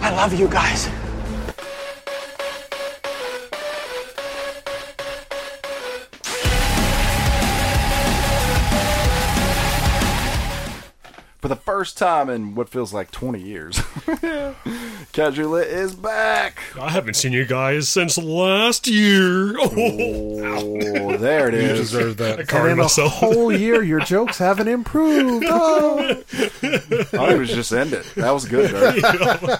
I love you guys. For the first time in what feels like 20 years, Cat Roulette is back. I haven't seen you guys since last year. Oh, Oh, there it You is. deserve I that. carved And in a myself. whole year, your jokes haven't improved. Oh. I thought it was just end it. That was good. Dirk.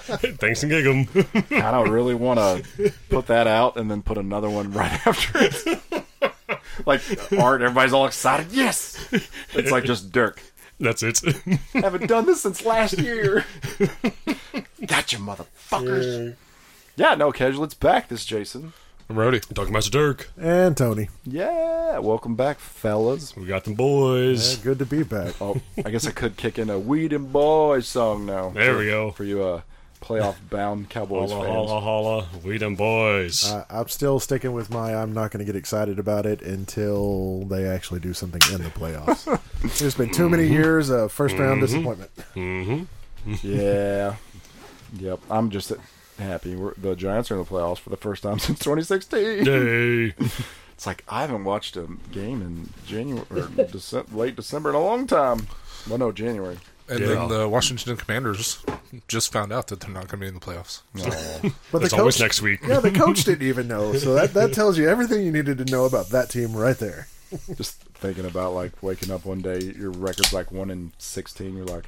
Thanks and gig 'em. I don't really want to put that out and then put another one right after it. like art, everybody's all excited. Yes, it's like just Dirk. That's it. Haven't done this since last year. gotcha, motherfuckers. Yeah, no, casual. It's back. This Jason. I'm Rowdy. Talking Master Dirk. And Tony, Yeah, welcome back, fellas. We got them boys. good to be back. Oh, I guess I could kick in a Weed and Boys song now. There we go. for you, uh, playoff bound Cowboys Holla, fans. holla, holla. We them boys. I, I'm still sticking with my. I'm not going to get excited about it until they actually do something in the playoffs. There's been too Mm-hmm. many years of first round disappointment. Yeah. Yep. I'm just happy. We're, the Giants are in the playoffs for the first time since 2016. Yay. It's like I haven't watched a game in January, or Dece- late December in a long time. Well, no, January. And Yeah. then the Washington Commanders just found out that they're not going to be in the playoffs. But That's the coach, always next week. yeah, the coach didn't even know. So that, that tells you everything you needed to know about that team right there. Just thinking about like waking up one day, your record's like one in 16. You're like,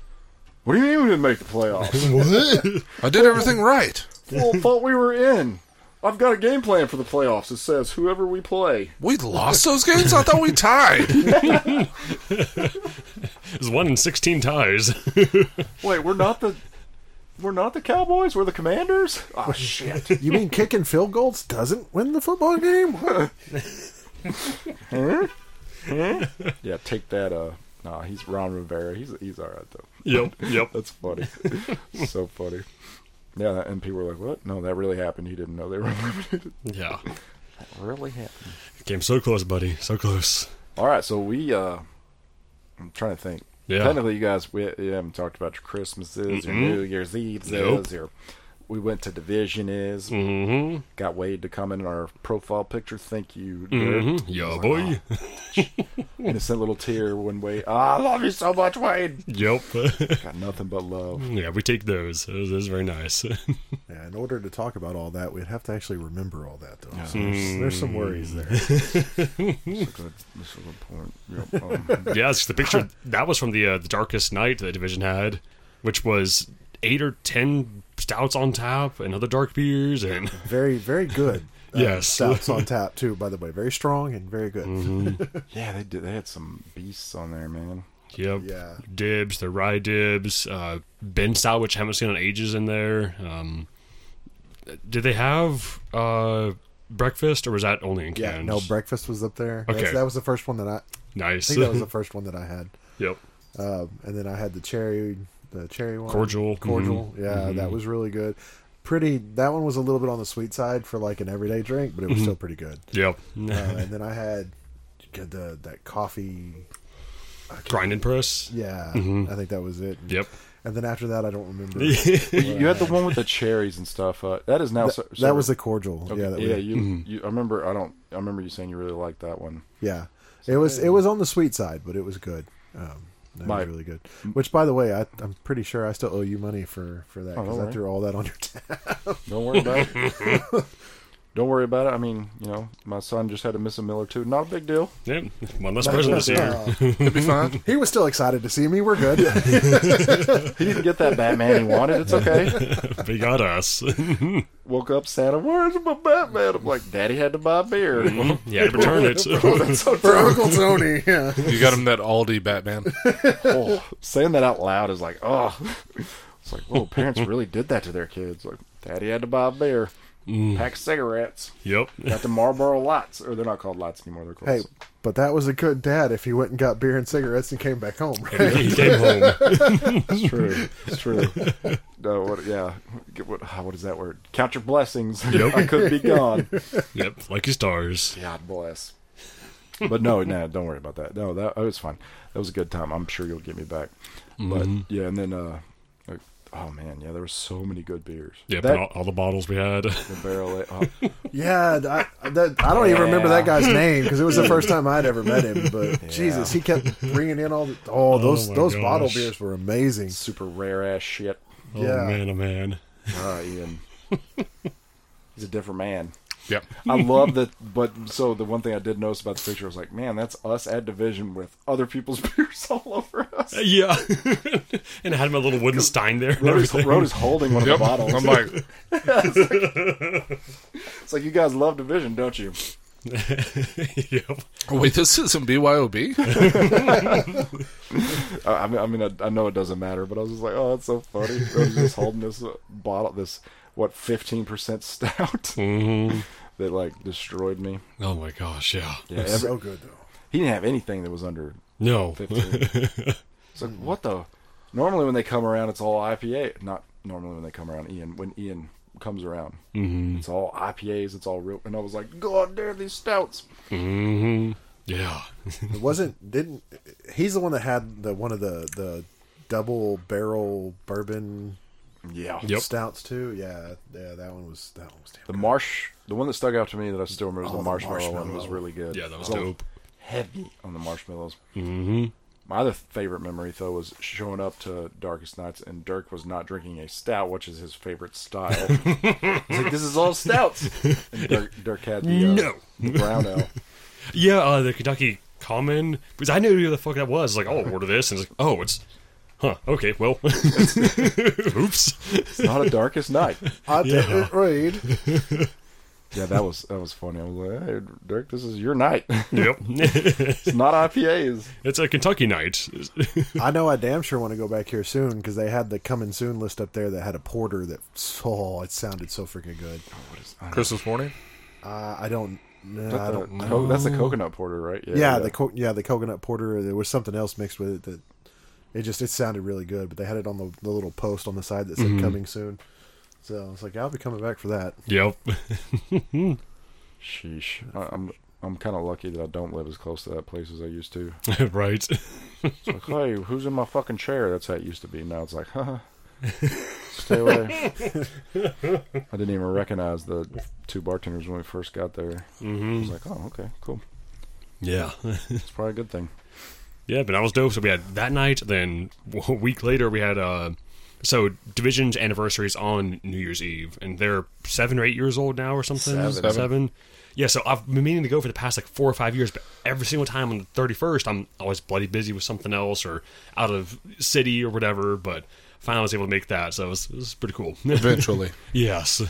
what do you mean we didn't make the playoffs? I did everything right. well, thought we were in. I've got a game plan for the playoffs. It says whoever we play. We lost those games. I thought we tied. It's one in 16 ties. Wait, we're not the. We're not the Cowboys. We're the Commanders. Oh shit! You mean kicking field goals doesn't win the football game? Yeah, take that. Uh, nah, he's Ron Rivera. He's he's all right though. yep, yep. That's funny. so funny. Yeah, that- and people were like, "What? No, that really happened. He didn't know they were eliminated. Yeah. really happened." Came so close, buddy. So close. All right, so we. uh I'm trying to think. Yeah. Technically, you guys, we, you haven't talked about your Christmases, your New Year's Eves, Nope. your. We went to division is Mm-hmm. got Wade to come in our profile picture. Thank you, Derek. Mm-hmm. Yeah, boy. innocent little tear when Wade. Ah, I love you so much, Wade. Yep. Got nothing but love. yeah, we take those. Those, those are very nice. Yeah, in order to talk about all that, we'd have to actually remember all that, though. So there's, there's some worries there. Mm-hmm. Good, this is a good point. Yep, um, yeah, it's the picture that was from the uh, the darkest night that division had, which was eight or ten stouts on tap and other dark beers and Very, very good. uh, Yes. Stouts on tap, too, by the way. Very strong and very good. Yeah, they did. They had some beasts on there, man. yep, Yeah. dibs, the rye dibs, uh, Ben style, which I haven't seen in ages in there. Um, did they have uh, breakfast or was that only in Yeah, cans? no, breakfast was up there. That's- Okay. That was the first one that I, I nice. think that was the first one that I had. yep, Um, and then I had the cherry, the cherry one. cordial, Mm-hmm. Cordial. Yeah, that was really good. Pretty, that one was a little bit on the sweet side for like an everyday drink, but it was still pretty good. mhm, Yep, Uh, and then I had the that coffee. grinding press. Yeah, I think that was it. Mm-hmm. Yep. And then after that, I don't remember. you had the one with the cherries and stuff. Uh, that is now. that, ser- that served- was the cordial. Okay, Yeah, that yeah. We, you, you. I remember. I don't. I remember you saying you really liked that one. yeah. It was it was on the sweet side, but it was good. Um, that My- was really good. Which, by the way, I, I'm pretty sure I still owe you money for for that because don't I worry. threw all that on your tab. Don't worry about it. Don't worry about it. I mean, you know, my son just had a Miss a Miller too. Not a big deal. Yep, one less person Oh, this year. It'd be fine. He was still excited to see me. We're good. He didn't get that Batman he wanted. It's okay. They got us. Woke up Santa. Where's my Batman? I'm like, Daddy had to buy beer. yeah, return it. That's so For Uncle Tony. Yeah. You got him that Aldi Batman. oh, saying that out loud is like, oh, it's like, oh, parents really did that to their kids. Like, daddy had to buy a beer, pack cigarettes, yep. got the Marlboro Lights, or they're not called Lights anymore. They're Hey, called. but that was a good dad if he went and got beer and cigarettes and came back home. right? he came home. it's true. It's true. No, what? Yeah, Get what? ah, What is that word? Count your blessings. I could be gone. Yep, lucky stars. God bless. But no, no, don't worry about that. No, Mm-hmm. that, that was fine. That was a good time. I'm sure you'll get me back. But yeah, and then uh, I Oh man, yeah, there were so many good beers. Yep, That- and all, all the bottles we had. The barrel. ale- oh, Yeah, th- I, that, I don't even remember that guy's name because it was the first time I'd ever met him. But Jesus, he kept bringing in all the oh those my those bottle gosh. beers were amazing. super rare ass shit. Oh Yeah. man, oh man. Ah, Ian. He's a different man. Yep. I love that. But so the one thing I did notice about the picture was like, man, that's us at division with other people's beers all over us. Uh, Yeah, and I had my little wooden stein there. And Road is, everything. Road is holding one of Yep. the bottles. I'm like, it's like you guys love division, don't you? yep. wait, this isn't BYOB? I, I mean, I, mean I, I know it doesn't matter, but I was just like, oh, that's so funny. Road is just holding this uh, bottle, this what, fifteen percent stout Mhm. that like destroyed me. Oh my gosh, yeah. Yeah, It's every- so good though. he didn't have anything that was under No. 15. it's like, what the? Normally, when they come around, it's all IPA. Not normally when they come around, Ian. When Ian comes around, Mm-hmm. it's all IPAs. It's all real. And I was like, God damn, these stouts. hmm Yeah. It wasn't didn't he's the one that had the one of the the double barrel bourbon Yeah. Yep. stouts too. Yeah, yeah, that one was that one was damn. The marsh, the one that stuck out to me that I still remember is Oh, the the marshmallow, one. marshmallow. was really good. Yeah, that was It all dope. Heavy on the marshmallows. Mm-hmm. My other favorite memory though was showing up to Darkest Nights and Dirk was not drinking a stout, which is his favorite style. He's like, "This is all stouts." And Dirk, Dirk had the, uh, No. the brown ale. Yeah, uh, the Kentucky Common. Because I knew who the fuck that was. Like, oh, order this. And it's like, oh, it's. Huh. Okay, well. Oops. It's not a Darkest Night. I didn't read. Yeah, that was that was funny. I was like, "Hey, Dirk, this is your night. Yep. It's not IPAs." it's a Kentucky night. I know I damn sure want to go back here soon because they had the coming soon list up there that had a porter that oh it sounded so freaking good. Christmas morning? Uh, I don't. No, That's I the, don't. co- that's the coconut porter, right? yeah, the co- yeah the coconut porter. There was something else mixed with it that it just it sounded really good. But they had it on the, the little post on the side that said coming soon. So it's like I'll be coming back for that. yep. sheesh. I, I'm I'm kind of lucky that I don't live as close to that place as I used to. right. Like, hey, who's in my fucking chair? That's how it used to be. Now it's like, huh? Stay away. I didn't even recognize the two bartenders when we first got there. I was like, oh, okay, cool. Yeah. It's probably a good thing. Yeah, but that was dope. So we had that night. Then a week later, we had uh, so division's anniversary is on New Year's Eve, and they're seven or eight years old now, or something. Seven. Yeah, so I've been meaning to go for the past like four or five years, but every single time on the thirty first, I'm always bloody busy with something else or out of city or whatever. But finally, I was able to make that, so it was, it was pretty cool. Eventually. yes.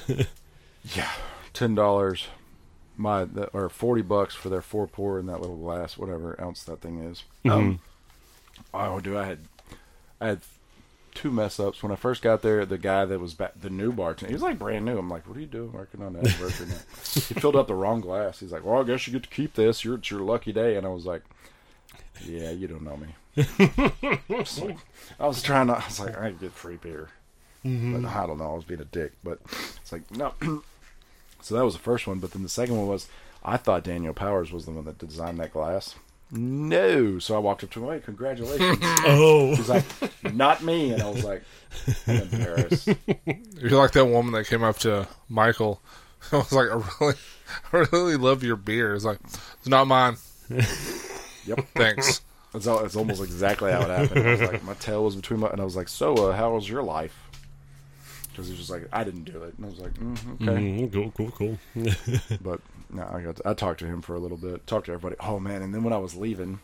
Yeah, ten dollars, my the, or forty bucks for their four pour in that little glass, whatever ounce that thing is. Um, oh, dude, I had I had two mess ups when I first got there. The guy that was back, the new bartender, he was like brand new. I'm like, what are you doing working on that? Working that? he filled up the wrong glass. He's like, well, I guess you get to keep this. You're, it's your lucky day. And I was like, yeah, you don't know me. It's like- I was trying to. I was like, I can get free beer. But I don't know. I was being a dick. But it's like no. so that was the first one. But then the second one was I thought Daniel Powers was the one that designed that glass. No. So I walked up to him. Hey, congratulations. oh. He's like, not me. And I was like, I'm embarrassed. You're like that woman that came up to Michael. I was like, I really, I really love your beer. It's like, it's not mine. Yep. Thanks. It's, al- it's almost exactly how it happened. I was like, my tail was between my, and I was like, so uh, how was your life? Because he was just like, I didn't do it, and I was like, mm, okay. Mm, cool, cool, cool. But no, I got to, I talked to him for a little bit, talked to everybody. Oh man! And then when I was leaving,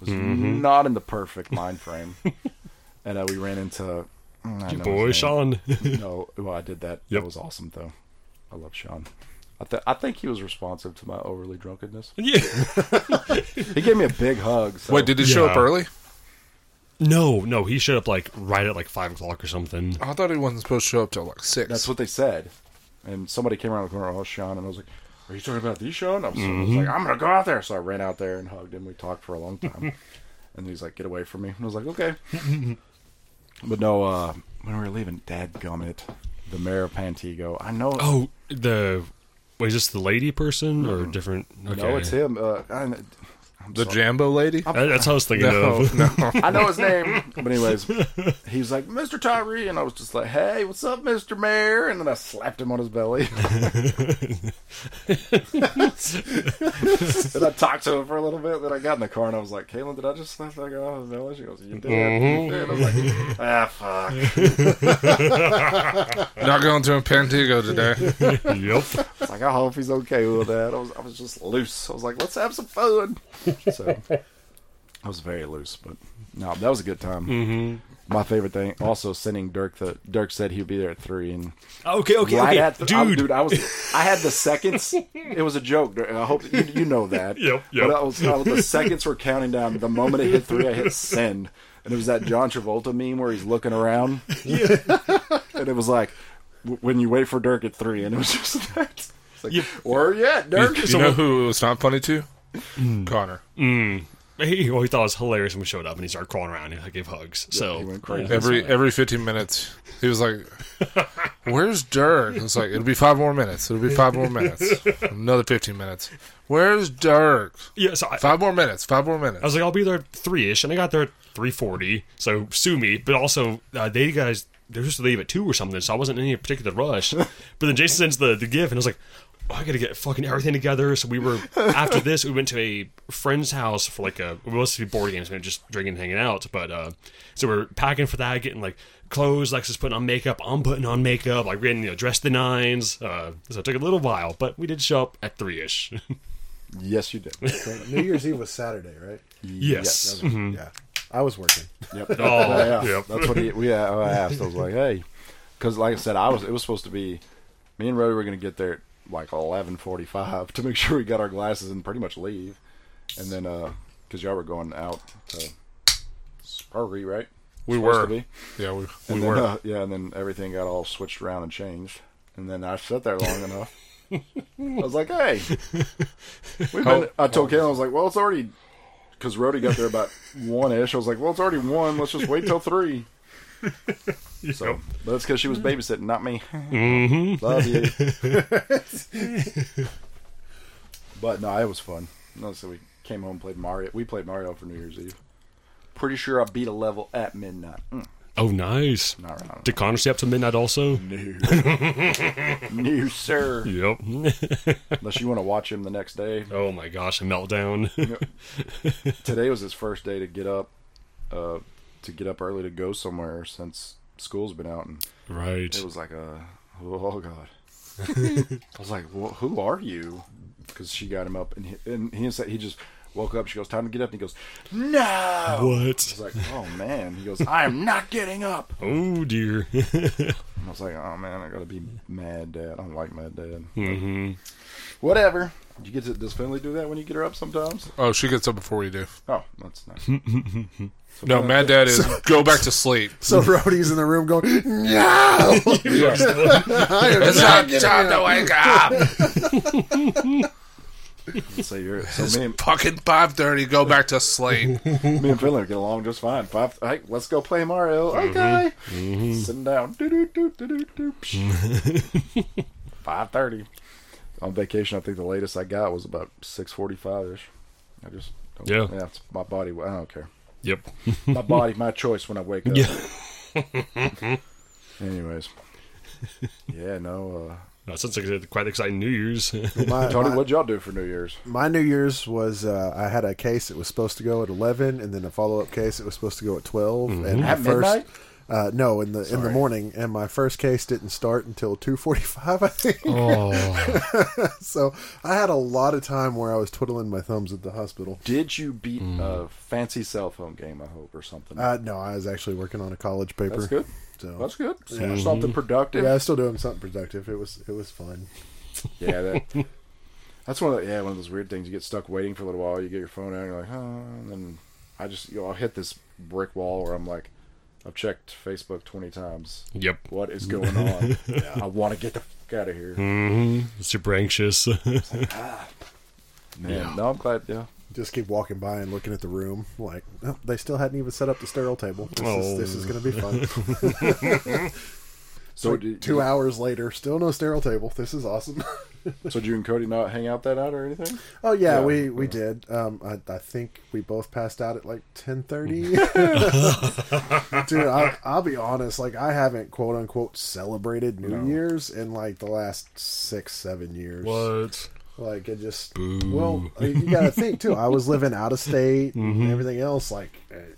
was not in the perfect mind frame, and uh, we ran into mm, I know his Boy, name. Sean. No, well, I did that. Yep. That was awesome though. I love Sean. I, th- I think he was responsive to my overly drunkenness. yeah. He gave me a big hug. So. Wait, did he show up Yeah. early? No, no, he showed up like right at like five o'clock or something. I thought he wasn't supposed to show up till like six. That's what they said. And somebody came around the corner, oh, Sean. And I was like, Are you talking about the Sean? I was, I was like, I'm going to go out there. So I ran out there and hugged him. We talked for a long time. and he's like, Get away from me. And I was like, Okay. but no, uh, when we were leaving, Dad Gummit, the mayor of Pantego, I know. Oh, the wait, is this the lady person or different? Okay. No, it's him. Uh, I, I The Jambo lady? That- That's how I was thinking No, of. no. I know his name. But anyways, he was like, Mr. Tyree, and I was just like, Hey, what's up, Mr. Mayor? And then I slapped him on his belly. and I talked to him for a little bit. Then I got in the car and I was like, Caitlin, did I just slap that guy on his belly? She goes, You did. You did. I was like, Ah, fuck. Not going to a Pantigo today. yep. It's like I hope he's okay with that. I was, I was just loose. I was like, Let's have some fun. So I was very loose, but no, that was a good time. Mm-hmm. My favorite thing, also sending Dirk that Dirk said he'd be there at three, and Okay, okay, right okay. at the, I, dude. dude, I was, I had the seconds. it was a joke. dude. I hope you, you know that. Yep, yep. But I was, I was- the seconds were counting down. The moment it hit three, I hit send, and it was that John Travolta meme where he's looking around, and it was like w- when you wait for Dirk at three, and it was just that. It's like, Where you at, Dirk? You know who it was not funny to? Connor. he, well, he thought it was hilarious when we showed up and he started crawling around and I gave hugs. so he went crazy. Every every 15 minutes, he was like, "Where's Dirk?" It's like it'll be five more minutes. It'll be five more minutes. Another 15 minutes. Where's Dirk? yeah, so I, Five more minutes. Five more I minutes. was like, I'll be there at three ish, and I got there at three forty. So sue me, but also uh, they guys they're supposed to leave at two or something, so I wasn't in any particular rush. but then Jason sends the the gift, and I was like, oh, I gotta get fucking everything together. So we were after this, we went to a friend's house for like a we were supposed to be board games and just drinking, and hanging out. But uh, so we we're packing for that, getting like clothes. Lex is putting on makeup. I'm putting on makeup. Like we didn't you know, dress the nines. Uh, so it took a little while, but we did show up at three ish. Yes, you did. So New Year's Eve was Saturday, right? yes. That was- Yeah, I was working. Yep. Oh, Yeah, yep. that's what he, we uh, I asked. I was like, hey, because like I said, I was it was supposed to be me and Rody were going to get there at like eleven forty five to make sure we got our glasses and pretty much leave, and then because y'all were going out to Spurry, right? We Supposed were. to be. Yeah, we, we And were. then, uh, yeah, and then everything got all switched around and changed, and then I sat there long enough. I was like, hey, we've Oh. been. I told Caitlin, I was like, well, it's already because Rody got there about one ish. I was like, well, it's already one. Let's just wait till three. So, but that's because she was babysitting, not me. Mm-hmm. Love you. but no, it was fun. No, so we came home, played Mario. We played Mario for New Year's Eve. Pretty sure I beat a level at midnight. Mm, Oh, nice. not right. Did Connor stay up to midnight also? New sir. Yep. Unless you want to watch him the next day. oh my gosh, a meltdown. Today was his first day to get up, uh, to get up early to go somewhere since school's been out, and right. it was like a oh god. I was like, well, who are you? Because she got him up, and he, and he said he just woke up. She goes, time to get up. And he goes, no. I what? was like, oh man. He goes, I am not getting up. Oh dear. And I was like, oh man, I gotta be mad dad. I don't like mad dad. Mm-hmm. Whatever. You get to does Finley do that when you get her up sometimes? Oh, she gets up before you do. Oh, that's nice. No, Mad Dad is go back to sleep. So Rody's in the room going, "No, I am It's not not getting time to up." wake up. So you're so me and, Fucking five thirty. Go back to sleep. me and Finley get along just fine. Five, hey, let's go play Mario. Okay, sitting down. Five thirty. On vacation, I think the latest I got was about six forty-five ish. I just don't, Yeah. yeah, it's my body. I don't care. yep. My body, my choice when I wake up. Yeah. Anyways, yeah, no. That sounds like a quite exciting New Year's. Uh, My, Tony, my- what'd y'all do for New Year's? my New Year's was uh, I had a case that was supposed to go at eleven, and then a follow up case that was supposed to go at 12 And my At midnight? uh, no, in the in the Sorry. morning, and my first case didn't start until two forty five. I think oh. so. I had a lot of time where I was twiddling my thumbs at the hospital. Did you beat a fancy cell phone game? I hope or something. Uh, no, I was actually working on a college paper. That's good. So That's good. Something productive. yeah, I was still doing something productive. It was it was fun. Yeah, that, that's one of the, yeah one of those weird things. You get stuck waiting for a little while. You get your phone out. and You're like, oh, and then I just you know, I'll hit this brick wall where I'm like, I've checked Facebook twenty times. Yep. What is going on? I want to get the fuck out of here. Man, Super anxious. no, I'm glad. Yeah, Just keep walking by and looking at the room. Like oh, they still hadn't even set up the sterile table. This Oh. is this is going to be fun. So Like, did- two hours later, still no sterile table. This is awesome. So did you and Cody not hang out that night or anything? oh yeah, Yeah. we we did. Um, I, I think we both passed out at like ten thirty. Dude, I, I'll be honest. Like I haven't quote unquote celebrated New Year's in like the last six seven years. What? Like it just well, you gotta think too. I was living out of state Mm-hmm. and everything else. Like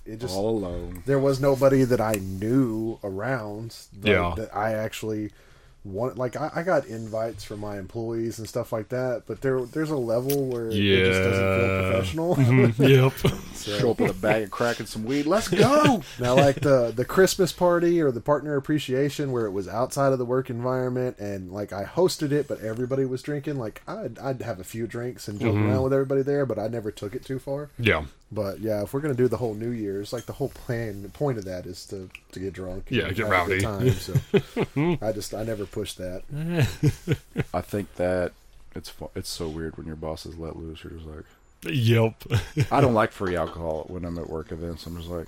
it just All alone. there was nobody that I knew around that, Yeah. that I actually wanted. Like I, I got invites from my employees and stuff like that, but there there's a level where it just doesn't Yeah. Mm-hmm. feel professional. yep. Show up with a bag of crack and some weed. Let's go. now, like the the Christmas party or the partner appreciation, where it was outside of the work environment, and like I hosted it, but everybody was drinking. Like I'd I'd have a few drinks and Mm-hmm. joke around with everybody there, but I never took it too far. Yeah. But yeah, if we're gonna do the whole New Year's, like the whole plan, the point of that is to to get drunk. and Yeah, get have a rowdy. good time, so I just I never pushed that. I think that it's fu- it's so weird when your bosses let loose. You're just like, Yep. I don't like free alcohol when I'm at work events. I'm just like,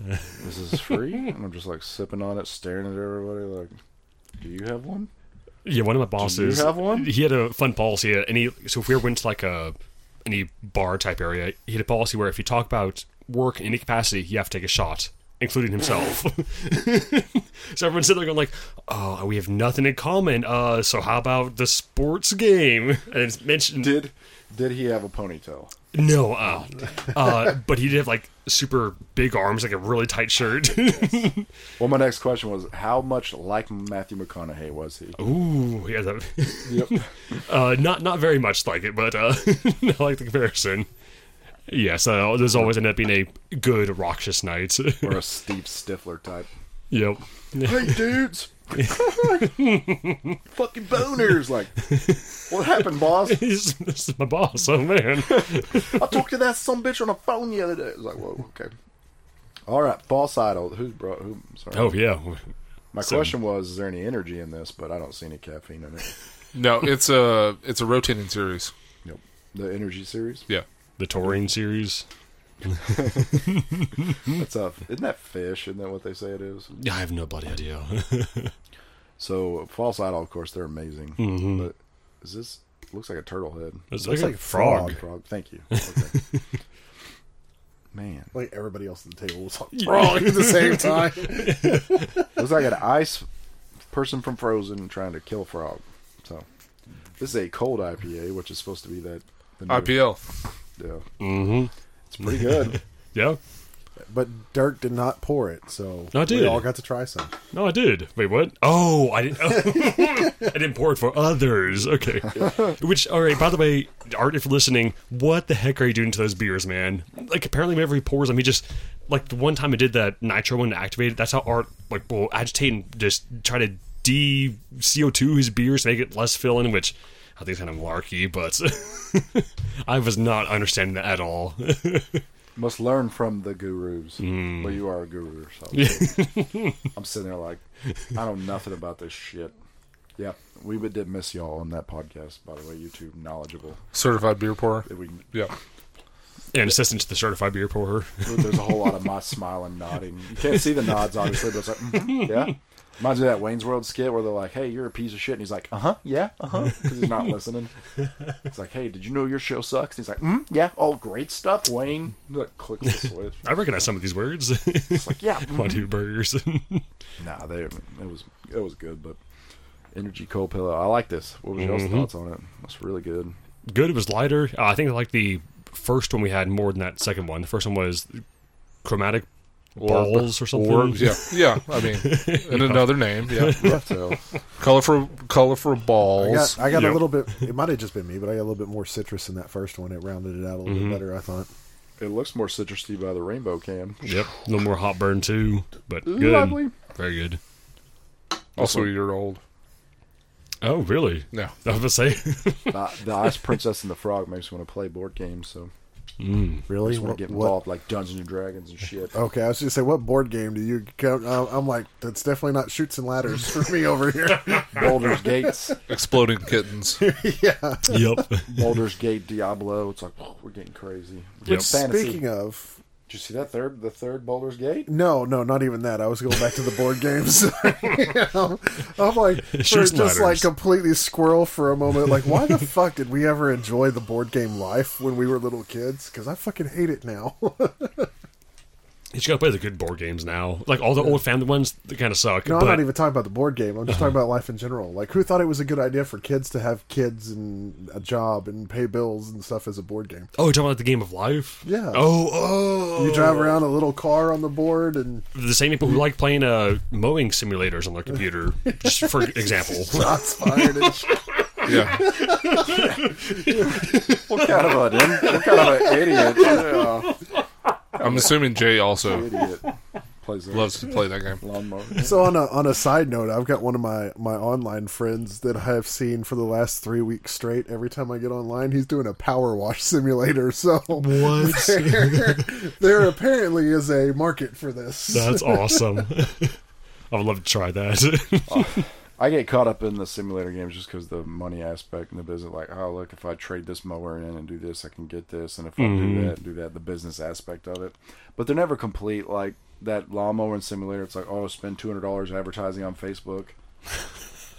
this is free, and I'm just like sipping on it, staring at everybody. Like, do you have one? Yeah, one of my bosses. have one? He had a fun policy, uh, and he so if we ever went to like a any bar type area, he had a policy where if you talk about work in any capacity, you have to take a shot, including himself. so everyone's sitting there going like, "Oh, we have nothing in common. Uh, so how about the sports game?" And it's mentioned Did did he have a ponytail? no, uh, uh, but he did have like super big arms, like a really tight shirt. Well, my next question was, how much like Matthew McConaughey was he? Ooh, yeah, that, Yep. Uh, not not very much like it, but uh, I like the comparison. Yeah, so there's always ended up being a good Roxas night. or a Steve Stifler type. yep. Hey, dudes. Fucking boners. Like, what happened, boss? He's, this is my boss. Oh man. I talked to that some bitch on the phone the other day. It's like, whoa, okay. All right, false idol. Who's brought? Who? Sorry. Oh yeah. My question was, is there any energy in this? But I don't see any caffeine in it. No, it's a it's a rotating series. Nope. The energy series. Yeah, The touring series. Hmm. That's a. Isn't that fish? Isn't that what they say it is? Yeah, I have no bloody idea. So false idol. Of course, they're amazing. But is this looks like a turtle head? Mm-hmm. It's Looks like, like a frog. Frog. frog. Thank you. Okay. Man, Like everybody else at the table was like, wrong at the same time. looks like an ice person from Frozen trying to kill a frog. So this is a cold IPA, which is supposed to be that. The new- IPL. Yeah. Mm-hmm. It's pretty good. Yeah. but Dirk did not pour it, so No, I did. we all got to try some. No, I did. Wait, what? Oh, I didn't. I didn't pour it for others. Okay. Which, all right. By the way, Art, if you're listening, what the heck are you doing to those beers, man? Like, apparently, whenever he pours them, he just like the one time I did that nitro one to activate it. That's how Art like will agitate and just try to de CO two his beers to make it less filling, which. I think is kind of larky, but I was not understanding that at all. Must learn from the gurus. Well, you are a guru, so I'm sitting there like, I know nothing about this shit. Yeah, we would- did miss y'all on that podcast, by the way. You two knowledgeable. Certified beer pourer. That we, Yeah. and assistant to the certified beer pourer. there's a whole lot of my smiling, nodding. You can't see the nods, obviously, but it's like, mhm, yeah. Reminds me of that Wayne's World skit where they're like, "Hey, you're a piece of shit," and he's like, "Uh huh, yeah, uh huh," because he's not listening. It's like, "Hey, did you know your show sucks?" And he's like, mm, "Yeah, all great stuff, Wayne." Like, click the switch. I recognize some of these words. It's like, yeah, mhm. My two burgers. Nah, they it was it was good, but energy cold pillow. I like this. What was y'all's thoughts on it? It's really good. good. It was lighter. Uh, I think I like the first one we had more than that second one. The first one was chromatic balls or something. Orbs. Yeah. Yeah. I mean, in another name. Yeah. So colorful colorful I balls. got, I got Yeah. a little bit. It might have just been me, but I got a little bit more citrus in that first one. It rounded it out a little bit better. I thought. it looks more citrusy by the rainbow can. Yep. A little more hot burn too, but good. Lovely. Very good. also, a year old. Oh, really? Yeah. I was gonna say. the, the Ice Princess and the Frog makes me want to play board games. So I Really? just want to get involved, like Dungeons and Dragons and shit. Okay, I was just say, what board game do you count? Uh, I'm like, that's definitely not shoots and ladders for me over here. Baldur's Gates, Exploding kittens. yep. Baldur's Gate, Diablo. It's like oh, we're getting crazy. Yep. Fantasy. Speaking of, Did you see that third the third Boulder's Gate? No, no, not even that. I was going back to the board games. You know? I'm like, for Shoot just like sliders. completely squirrel for a moment. Like, why the fuck did we ever enjoy the board game life when we were little kids? Because I fucking hate it now. You just gotta play the good board games now. Like all the old family ones, they kind of suck. no, but I'm not even talking about the board game. I'm just talking about life in general. Like, who thought it was a good idea for kids to have kids and a job and pay bills and stuff as a board game? oh, you're talking about the game of life? Yeah. Oh, oh. You drive around a little car on the board and the same people who like playing uh, mowing simulators on their computer, just for example. shots fired and shit. Yeah. What kind of an what kind of an idiot? Yeah, I'm assuming Jay also idiot plays that loves to play that game. lawnmower. So on a on a side note, I've got one of my my online friends that I have seen for the last three weeks straight. Every time I get online, he's doing a power wash simulator. So What? there, there apparently is a market for this. That's awesome. I would love to try that. I get caught up in the simulator games just because the money aspect and the business. Like, oh look, if I trade this mower in and do this, I can get this, and if I do that, do that, the business aspect of it. But they're never complete. Like that lawnmower and simulator, it's like, oh, spend two hundred dollars advertising on Facebook.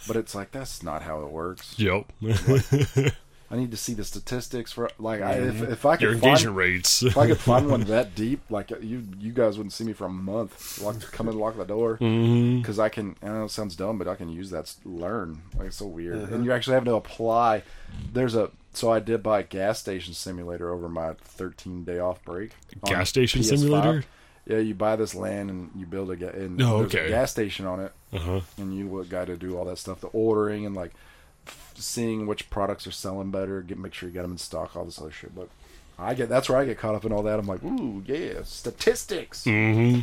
but it's like that's not how it works. yep. I need to see the statistics for like I, if, if I Your could engagement find, rates. if I could find one that deep, like you you guys wouldn't see me for a month. Lock, come in, lock the door, because Mm-hmm. I can. I know it sounds dumb, but I can use that to learn. Like it's so weird, and you actually have to apply. There's a so I did buy a gas station simulator over my 13 day off break. on Gas station PS5. simulator? Yeah, you buy this land and you build a, ga- and Oh, there's okay. a gas station on it, Uh-huh. and you what got to do all that stuff, the ordering and like f- seeing which products are selling better, get make sure you got them in stock, all this other shit. But I get that's where I get caught up in all that. I'm like, ooh yeah, statistics. Mm-hmm.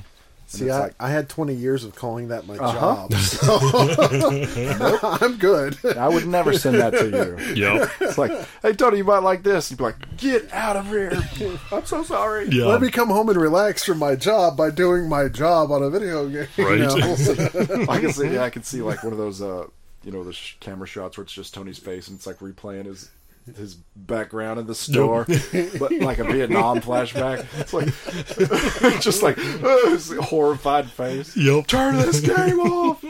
See, I, like- I had twenty years of calling that my job. Uh-huh. So I'm good. I would never send that to you. Yep. It's like, hey Tony, you might like this. You'd be like, get out of here. I'm so sorry. Yeah. Let me come home and relax from my job by doing my job on a video game. you Right. know? I can see. Yeah, I can see like one of those, uh, you know, the sh- camera shots where it's just Tony's face and it's like replaying his his background in the store, but like a Vietnam flashback. It's like just like uh, his horrified face. Yep. Turn this game off.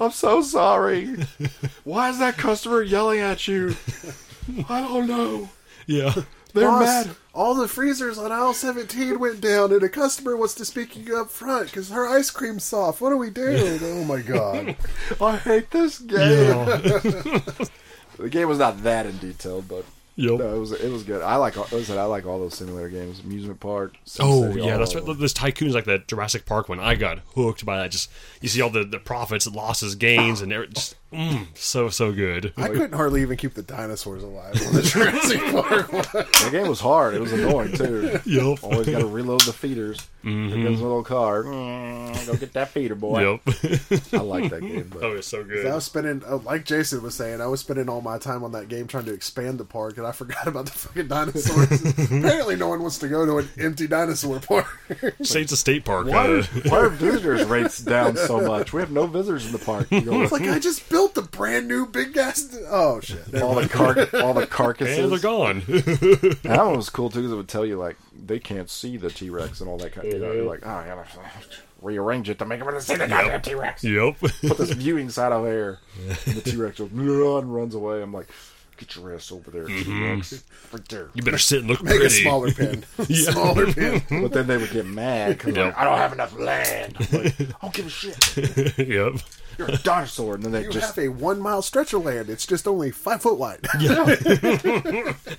I'm so sorry. Why is that customer yelling at you? I don't know. Yeah. They're Boss, mad. All the freezers on aisle 17 went down, and a customer wants to speak to you up front because her ice cream's soft. What do we do? oh my god. I hate this game. Yeah. The game was not that in detail, but Yep. no, it was it was good. I like all- listen, I like all those simulator games, amusement park. Sim Oh City, yeah, all that's of right. them. This tycoon's like that Jurassic Park one. I got hooked by that. Just you see all the, the profits, and losses, gains, and every, just mm, so so good. I couldn't hardly even keep the dinosaurs alive on the Jurassic Park one. The game was hard. It was annoying too. Yep. Oh, Always got to reload the feeders. Here comes a little car. Mm, Go get that feeder, boy. Mm-hmm. Yep. I like that game. But oh, it's so good. I was spending, uh, like Jason was saying, I was spending all my time on that game trying to expand the park, and I forgot about the fucking dinosaurs. Apparently, no one wants to go to an empty dinosaur park. State's a state park. why are, Uh, why are visitors rates down so much? We have no visitors in the park. You know, it's like I just built the brand new big gas. Oh shit! all the car, all the carcasses. and they're gone. And that one was cool too because it would tell you like they can't see the T Rex and all that kind. of You know, you're like, oh, I gotta rearrange it to make them able to see the goddamn T Rex. yep. Put this viewing side over here. And the T Rex goes "Nah," and runs away. I'm like, get your ass over there, T Rex, right there. You better sit and look Make pretty. a smaller pin. Yeah. Smaller pin. But then they would get mad because Yeah. like, I don't have enough land. I'm like, I don't give a shit. yep. You're a dinosaur, and then they You just have a one mile stretch of land. It's just only five foot wide.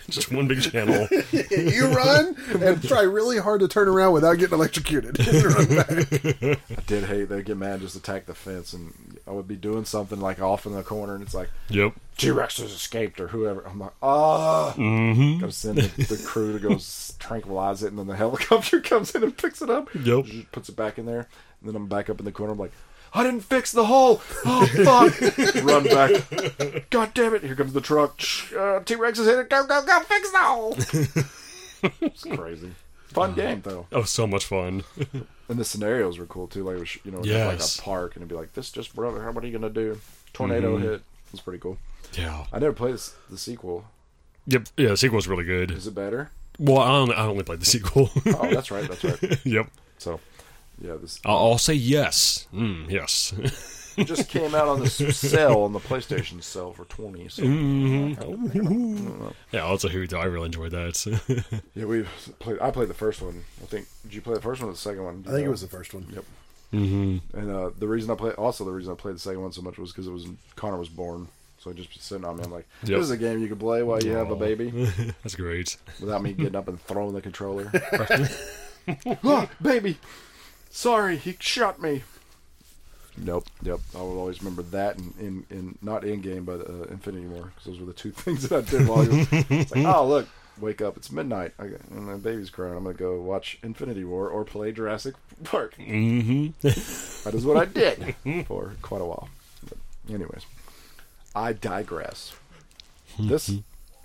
Just one big channel. you run and try really hard to turn around without getting electrocuted. Run back. did hate. They'd get mad, just attack the fence, and I would be doing something like off in the corner, and it's like. Yep. T Rex has escaped or whoever. I'm like, ah. Mm-hmm. Gotta send the, the crew to go s- tranquilize it, and then the helicopter comes in and picks it up. Yep. Zzz, Puts it back in there, and then I'm back up in the corner. I'm like, I didn't fix the hole. Oh fuck! Run back. God damn it! Here comes the truck. Shh, Uh, T Rex is in it. Go go go! Fix the hole. it's crazy. Fun game though, Oh, so much fun. and the scenarios were cool too. Like it was, you know, it was Yes. like a park, and it'd be like, this just broke. How what are you gonna do? Tornado Mm-hmm. hit. It's pretty cool. Yeah. I never played this, the sequel. Yep. Yeah. The sequel's really good. Is it better? Well, I only, I only played the sequel. Oh, that's right. That's right. yep. So, yeah, this I'll, I'll say yes. Mm, yes. it just came out on the sale on the PlayStation sale for twenty. So yeah, I'll say who though. I really enjoyed that. yeah, we played. I played the first one. I think. Did you play the first one or the second one? I think it was the first one. Yep. And uh, the reason I played, also the reason I played the second one so much was because it was Connor was born. So it just was sitting on me. I'm like, this Yep. is a game you can play while you have a baby That's great. without me getting up and throwing the controller. oh, baby, sorry, he shot me. Nope. Yep. I will always remember that, and in, in not in game, but uh, Infinity War, because those were the two things that I did while you. It's like, oh look, wake up, it's midnight, I, got- and my baby's crying. I'm gonna go watch Infinity War or play Jurassic Park. Mm-hmm. That is what I did for quite a while. But anyways, I digress. This,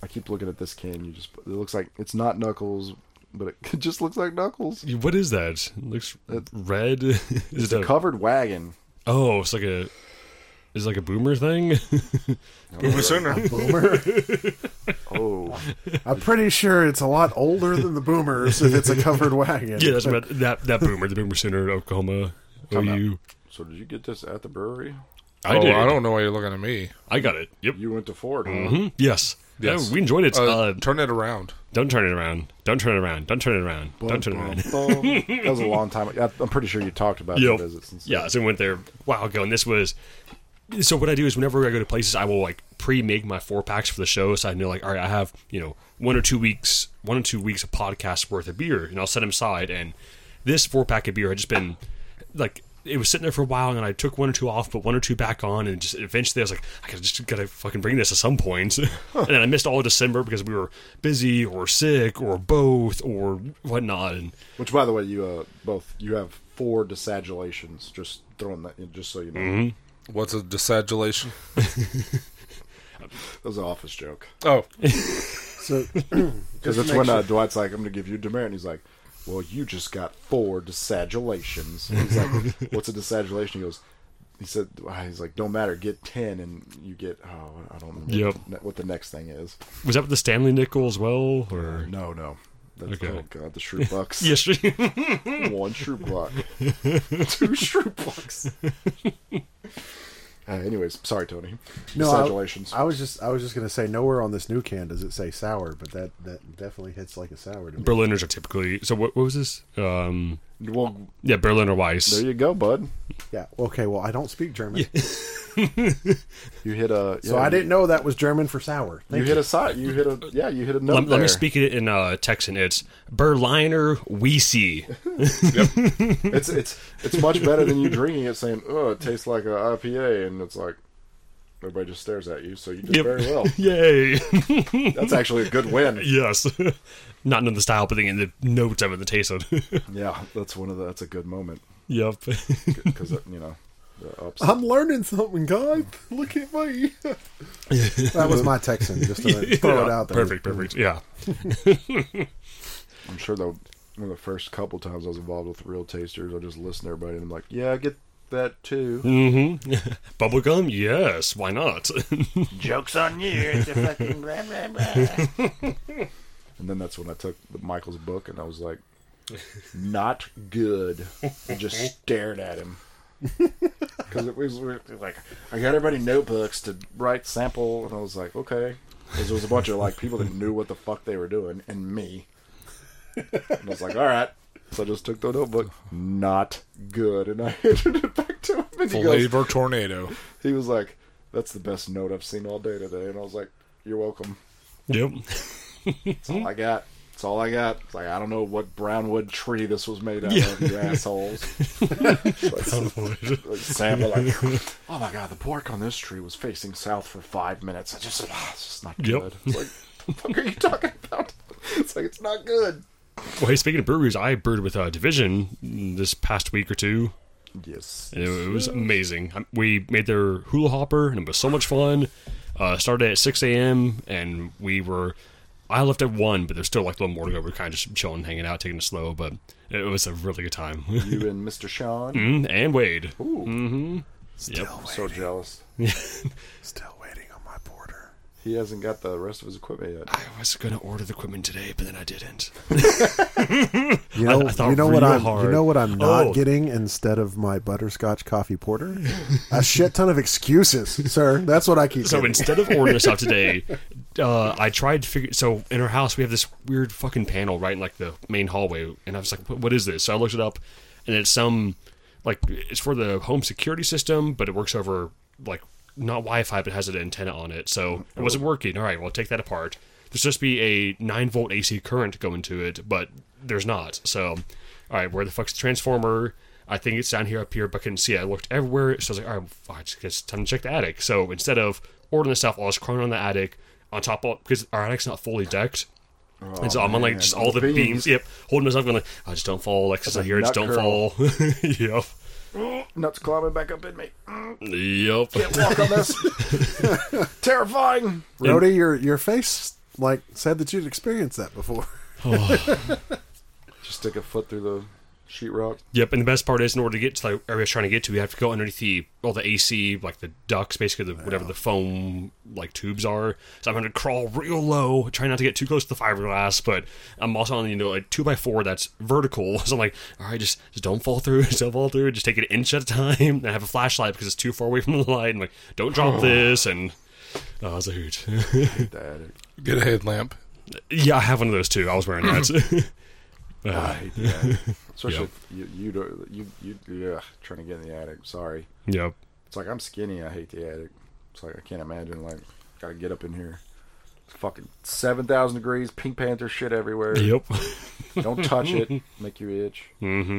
I keep looking at this can. You just, it looks like it's not Knuckles, but it just looks like Knuckles. What is that? It looks red. Is it The a- covered wagon. Oh, it's like a. Is it like a boomer thing? Boomer sooner. Boomer. Oh, I'm pretty sure it's a lot older than the boomers if it's a covered wagon. yeah, that's about that that boomer, the boomer center, Oklahoma, OU. so did you get this at the brewery? I oh, did. I don't know why you're looking at me. I got it. Yep. You went to Ford. huh? Mhm. Yes. Yes. Yeah, we enjoyed it. Uh, Uh, turn it around. don't turn it around. Don't turn it around. Don't turn it around. Don't turn it around. that was a long time. ago. I'm pretty sure you talked about your Yep. visits. And stuff. Yeah, so I went there a while ago, and this was. So what I do is whenever I go to places, I will like pre-make my four packs for the show, so I know like, all right, I have you know one or two weeks, one or two weeks of podcast worth of beer, and I'll set them aside. And this four pack of beer had just been like it was sitting there for a while, and I took one or two off, put one or two back on, and just eventually I was like, I gotta just gotta fucking bring this at some point. and then I missed all of December because we were busy or sick or both or whatnot, and Which, by the way, you uh, both you have four desagulations. Just throwing that, in, just so you know, Mm-hmm. What's a desagulation? that was an office joke. Oh, So, Because that's when uh, Dwight's like, I'm going to give you demerit. And he's like, well, you just got four desagulations. And He's like, what's a desagulation? He goes, he said, he's like, don't matter, get 10 and you get, oh, I don't remember Yep. what, what the next thing is. was that with the Stanley nickel as well, or No, no. That's, Okay. Oh, God, the shrew bucks. Yes. sir. One shrew buck. Two shrew bucks. Uh, anyways, sorry, Tony. no, desagulations. I, I was just I was just gonna say nowhere on this new can does it say sour, but that that definitely hits like a sour to me. Berliners are typically. So what, what was this? Um, well, yeah, Berliner there Weiss. you go, bud. Yeah. Okay. Well, I don't speak German, You hit a. so I didn't know that was German for sour. You hit a side. You hit a. Yeah, you hit a note. Let, let me there. speak it in uh, Texan. It's Berliner Weissy. It's it's it's much better than you drinking it saying, "Oh, it tastes like a IPA," and it's like everybody just stares at you. So you did Yep. very well. Yay! That's actually a good win. yes, not in the style, but in the notes of it, the taste of it. Yeah, that's one of the. That's a good moment yep. because you know the ups. I'm learning something, guys. Look at me. that was my Texan. Just to throw it Yeah, out there. Perfect, perfect. Yeah. I'm sure though. One of the first couple times I was involved with real tasters, I just listen to everybody and I'm like, "Yeah, I get that too." Bubblegum? Yes. Why not? Joke's on you. It's a fucking blah, blah, blah. And then that's when I took the Michael's book and I was like, "Not good," and just stared at him. Because it was we were like, I got everybody notebooks to write sample, and I was like, okay. Because there was a bunch of like people that knew what the fuck they were doing, and me. And I was like, all right. So I just took the notebook. Not good, and I handed it back to him. And he, goes, flavor tornado. he was like, "That's the best note I've seen all day today," and I was like, "You're welcome." yep. That's all I got. That's all I got. It's like I don't know what brownwood tree this was made out of, you assholes. Like, Sam, like, oh my god, the bark on this tree was facing south for five minutes. I just, ah, it's just not Yep. good. It's like, the fuck are you talking about? It's like it's not good. well, hey, speaking of breweries, I brewed with uh, Division this past week or two. Yes. And It, it was amazing. Um, We made their hula hopper, and it was so much fun. Uh, started at 6 a.m., and we were. I left at 1, but there's still like a little more to go. We are kind of just chilling, hanging out, taking it slow, but it was a really good time. You and Mr. Sean. Mm, and Wade. Still, So jealous. still waiting on my porter. He- He hasn't got the rest of his equipment yet. I was going to order the equipment today, but then I didn't. You know, I thought you know what real I'm. You hard. know what I'm not Oh. getting instead of my butterscotch coffee porter, a shit ton of excuses, sir. That's what I keep. So getting. instead of ordering stuff today, uh, I tried to figure. So in our house, we have this weird fucking panel right in like the main hallway, and I was like, "What what is this?" So I looked it up, and it's some like it's for the home security system, but it works over like not Wi-Fi, but has an antenna on it. So it wasn't working. All right, well, take that apart. There's supposed to be a nine volt AC current going to it, but there's not. So, all right, where the fuck's the transformer? I think it's down here up here, but couldn't see it. I looked everywhere, so I was like, all right, fuck, it's- it's time to check the attic. So instead of ordering the stuff, I was crawling on the attic on top of because our attic's not fully decked. and so I'm on like man, just all Oh, the the beams. beams. Yep, holding myself, going like, I just don't fall. Alexa's not here, just nut don't curl. fall. yep, Nuts climbing back up in me. yep. Walk on this. Terrifying. Rhodey, your your face like said that you'd experienced that before. Just stick a foot through the sheetrock. Yep, and the best part is, in order to get to the area I was trying to get to, you have to go underneath the all the AC, like the ducts, basically the, whatever the foam like tubes are. So I'm going to crawl real low, try not to get too close to the fiberglass, but I'm also on you know a two by four that's vertical. So I'm like, all right, just just don't fall through, just don't fall through, just take it an inch at a time. And I have a flashlight because it's too far away from the light. I'm like, don't drop this, and oh, it's a hoot. Get the attic. Get a headlamp. yeah, I have one of those too. I was wearing that. Uh, I hate the attic. Especially Yep. if you, you, don't- you, you, ugh, trying to get in the attic. Sorry. yep. It's like I'm skinny. I hate the attic. It's like I can't imagine. Like gotta get up in here. It's fucking seven thousand degrees. Pink Panther shit everywhere. Yep. Don't touch it. Make you itch. Mm-hmm.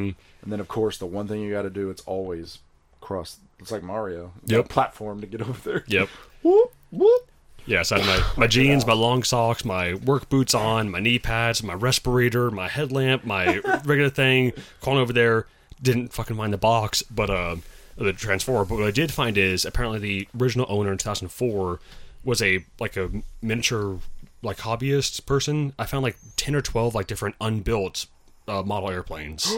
And then of course the one thing you got to do. It's always cross. It's like Mario. You Yep. got a platform to get over there. Yep. Whoop whoop. Yes, I had my, my jeans, my long socks, my work boots on, my knee pads, my respirator, my headlamp, my regular thing. Calling over there, didn't fucking mind the box, but uh, the transformer. But what I did find is apparently the original owner in 2004 was a like a miniature like hobbyist person. I found like 10 or 12 like different unbuilt uh, model airplanes.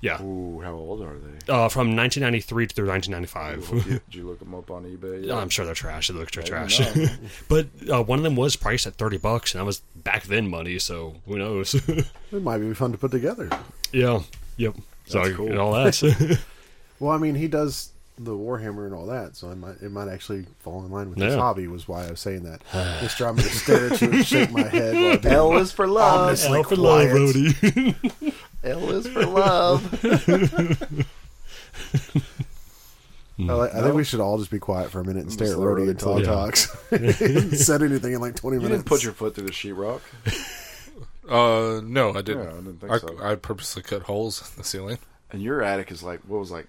yeah, Ooh, how old are they? uh, from 1993 through 1995. Did you look them up on eBay? Oh, I'm sure they're trash. They look they're trash. but uh, one of them was priced at thirty bucks, and that was back then money. So who knows? It might be fun to put together. yeah. Yep. So That's I- cool. and all that. Well, I mean, he does the Warhammer and all that, so I might, it might actually fall in line with his Yeah. hobby. Was why I was saying that. Just trying to stare at you and shake my head. While I do L is for love. Ominously quiet. L is for love. Oh, I, like- I think we should all just be quiet for a minute and stare at let Rhodey Rhodey until he talk. talks. He said anything in like twenty You minutes. didn't put your foot through the sheetrock. Uh, no, I didn't. Yeah, I didn't think I, so. I purposely cut holes in the ceiling. And your attic is like what was like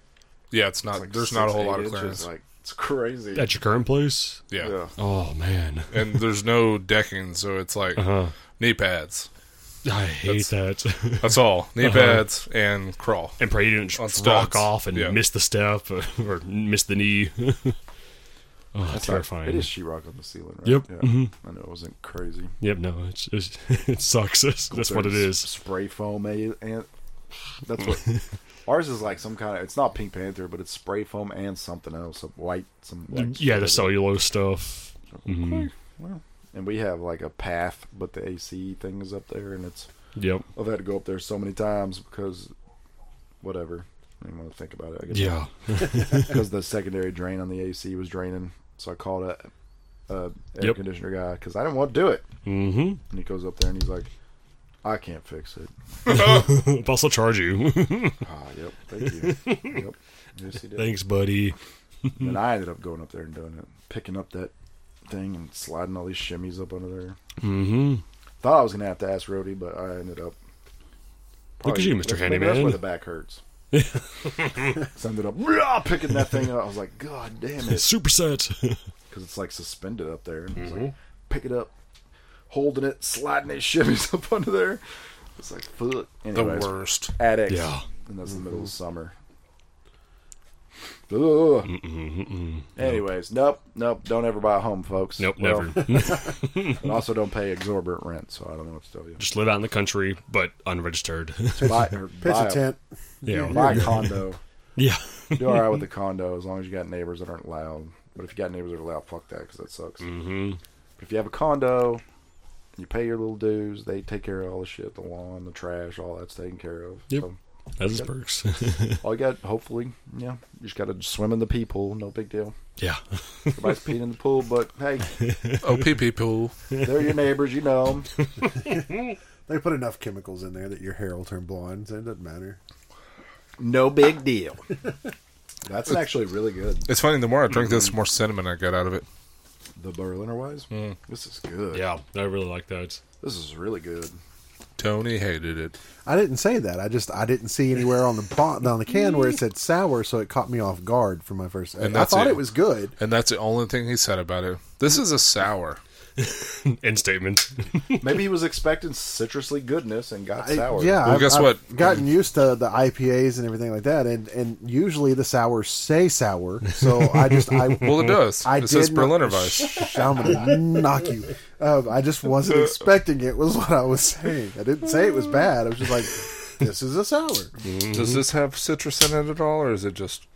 Yeah, it's not. like there's not a six, whole eight lot of inches, clearance. Like it's crazy. At your current place. yeah. yeah. Oh man, and there's no decking, so it's like knee pads. I hate that. That's all. Knee pads and crawl. and pray you didn't On rock studs. off and Yeah. miss the step or, or miss the knee. oh, terrifying. It is sheetrock on the ceiling, right? Yep. Yeah. Mhm. I know it wasn't crazy. Yep. No, it's, it's it sucks. That's, that's what it There's is. Spray foam, eh, and that's what ours is like. Some kind of it's not Pink Panther, but it's spray foam and something else, some white, some white Mm, Yeah, the shit. cellulose stuff. Mhm. And we have like a path, but the AC thing is up there, and it's Yep. I've had to go up there so many times because whatever. I didn't want to think about it. I guess Yeah. because the secondary drain on the AC was draining. So I called a, a air Yep. conditioner guy because I didn't want to do it. Mm-hmm. And he goes up there and he's like, "I can't fix it." But I'll still charge you. Ah, yep. Thank you. yep. Yes, he did. Thanks, buddy. And I ended up going up there and doing it, picking up that thing and sliding all these shimmies up under there. Mm-hmm. Thought I was gonna have to ask Rody, but I ended up. Look at you, Mr. maybe That's why Handyman. the back hurts. so I ended up picking that thing up. I was like, God damn it. Superset. because it's like suspended up there. And it's like, Mm-hmm. pick it up, holding it, sliding it, shimmies up under there. It's like, fuck. The Anyways, worst. Attic. Yeah. Mm-hmm. And that's the middle of summer. Ugh. Anyways, nope, nope. Don't ever buy a home, folks. nope, Well, never. And also, don't pay exorbitant rent, so I don't know what to tell you. Just live out in the country, but unregistered. buy, or pitch buy a tent. yeah. Buy a condo. Yeah. Do all right with the condo as long as you got neighbors that aren't loud. But if you got neighbors that are loud, fuck that because that sucks. Mm-hmm. But if you have a condo, you pay your little dues. They take care of all the shit, the lawn, the trash, all that's taken care of. Yep. So That's his perks. all you got, hopefully, yeah, you just got to swim in the pee pool. No big deal. yeah. Everybody's peeing in the pool, but hey, OPP Oh, pool. they're your neighbors. You know 'em. They put enough chemicals in there that your hair will turn blonde, so it doesn't matter. No big deal. That's actually really good. It's funny. The more I drink Mm-hmm. this, the more cinnamon I get out of it. The Berliner Wise. This is good. Hmm. Yeah. I really like that. This is really good. Tony hated it. I didn't say that. I just I didn't see anywhere on the bon- on the can where it said sour, so it caught me off guard for my first. And I that's thought it. it was good. And that's the only thing he said about it. This is a sour. End statement. Maybe he was expecting citrusly goodness and got I- sour. Yeah, Well, I've, guess I've what? Gotten used to the IPAs and everything like that, and and usually the sours say sour, so I just I Well, it does. I it says did Berliner not- Weiss. I'm gonna knock you. Um, I just wasn't expecting it. Was what I was saying. I didn't say it was bad. I was just like, this is a sour. Does this have citrus in it at all, or is it just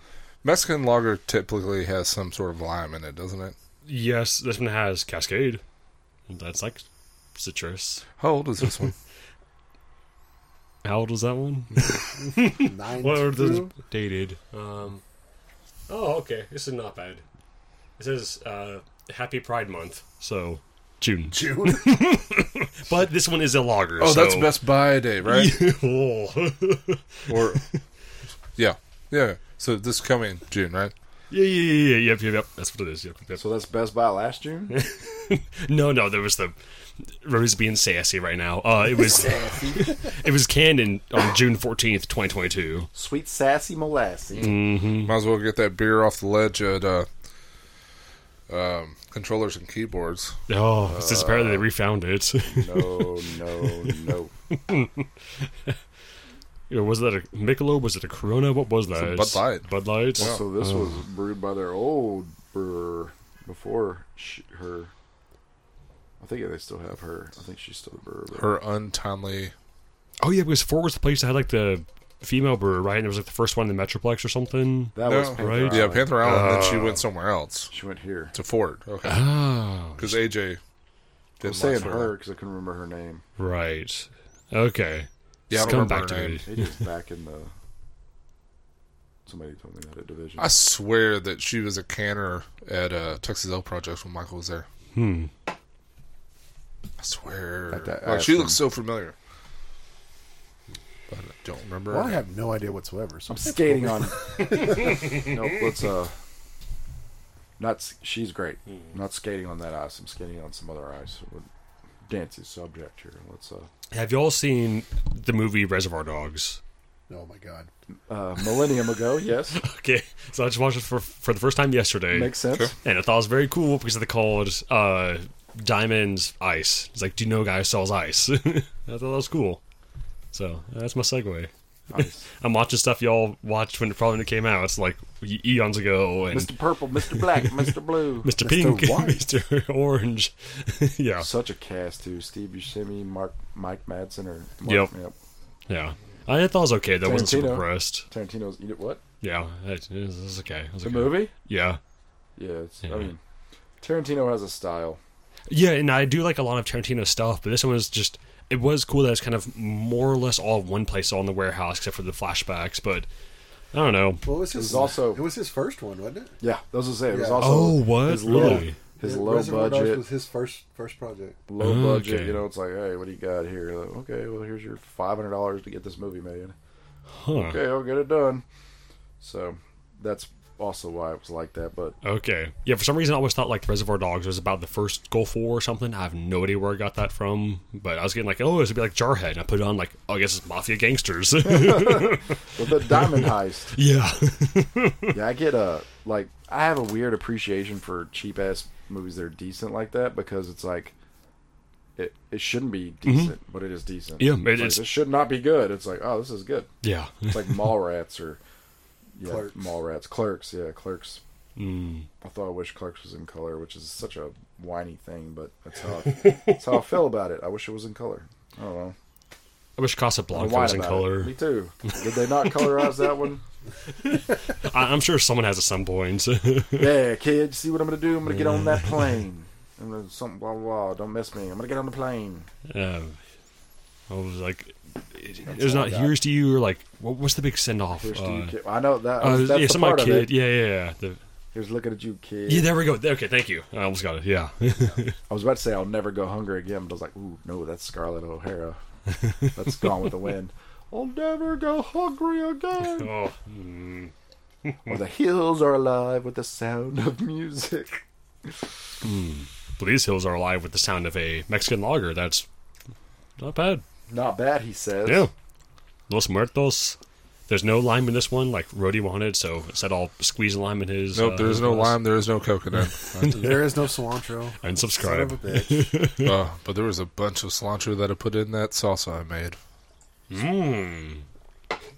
Mexican lager? Typically has some sort of lime in it, doesn't it? yes, this one has Cascade. That's like citrus. How old is this one? How old was that one? Nine. What are those two. dated? Um, oh, okay. This is not bad. It says uh, Happy Pride Month, so June. June. But this one is a lager. Oh, that's so- Best Buy Day, right? Oh. or yeah, yeah. So this coming June, right? yeah, yeah, yeah, yeah, yep, yep, yep. That's what it is. Yep, yep. So that's Best Buy last June. No, no, there was the Rose being sassy right now. Uh, it was it was canned in, on June fourteenth, twenty twenty two. Sweet sassy molassy. Mm-hmm. Might as well get that beer off the ledge at uh, um, controllers and keyboards. Oh, it's just apparently they refound it. No, no, no. Or was that a Michelob? Was it a Corona? What was that? Bud Light. Bud Light. So this was brewed by their old brewer before she, her. I think they still have her. I think she's still a brewer. but- Her untimely. Oh yeah, because four was the place that had like the female brewer, right? And it was like the first one in the Metroplex or something. That was Panther right? Island. Oh, Yeah, Panther Island. then she went somewhere else She went here. to Ford. Okay, Oh, because AJ. I Didn't was saying last very long. her because I couldn't remember her name. right. Okay. Yeah, I It's don't come remember back her to name. me. It is back in the. Somebody told me that at division. I swear that she was a canner at uh, Texas L Project when Michael was there. Hmm. I swear. Like that like she ass looks so familiar. But I don't remember. Well, I have no idea whatsoever. So I'm skating on. no, let's uh. Not s- she's great. I'm not skating on that ice. I'm skating on some other ice. We're dancing subject here. Let's uh. Have y'all seen the movie Reservoir Dogs? oh my god. Uh, millennium ago, yes, Okay, so I just watched it for for the first time yesterday, makes sense. and I thought it was very cool because they called uh, diamonds ice. It's like, do you know a guy who sells ice? I thought that was cool. So that's my segue. Ice. I'm watching stuff y'all watched when it probably came out. It's like e- eons ago, and Mr. Purple, Mr. Black, Mr. Blue. Mr. Mr. Pink, White. Mr. Orange. yeah, Such a cast too. Steve Buscemi, Mark, Mike Madsen, or Yep. Mark, yep. yeah. I thought it was okay. That wasn't super Tarantino. impressed. Tarantino's eat it. What Yeah, it, it was- it was okay. It was the okay. movie? Yeah. Yeah, it's, Yeah. I mean, Tarantino has a style. Yeah, and I do like a lot of Tarantino stuff, but this one was just it was cool that it's kind of more or less all in one place, all in the warehouse, except for the flashbacks. But I don't know. Well, it was was his also- It was his first one, wasn't it? Yeah, those was it. It was Yeah. also Oh, what? his low, Really? his Yeah, low Reservoir Dogs budget, was his first first project. low Oh, budget. okay. You know, it's like, hey, what do you got here? Like, okay, well, here's your five hundred dollars to get this movie made. Huh. Okay, I'll get it done. So that's also why it was like that. But Okay. Yeah, for some reason I always thought like Reservoir Dogs was about the first Gulf War or something. I have no idea where I got that from. But I was getting like, oh, this would be like Jarhead, and I put it on like, oh, I guess it's Mafia Gangsters. with the diamond heist, yeah. Yeah, I get a like I have a weird appreciation for cheap ass movies that are decent like that because it's like it it shouldn't be decent, but it is decent. Mm-hmm. Yeah, it's it like, is- this should not be good. It's like oh, this is good. Yeah. It's like Mallrats or yeah, Clerks. Mallrats, Clerks. Yeah, Clerks. Hmm. I thought I wish Clerks was in color, which is such a whiny thing, but that's how that's how I feel about it. I wish it was in color. I don't know. I wish I Casablanca whine was in about It. color. Me too. Did they not colorize that one? I- I'm sure someone has at some point. Yeah, kid, see what I'm gonna do? I'm gonna get on that plane. and then something blah blah blah. Don't miss me. I'm gonna get on the plane. Um, I was like, it, it was not here's to you or like what, what's the big send off? Here's Uh, to you, kid. I know that. uh, that's yeah, the some my part of kid. it. Yeah, yeah, yeah. The, He was looking at you, kid. yeah, there we go. Okay, thank you. I almost got it. Yeah. I was about to say I'll never go hungry again, but I was like, ooh, no, that's Scarlett O'Hara. That's Gone with the Wind. I'll never go hungry again. oh, Or the hills are alive with the sound of music. but these hills are alive with the sound of a Mexican lager. That's not bad. Not bad, he says. Yeah. Los Muertos. There's no lime in this one, like Rody wanted, so instead I'll squeeze lime in his. Nope, uh, there is no glass. lime, there is no coconut. There is no cilantro. And Son of a subscribe. bitch. uh, but there was a bunch of cilantro that I put in that salsa I made. Mmm.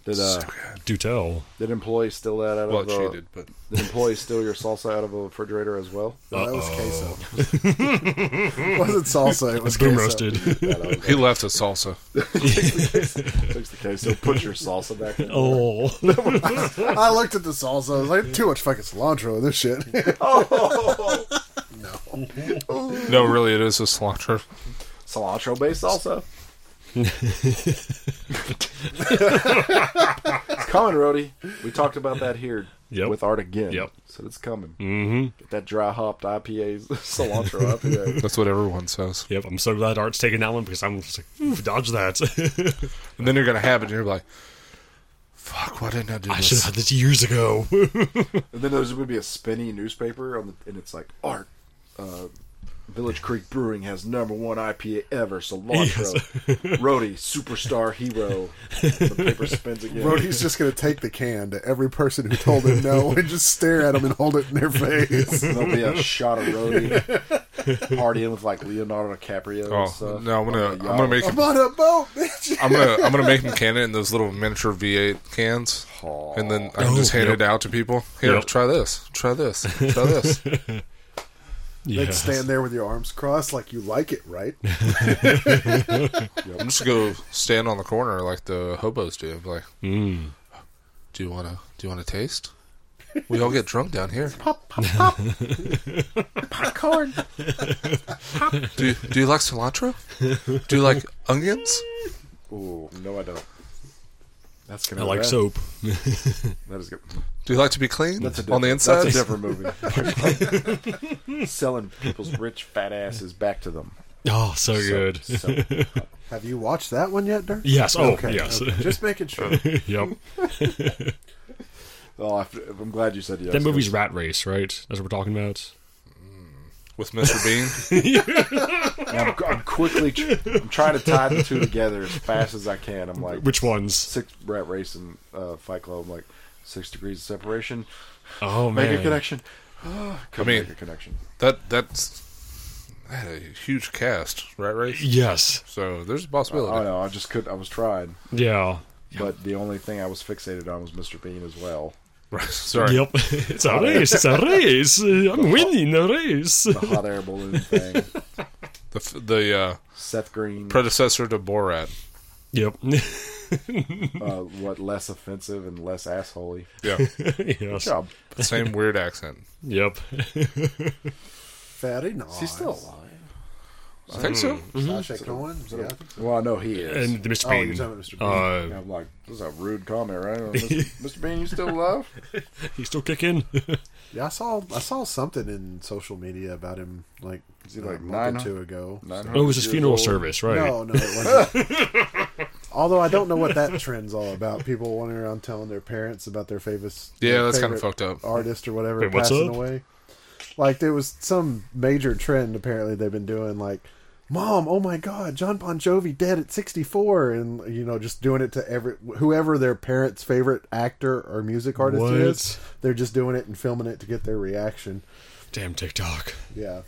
Did uh, Do tell. did employees steal that out Well, of? Uh, cheated, but Did employees steal your salsa out of a refrigerator as well? No, that was queso. it wasn't salsa. It was Boom queso. roasted. he left a salsa. Fix the case. So put your salsa back. In. oh. I looked at the salsa. I was like, too much fucking cilantro in this shit. Oh, No, really, it is a cilantro. Cilantro based salsa. it's coming, Rody. We talked about that here Yep. with Art again. Yep. So it's coming. Mm-hmm. Get that dry hopped IPAs, cilantro IPA. That's what everyone says. Yep, I'm so glad Art's taking that one because I'm just like, ooh, dodge that. And then you're gonna have it, and you're like, "Fuck, why didn't I do I should this?" have had this years ago. And then there's going to be a spinny newspaper, on the, and it's like Art. Uh, Village Creek Brewing has number one IPA ever, cilantro. Rody, superstar hero. The paper spins again. Brody's just going to take the can to every person who told him no and just stare at them and hold it in their face. There'll be a shot of Rhodey partying with like Leonardo DiCaprio and Oh stuff. no, I'm gonna, I'm uh, yeah. gonna make, I'm him, on a boat, bitch. I'm gonna, I'm gonna make him can it in those little miniature V8 cans, and then I can Oh, just hand yep. it out to people. Here, Yep. try this, try this, try this. yeah. Then stand there with your arms crossed like you like it, right? I'm just gonna go stand on the corner like the hobos do. Be like, Mm. do you wanna, do you wanna taste? We all get drunk down here. pop, pop, pop. Popcorn. Do you, do you like cilantro? Do you like onions? Ooh, no, I don't. That's I gonna. like that- soap. That is good. Do you like to be clean That's a on the different- inside? That's a different movie. Selling people's rich fat asses back to them. Oh, so, So- good. so- Have you watched that one yet, Dirk? Yes. Oh, yes. okay. Just making sure. yep. oh, I, am glad you said yes. That movie's Rat Race, right? That's what we're talking about. With Mr. Bean, I'm, I'm quickly. Tr- I'm trying to tie the two together as fast as I can. I'm like Which ones? six rat race and uh, Fight Club. I'm like six degrees of separation. Oh Make man. a connection. Come mean- make a connection. that that's that had a huge cast, right? Race. Yes. So there's a possibility. Oh no, I just could. I was trying, Yeah. but the only thing I was fixated on was Mr. Bean as well. Right. Sorry. Yep. It's a race. It's a race. Uh, I'm winning the race. The hot air balloon thing. The f- the uh, Seth Green. predecessor to Borat. Yep. Uh, what less offensive and less assholey Yeah. yes. job? Same weird accent. Yep. Very nice. He's still alive. Mm-hmm. I think so. Sasha Cohen? Yeah. Well, I know he is. And the Mr. Oh, you're Bean. talking about Mr. Bean. Uh, I'm like, this is a rude comment, right? Mr. Mr. Bean, you still alive? he's still kicking. Yeah, I saw I saw something in social media about him like, he like like a month nine- or two ago. oh, it was his 900 funeral years old. service, right? No, no, it wasn't. Although I don't know what that trend's all about. People wandering around telling their parents about their favorite Yeah, their that's kinda favorite fucked up. Artist or whatever Wait, what's passing up? away. Like there was some major trend apparently they've been doing like Mom, oh my God, John Bon Jovi dead at 64, and you know, just doing it to every whoever their parents' favorite actor or music artist What? is. They're just doing it and filming it to get their reaction. Damn TikTok. Yeah,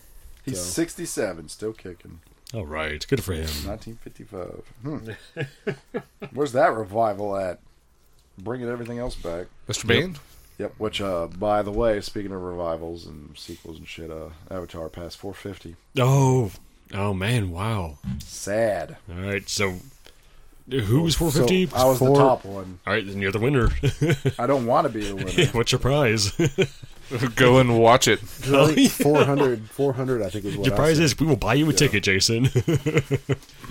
He's 67, still kicking. All right. Good for him. 1955. Hmm. Where's that revival at? Bringing everything else back. Mr. Bean. Yep. Which, uh, by the way, speaking of revivals and sequels and shit, uh, Avatar passed 450. Oh. Oh man. Wow. Sad. All right. So, who was 450? So, I was Four- the top one. All right. Then you're the winner. I don't want to be the winner. What's your prize? Go and watch it. Oh, yeah. 400, 400, I think is what Your I prize said. is we will buy you a ticket, Jason.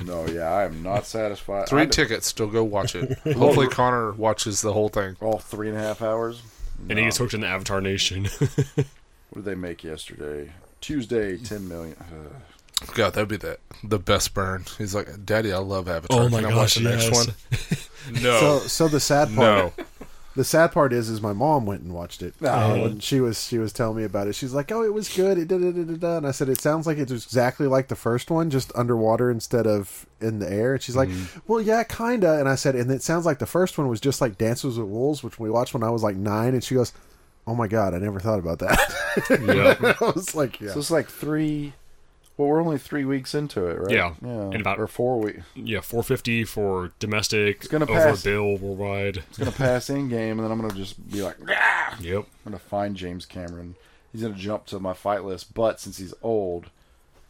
No, yeah, I am not satisfied. I Three d- tickets. Still go watch it. Hopefully Connor watches the whole thing. all Oh, three and a half hours. And he gets hooked in the Avatar Nation. What did they make yesterday? Tuesday, ten million. Uh, God, that'd be the the best burn. He's like, Daddy, I love Avatar. Oh my Can I gosh, watch the next yes. one? No, So, so the sad no. part, the sad part is, is my mom went and watched it. Uh, and she was, she was telling me about it. She's like, "Oh, it was good." It da da da da da. And I said, "It sounds like it's exactly like the first one, just underwater instead of in the air." And she's like, "Well, yeah, kinda." And I said, "And it sounds like the first one was just like Dances with Wolves, which we watched when I was like nine. And she goes, "Oh my god, I never thought about that." yeah. I was like, "Yeah." So it's like three. Well, we're only three weeks into it, right? Yeah. yeah, In about- or four weeks. Yeah, 450 for domestic, gonna over pass. a bill worldwide. It's gonna pass in game, and then I'm gonna just be like, "Rah!" I'm Yep. gonna find James Cameron. He's gonna jump to my fight list, but since he's old,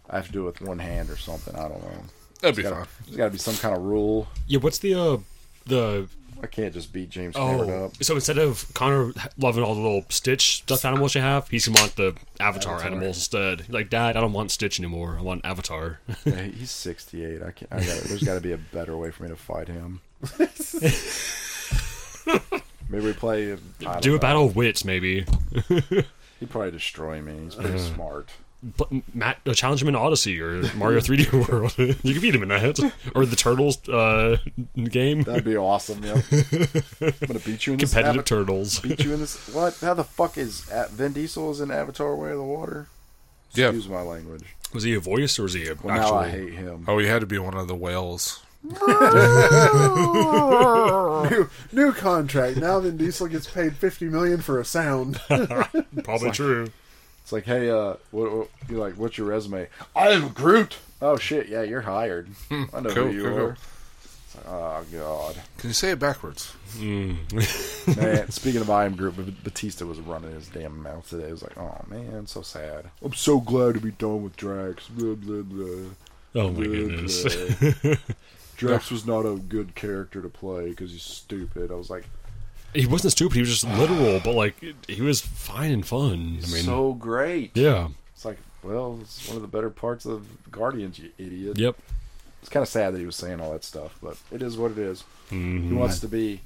I have to do it with one hand or something. I don't know. That'd be Gotta- fun. There's got to be some kind of rule. Yeah, what's the uh the I can't just beat James Cameron oh up. so instead of Connor loving all the little Stitch stuffed animals you have, he's gonna want the Avatar, animals instead. Like, Dad, I don't want Stitch anymore. I want Avatar. Yeah, he's 68. I can't. I gotta, there's got to be a better way for me to fight him. Maybe we play. I don't Do know. a battle of wits, maybe. He'd probably destroy me. He's pretty smart. Pl- Matt, uh, challenge him in Odyssey or Mario 3D World. you can beat him in that, or the Turtles uh, game. That'd be awesome. Yeah. I'm gonna beat you in this. Competitive avatar- Turtles. beat you in this. What? How the fuck is at Vin Diesel is in Avatar: Way of the Water? Yeah. Excuse my language. Was he a voice or was he a Well, actual? now I hate him. Oh, he had to be one of the whales. new, new contract. Now then, Diesel gets paid fifty million for a sound. Probably true. It's like, hey, uh, what, what, you're like, what's your resume? I am Groot. Hmm, Oh shit, yeah, you're hired. I know Cool, who you cool, are. cool. It's like, oh god. Can you say it backwards? Man, speaking of I Am Groot, B- Batista was running his damn mouth today. It was like, oh man, so sad. I'm so glad to be done with Drax. Blah blah blah. Oh my Blah, goodness. blah. Drax was not a good character to play because he's stupid. I was like, he wasn't stupid. He was just literal, but like he was fine and fun. I mean, so great. yeah, It's like, well, it's one of the better parts of Guardians, you idiot. yep. It's kind of sad that he was saying all that stuff, but it is what it is. He wants to be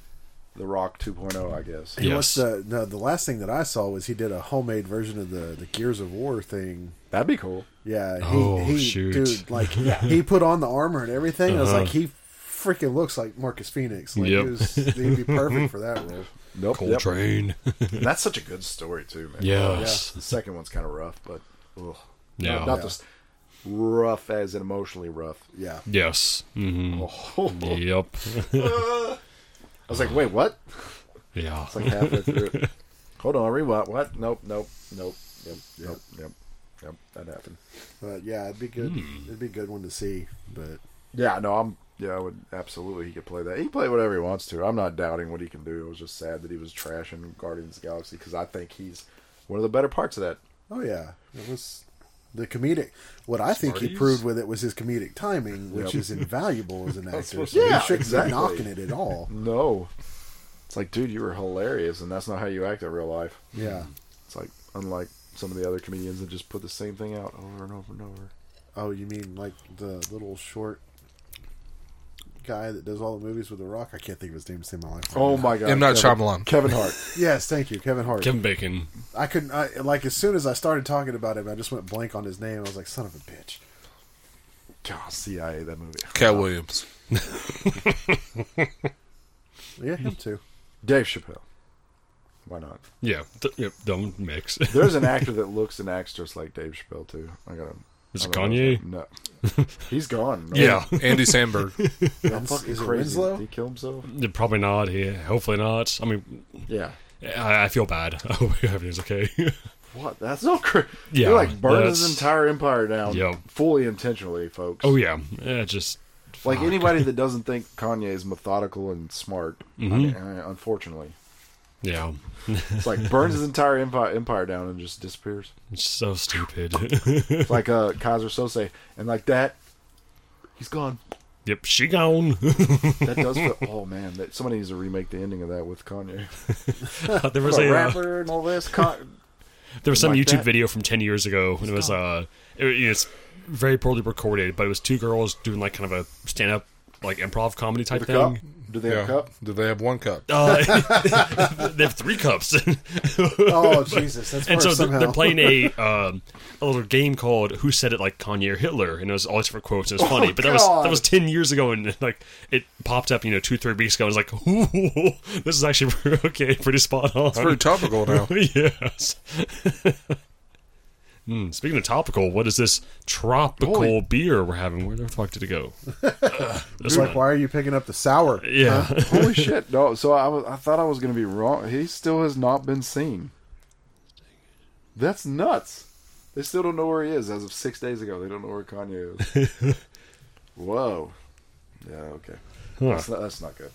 The Rock 2.0, I guess. Mm-hmm. Yeah. What's Yes. the, no, the last thing that I saw was he did a homemade version of the, the Gears of War thing. That'd be cool. Yeah, he, Oh, he shoot. Uh-huh. dude, like he put on the armor and everything. and I was like, he freaking looks like Marcus Phoenix. Like Yep. he was, he'd be perfect for that role. Nope. Coal yep. train. That's such a good story, too, man. Yes. Yeah. The second one's kind of rough, but ugh. Yeah. Not, not just rough as in emotionally rough. Yeah, yes. hmm Oh, Yep. I was like, wait, what? Yeah. It's like halfway through. it. Hold on, rewind. What? Nope, nope, nope, yep, nope, yep, yep. That happened. but yeah, it'd be good. Hmm. It'd be a good one to see. But Yeah, no, I'm. Yeah, I would absolutely. He could play that. He can play whatever he wants to. I'm not doubting what he can do. It was just sad that he was trashing Guardians of the Galaxy because I think he's one of the better parts of that. oh yeah, it was the comedic. What I think he Smarties? proved with it was his comedic timing, which is invaluable as an actor. So Yeah, he shouldn't exactly. be knocking it at all. No, it's like, dude, you were hilarious, and that's not how you act in real life. Yeah. It's like unlike some of the other comedians that just put the same thing out over and over and over. Oh, you mean like the little short guy that does all the movies with The Rock? I can't think of his name to save my life. Oh my god, M. Night Kevin, Shyamalan. Kevin Hart. Yes, thank you, Kevin Hart. Kevin Bacon. I couldn't I, like as soon as I started talking about him, I just went blank on his name. I was like, "Son of a bitch." God, CIA that movie. Cat Williams. Yeah, him too. Dave Chappelle. Why not? Yeah. Th- yep. Don't mix. There's an actor that looks and acts just like Dave Chappelle too. I gotta. Is I it don't know his Kanye? name. No, he's gone. right? yeah. Andy Sandberg. I'm fucking Is it crazy. Winslow? Did he kill himself? Probably not. Yeah. Hopefully not. I mean, Yeah. I, I feel bad. I hope everything's okay. What? That's so crazy. Yeah, They're like burning his that's- entire empire down, Yep. fully intentionally, folks. oh yeah. Yeah. Just like anybody that doesn't think Kanye is methodical and smart, Mm-hmm. I- I- unfortunately, yeah. it's like burns his entire empire, empire down and just disappears. It's so stupid. It's like uh, Kaiser Sose, and like that, he's gone. yep. She gone. That does. Feel, oh man, that somebody needs to remake the ending of that with Kanye. there was a a. uh, rapper and all this. Con- There was some Like YouTube that? Oh. video from ten years ago, and it was uh, it, it's very poorly recorded, but it was two girls doing like kind of a stand up like improv comedy type The cup? thing. Do they Yeah. have a cup? Do they have one cup? Uh, they have three cups, Oh Jesus, that's and worse so they're, somehow. they're playing a um, a little game called "Who Said It Like Kanye or Hitler," and it was all these different quotes. And it was Oh, funny, but that was that God. was ten years ago, and like it popped up, you know, two three weeks ago. I was like, "Ooh, this is actually okay, pretty spot on." Pretty topical now. yes. Hmm, speaking of topical, what is this tropical Holy- beer we're having? Where the fuck did it go? Ugh, this It's like, why are you picking up the sour? Yeah. Holy shit! No, so I was, I thought I was gonna be wrong. He still has not been seen. That's nuts. They still don't know where he is as of six days ago. They don't know where Kanye is. Whoa. Yeah. Okay. Huh. That's not, that's not good.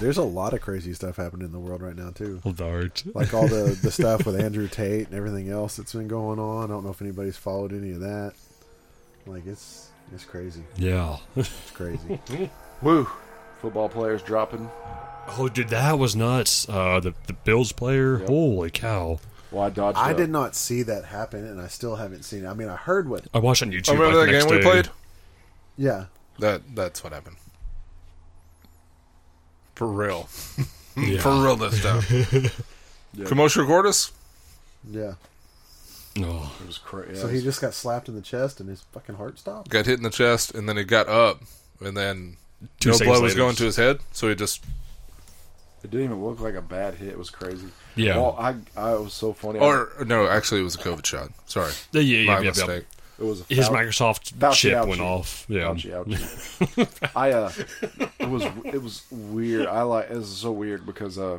There's a lot of crazy stuff happening in the world right now too. Well, dart. Like all the the stuff with Andrew Tate and everything else that's been going on. I don't know if anybody's followed any of that. Like it's it's crazy. Yeah. It's crazy. Woo. Football players dropping. Oh, dude, that was nuts. Uh, the the Bills player. Holy cow! Why I dodged? I that. did not see that happen, and I still haven't seen it. I mean, I heard what. I watched on YouTube. Oh, remember like, the that next game we day. played? Yeah, That that's what happened. For real. Yeah. For real this time. Yeah. Commercial Gordis? yeah. No. It was crazy. So he just got slapped in the chest, and his fucking heart stopped. got hit in the chest and then he got up and then Two no seconds blood was later. going to his head so he just It didn't even look like a bad hit. It was crazy. Yeah. Well, I, I it was so funny. or no actually it was a covid shot sorry Yeah, yeah, yeah, my yeah, yeah. mistake it was a His foul. Microsoft Fauci, chip ouchie. went off. Yeah. Ouchie, ouchie. I uh, it was it was weird. I like it was so weird because uh,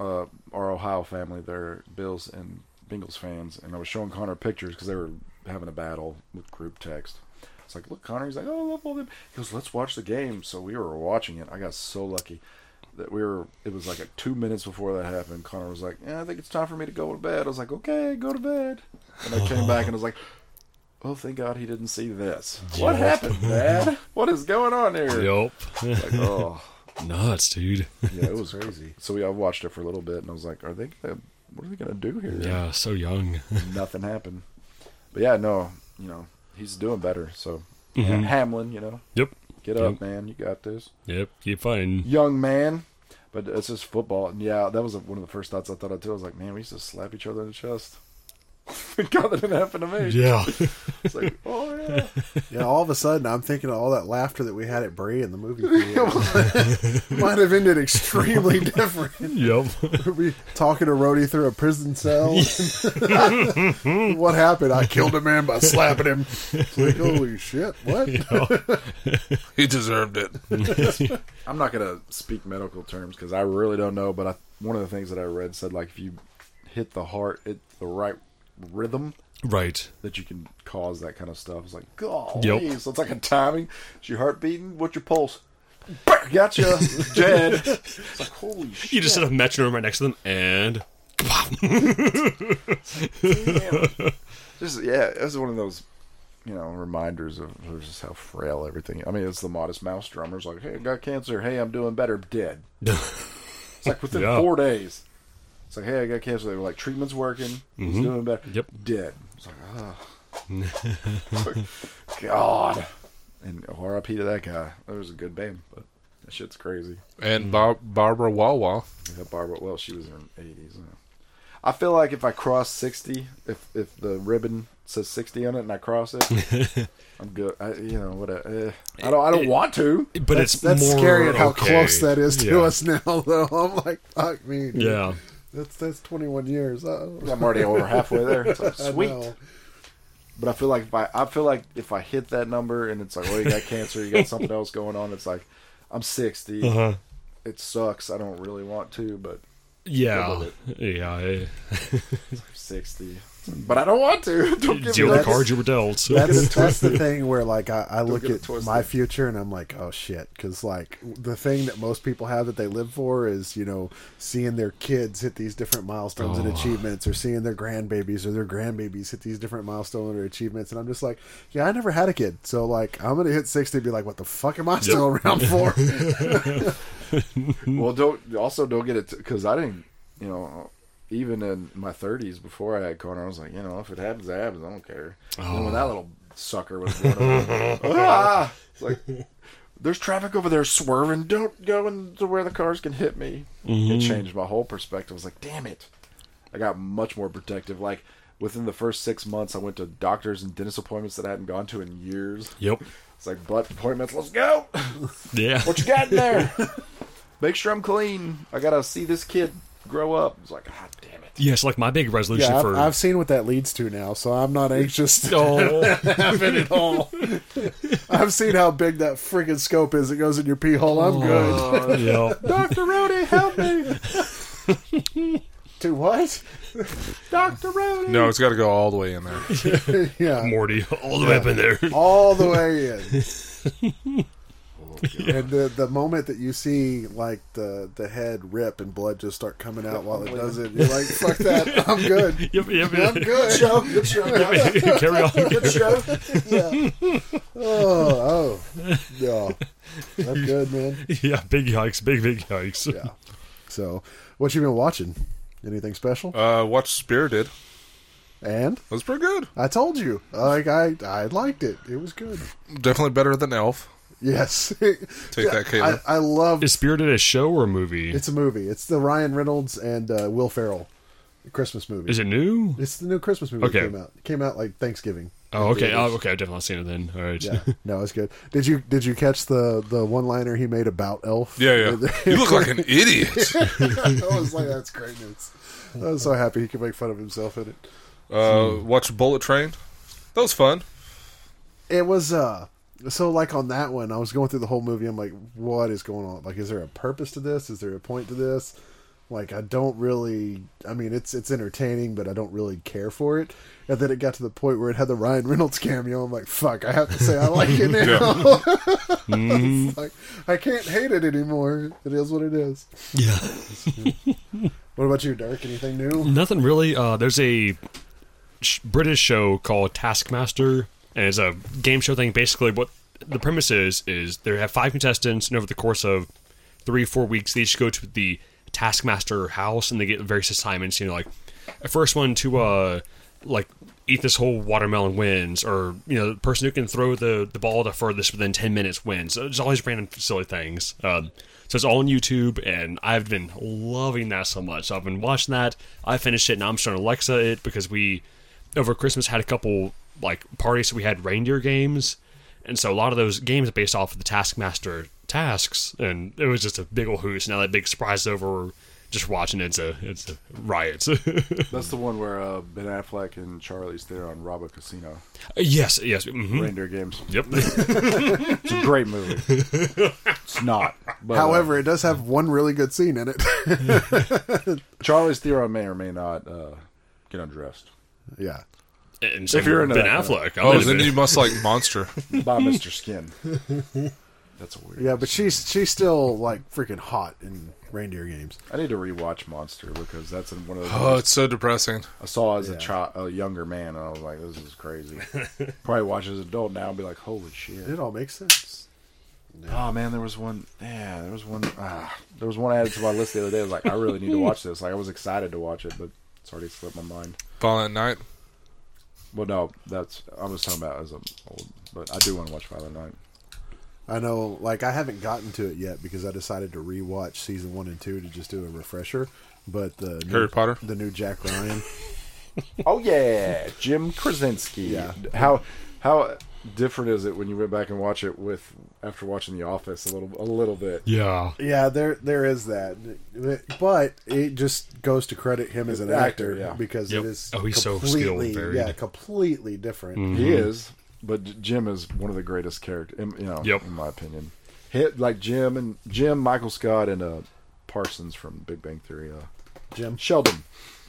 uh, our Ohio family, they're Bills and Bengals fans, and I was showing Connor pictures because they were having a battle with group text. It's like, look, Connor. He's like, oh, I love all them. He goes, let's watch the game. So we were watching it. I got so lucky that we were. It was like a two minutes before that happened. Connor was like, yeah, I think it's time for me to go to bed. I was like, okay, go to bed. And I came back and I was like. Oh, thank God he didn't see this. What happened, Dad? What is going on here? Yup. Like, oh, Nuts, dude. yeah, it was crazy. So we, I watched it for a little bit, and I was like, "Are they? Gonna, what are they gonna do here?" Yeah, so young. nothing happened. But yeah, no, you know, he's doing better. So Ha- Hamlin, you know, yep. get up, Mm-hmm. Yep. man, you got this, Yep. Keep fighting. young man. But it's just football, and yeah, that was one of the first thoughts I thought of too. I was like, "Man, we used to slap each other in the chest." God, that didn't happen to me. Yeah. It's like, oh yeah. Yeah, all of a sudden, I'm thinking of all that laughter that we had at Bray in the movie theater. Might have ended extremely different. yep. We talking to Rhodey through a prison cell. what happened? I killed a man by slapping him. It's like, holy shit! What? he deserved it I'm not gonna speak medical terms because I really don't know. But I, one of the things that I read said like if you hit the heart at the right rhythm, right. that you can cause that kind of stuff. It's like, golly, Yep. so it's like a timing. Is your heart beating? What's your pulse? Bah, Gotcha, dead. It's like holy shit. You just set a metronome right next to them and. Just yeah, it's one of those, you know, reminders of of just how frail everything. I mean, it's the modest mouse drummers like, hey, I got cancer. Hey, I'm doing better. Dead. It's like within Yeah. four days. It's like, hey, I got cancer. They were like, treatment's working. He's doing better. Yep. Dead. It's like, oh. God. And RIP to that guy. That was a good band, but that shit's crazy. and Bar- barbara wawa Yeah, Barbara. Well, she was in her 80s. huh? I feel like if I cross 60, if if the ribbon says 60 on it and I cross it, I'm good. I, you know what? Uh, I don't. I don't want to. But That's, it's that's more scary at how okay. close that is to Yeah. us now, though. I'm like, fuck me. dude. Yeah. That's that's 21 years. Oh, I'm already over halfway there. It's like, I sweet. know. But I feel like if I, I feel like if I hit that number and it's like, well, you got cancer, you got something else going on. It's like, I'm 60. Uh-huh. It sucks. I don't really want to, but Yeah. Double Yeah. I- 60. But I don't want to. Don't give Deal me the that. cards you were dealt. That's, that's the thing where like I, I look get it at twisted. my future and I'm like, oh shit, because like the thing that most people have that they live for is you know seeing their kids hit these different milestones and achievements, or seeing their grandbabies or their grandbabies hit these different milestones or achievements, and I'm just like, yeah, I never had a kid, so like I'm gonna hit sixty, and be like, what the fuck am I still around for? Well, don't also don't get it because I didn't. You know, even in my 30s before I had corner, I was like, you know, if it happens, it happens. I don't care. And then when that little sucker was going over, ah, it's like there's traffic over there swerving. Don't go into where the cars can hit me. It changed my whole perspective. I was like, damn it. I got much more protective. Like within the first six months, I went to doctors and dentist appointments that I hadn't gone to in years. Yep. It's like butt appointments. Let's go. Yeah. What you got in there? Make sure I'm clean. I gotta see this kid grow up. It's like, God damn it. Yes, like my big resolution Yeah, I've, for I've seen what that leads to now, so I'm not anxious to oh, have it at all. I've seen how big that freaking scope is. It goes in your pee hole. I'm good. yeah. Dr. Rudy, help me. to what? Dr. Rudy. No, it's got to go all the way in there. Yeah. Morty all the way up in there. all the way in. And the the moment that you see like the the head rip and blood just start coming out while it does it, you're like, "Fuck that! I'm good. Yep, yep, I'm yep. good." Show, Oh, good show, guys. Carry on. good show. Yeah. Oh, oh, no, I'm good, man. Yeah, big yikes, big big yikes. Yeah. So, what you been watching? Anything special? Uh, watch Spirited. And That's pretty good. I told you, like I I liked it. It was good. Definitely better than Elf. Yes. Take that, I, Caleb. I love Is Spirited a show or a movie? It's a movie. It's the Ryan Reynolds and uh, Will Ferrell Christmas movie. Is it new? It's the new Christmas movie Okay. that came out. It came out like Thanksgiving. Oh, okay. It Oh, is. okay. I've definitely seen it then. All right. Yeah, no, it's good. Did you did you catch the the one liner he made about Elf? yeah, yeah. you look like an idiot. I was like, that's great news. I was so happy he could make fun of himself in it. Uh, watch Bullet Train. That was fun. It was uh so like on that one, I was going through the whole movie. I'm like, what is going on? Like, is there a purpose to this? Is there a point to this? Like, I don't really. I mean, it's it's entertaining, but I don't really care for it. And then it got to the point where it had the Ryan Reynolds cameo. I'm like, fuck, I have to say I like it now. It's like, I can't hate it anymore. It is what it is. Yeah. What about you, Dirk? Anything new? Nothing really. Uh, there's a sh- British show called Taskmaster, and it's a game show thing. Basically, what the premise is is they have five contestants, and over the course of three, four weeks, they each go to the Taskmaster house, and they get various assignments. You know, like the first one to uh, like eat this whole watermelon wins, or you know, the person who can throw the the ball the furthest within ten minutes wins. So It's all these random silly things. Um, so it's all on YouTube, and I've been loving that so much. So I've been watching that. I finished it, and I'm starting to Alexa it because we over Christmas had a couple like parties. So we had reindeer games, and so a lot of those games are based off of the Taskmaster tasks, and it was just a big ol' hoot. So now that big surprise is over. we're Just watching it's a it's a riot. That's the one where uh, Ben Affleck and Charlie's there on Robo Casino yes, yes. mhm. reindeer games. Yep. It's a great movie. it's not. But, uh, However, it does have one really good scene in it. Charlie's Theron may or may not uh, get undressed yeah. and so If you're into Ben that, Affleck, I'm Oh, into then Ben- you must like Monster. by Mr. Skin. That's weird. Yeah, but she's she's still like freaking hot in reindeer games. I need to rewatch Monster because that's in one of the Oh, it's so depressing. I saw as a child, a younger man, and I was like, "This is crazy." Probably watch as an adult now and be like, "Holy shit!" It all makes sense. Oh man, there was one. Yeah, there was one. Ah, there was one added to my list the other day. I was like, "I really need to watch this." Like, I was excited to watch it, but it's already slipped my mind. Violent Night. Well, no, that's I was talking about as an old, but I do want to watch Violent Night. I know, like I haven't gotten to it yet because I decided to rewatch season one and two to just do a refresher. But the new, Harry Potter? the new Jack Ryan, Oh yeah, Jim Krasinski. Yeah. How how different is it when you went back and watch it with after watching The Office a little a little bit? yeah. yeah, there there is that, but it just goes to credit him as an actor, Actor, yeah. because Yep. it is Oh, he's so skilled Mm-hmm. and completely varied. yeah completely different. He is, but J- Jim is one of the greatest characters, you know, Yep. in my opinion. Hit like Jim and Jim, Michael Scott, and uh, Parsons from Big Bang Theory. Uh, Jim, Sheldon,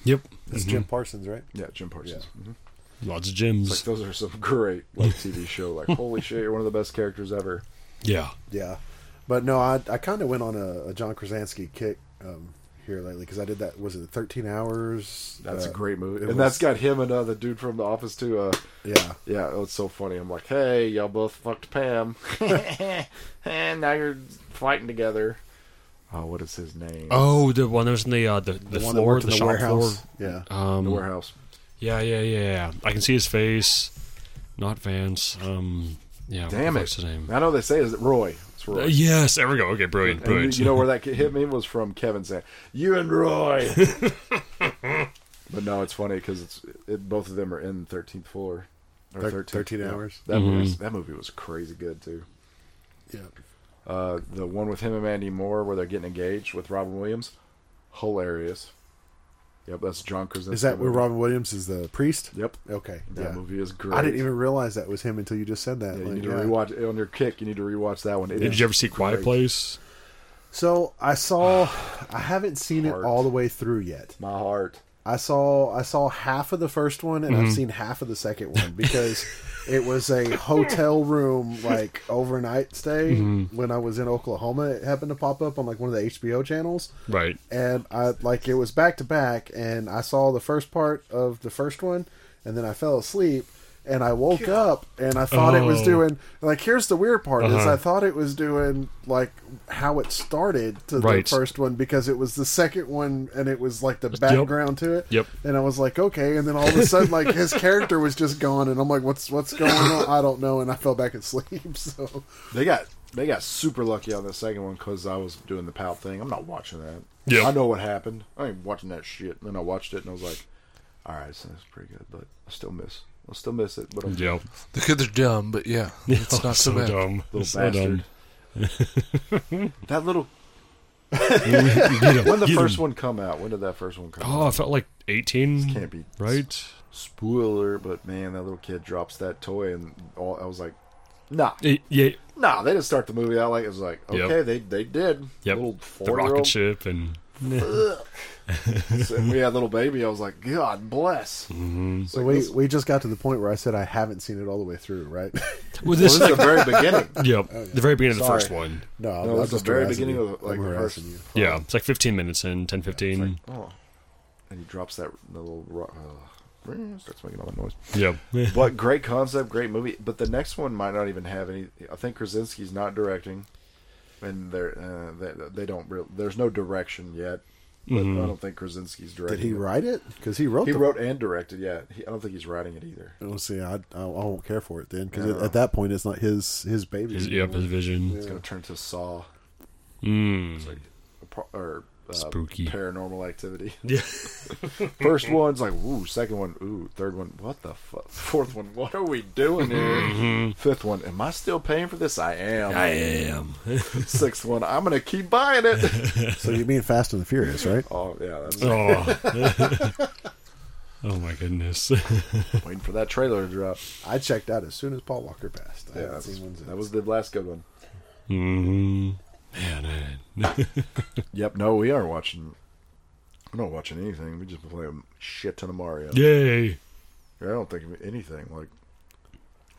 Yep. it's Jim Mm-hmm. Parsons, right? yeah, Jim Parsons. Mhm. Lots of gyms. Like those are some great like TV show. Like holy shit, you're one of the best characters ever. yeah. Yeah, but no, I I kind of went on a, a John Krasinski kick um, here lately because I did that. Was it thirteen hours? That's Uh, a great movie, it and was- that's got him and uh, the dude from The Office too. Uh, Yeah, yeah, oh, it's so funny. I'm like, hey, y'all both fucked Pam, and now you're fighting together. Oh, what is his name? Oh, the one that was in the uh, the, the, one that floor, worked the, in shop Yeah. floor. the Um, warehouse. yeah, yeah, yeah. I can see his face. Not Vance. Um, yeah. Damn what's it! his name? I know they say is it Roy. It's Roy. Uh, yes, there we go. Okay, brilliant, And you- brilliant. you, know where that kid hit me was from Kevin saying, "You and Roy." but no, it's funny because it's it, both of them are in Thirteenth Floor. Or Thir- 13th 13 yeah. Hours. That movie Mm-hmm. was, that movie was crazy good too. Yeah. Uh, the one with him and Mandy Moore where they're getting engaged with Robin Williams, hilarious. Yep, that's John Krasinski. Is that where movie. Robin Williams is the priest? Yep, Okay. that Yeah. movie is great. I didn't even realize that was him until you just said that. Yeah, you Like, need to yeah. rewatch it on your kick. You need to rewatch that one. It Did is you ever see Quiet great. Place? So I saw, I haven't seen Heart. it all the way through yet. My heart. I saw I saw half of the first one and Mm-hmm. I've seen half of the second one because it was a hotel room like overnight stay Mm-hmm. when I was in Oklahoma. It happened to pop up on like one of the HBO channels Right. and I like it was back to back, and I saw the first part of the first one, and then I fell asleep, and I woke up, and I thought it was Oh. doing like here's the weird part is Uh-huh. I thought it was doing like how it started to Right. the first one because it was the second one, and it was like the background to it. Yep. And I was like, okay, and then all of a sudden, like his character was just gone, and I'm like, what's what's going on? I don't know, and I fell back asleep. So They got they got super lucky on the second one because I was doing the pout thing. I'm not watching that. Yeah. I know what happened. I ain't watching that shit. And then I watched it and I was like, all right, so that's pretty good, but I still miss. I still miss it. But I'm Yep. The kids are dumb, but yeah, it's not so, bad. Oh, dumb. little It's so bastard. dumb. that little. Get him, When the get first him. one come out? When did that first one come? Oh, I out? felt like 18. can't be Right? spoiler, but man, that little kid drops that toy and all. I was like, nah, Eh, yeah. nah. They didn't start the movie out like it was like Yep. okay, they they did. Yep. Little The four year rocket old ship and. we had little baby. I was like, God bless. so we we just got to the point where I said I haven't seen it all the way through, right? Well, This this, is the very beginning. yep. The very beginning of the Sorry. first one. No, I'm, No, I'm it's the just very harassing beginning you. of, like, I'm the harassing first- you. Yeah. It's like 15 minutes in, 10, 15. Oh, and he drops that the little rock. Uh, starts making all that noise. yep. But great concept, great movie. But the next one might not even have any. I think Krasinski's not directing, and they're uh, they, they don't. Real, there's no direction yet. But I don't think Krasinski's directing. Did he it. write it? Because he wrote. He the, wrote and directed. Yeah, he, I don't think he's writing it either. Oh, see, I, I I won't care for it then because at that point it's not his his baby. His, yep, his vision. It's gonna turn to Saw Mm. pro- or uh, Spooky. paranormal activity. Yeah. First one's like, ooh. Second one, ooh. Third one, what the fuck? Fourth one, what are we doing here? Fifth one, am I still paying for this? I am. Mm-hmm. I am. Sixth one, I'm gonna keep buying it. So you mean Fast and the Furious, right? oh yeah, that's oh. oh my goodness. waiting for that trailer to drop. I checked out as soon as Paul Walker passed. Yeah, I haven't that's- seen one since. that was the last good one. mm-hmm. Man, man. Yep. No, we are watching. We're not watching anything. We just been playing a shit ton of Mario. Yay. I don't think of anything like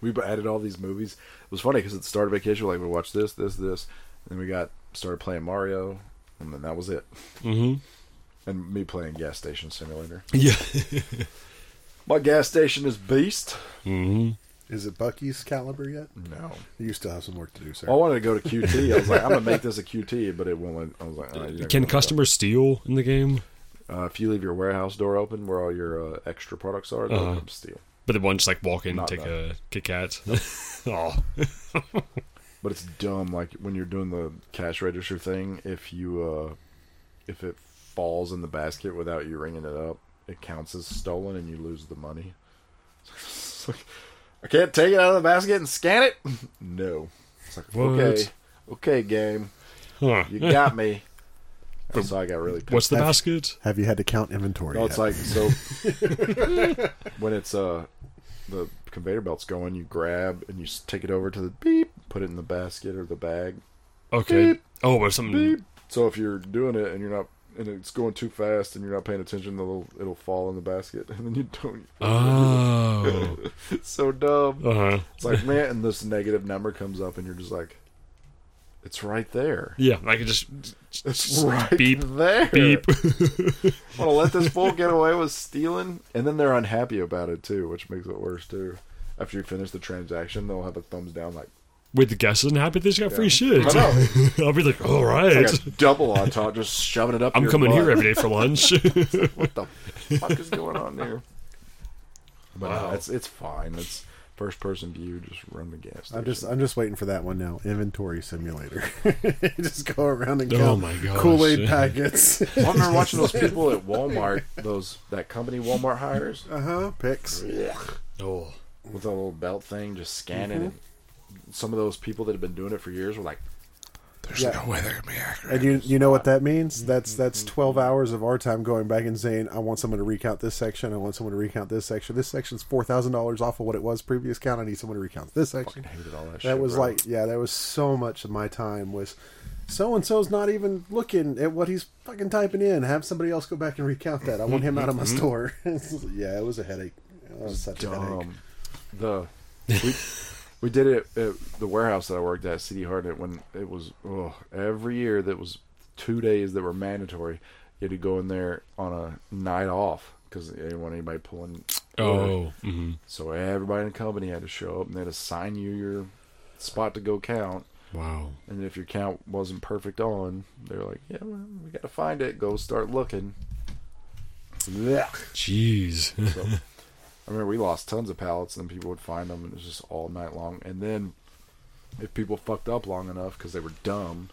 we added all these movies. It was funny because at the start of vacation, we're like we watched this, this, this, and then we got started playing Mario, and then that was it. Mm-hmm. And me playing Gas Station Simulator. Yeah. My gas station is Beast. Mm-hmm. Is it Bucky's caliber yet? No, You still have some work to do, sir. I wanted to go to QT. I was like, I'm gonna make this a QT, but it won't. Let, I was like, uh, Can customers steal in the game? Uh, if you leave your warehouse door open where all your uh, extra products are, they'll Uh-huh. come steal. But the one just like walk in and Not take that. a Kit Kat. oh. But it's dumb. Like when you're doing the cash register thing, if you uh, if it falls in the basket without you ringing it up, it counts as stolen and you lose the money. It's like, I can't take it out of the basket and scan it. No. It's like What? okay, okay, game, Huh. you got me. And so I got really pissed. What's the That's- basket? have you had to count inventory? No, it's yet? like so when it's uh the conveyor belt's going, you grab and you s- take it over to the beep, put it in the basket or the bag. Okay. Beep. Oh, but something. Beep. Mm. So if you're doing it and you're not and it's going too fast and you're not paying attention, it'll it'll fall in the basket and then you don't. Oh. It's so dumb. Uh huh. It's like man, and this negative number comes up and you're just like, it's right there. Yeah, I could just, It's just right beep, there. beep. want to let this fool get away with stealing, and then they're unhappy about it too, which makes it worse too. After you finish the transaction, they'll have a thumbs down like, with the guests and happy they just got free shit. I I'll be like, all right, Like a double on top, just shoving it up. I'm your coming butt. here every day for lunch. What the fuck is going on there? But uh, it's it's fine. It's first person view. Just run the gas. I'm station. just I'm just waiting for that one now. Inventory simulator. just go around and Oh count my gosh. Kool Aid packets. I remember watching those people at Walmart. Those that company Walmart hires uh huh. Picks. oh, with that little belt thing, just scanning. Mm-hmm. And some of those people that have been doing it for years were like, There's Yeah. no way they're gonna be accurate. And you you know what that means? Mm-hmm. That's that's twelve hours of our time going back and saying, I want someone to recount this section, I want someone to recount this section. This section's four thousand dollars off of what it was previous count, I need someone to recount this section. I hated all that. shit, That was bro. like yeah, that was so much of my time was so and so's not even looking at what he's fucking typing in. Have somebody else go back and recount that. I want him out of my Mm-hmm. store. yeah, it was a headache. It was such a headache. dumb. Um, The we, we did it at the warehouse that I worked at, City Harden, when it was oh, every year that was two days that were mandatory. You had to go in there on a night off because they didn't want anybody pulling. work. oh, hmm So everybody in the company had to show up and they had to sign you your spot to go count. wow. And if your count wasn't perfect on, they're like, yeah, well, we got to find it. Go start looking. Blech. Jeez. I remember we lost tons of pallets, and people would find them, and it was just all night long. And then, if people fucked up long enough because they were dumb,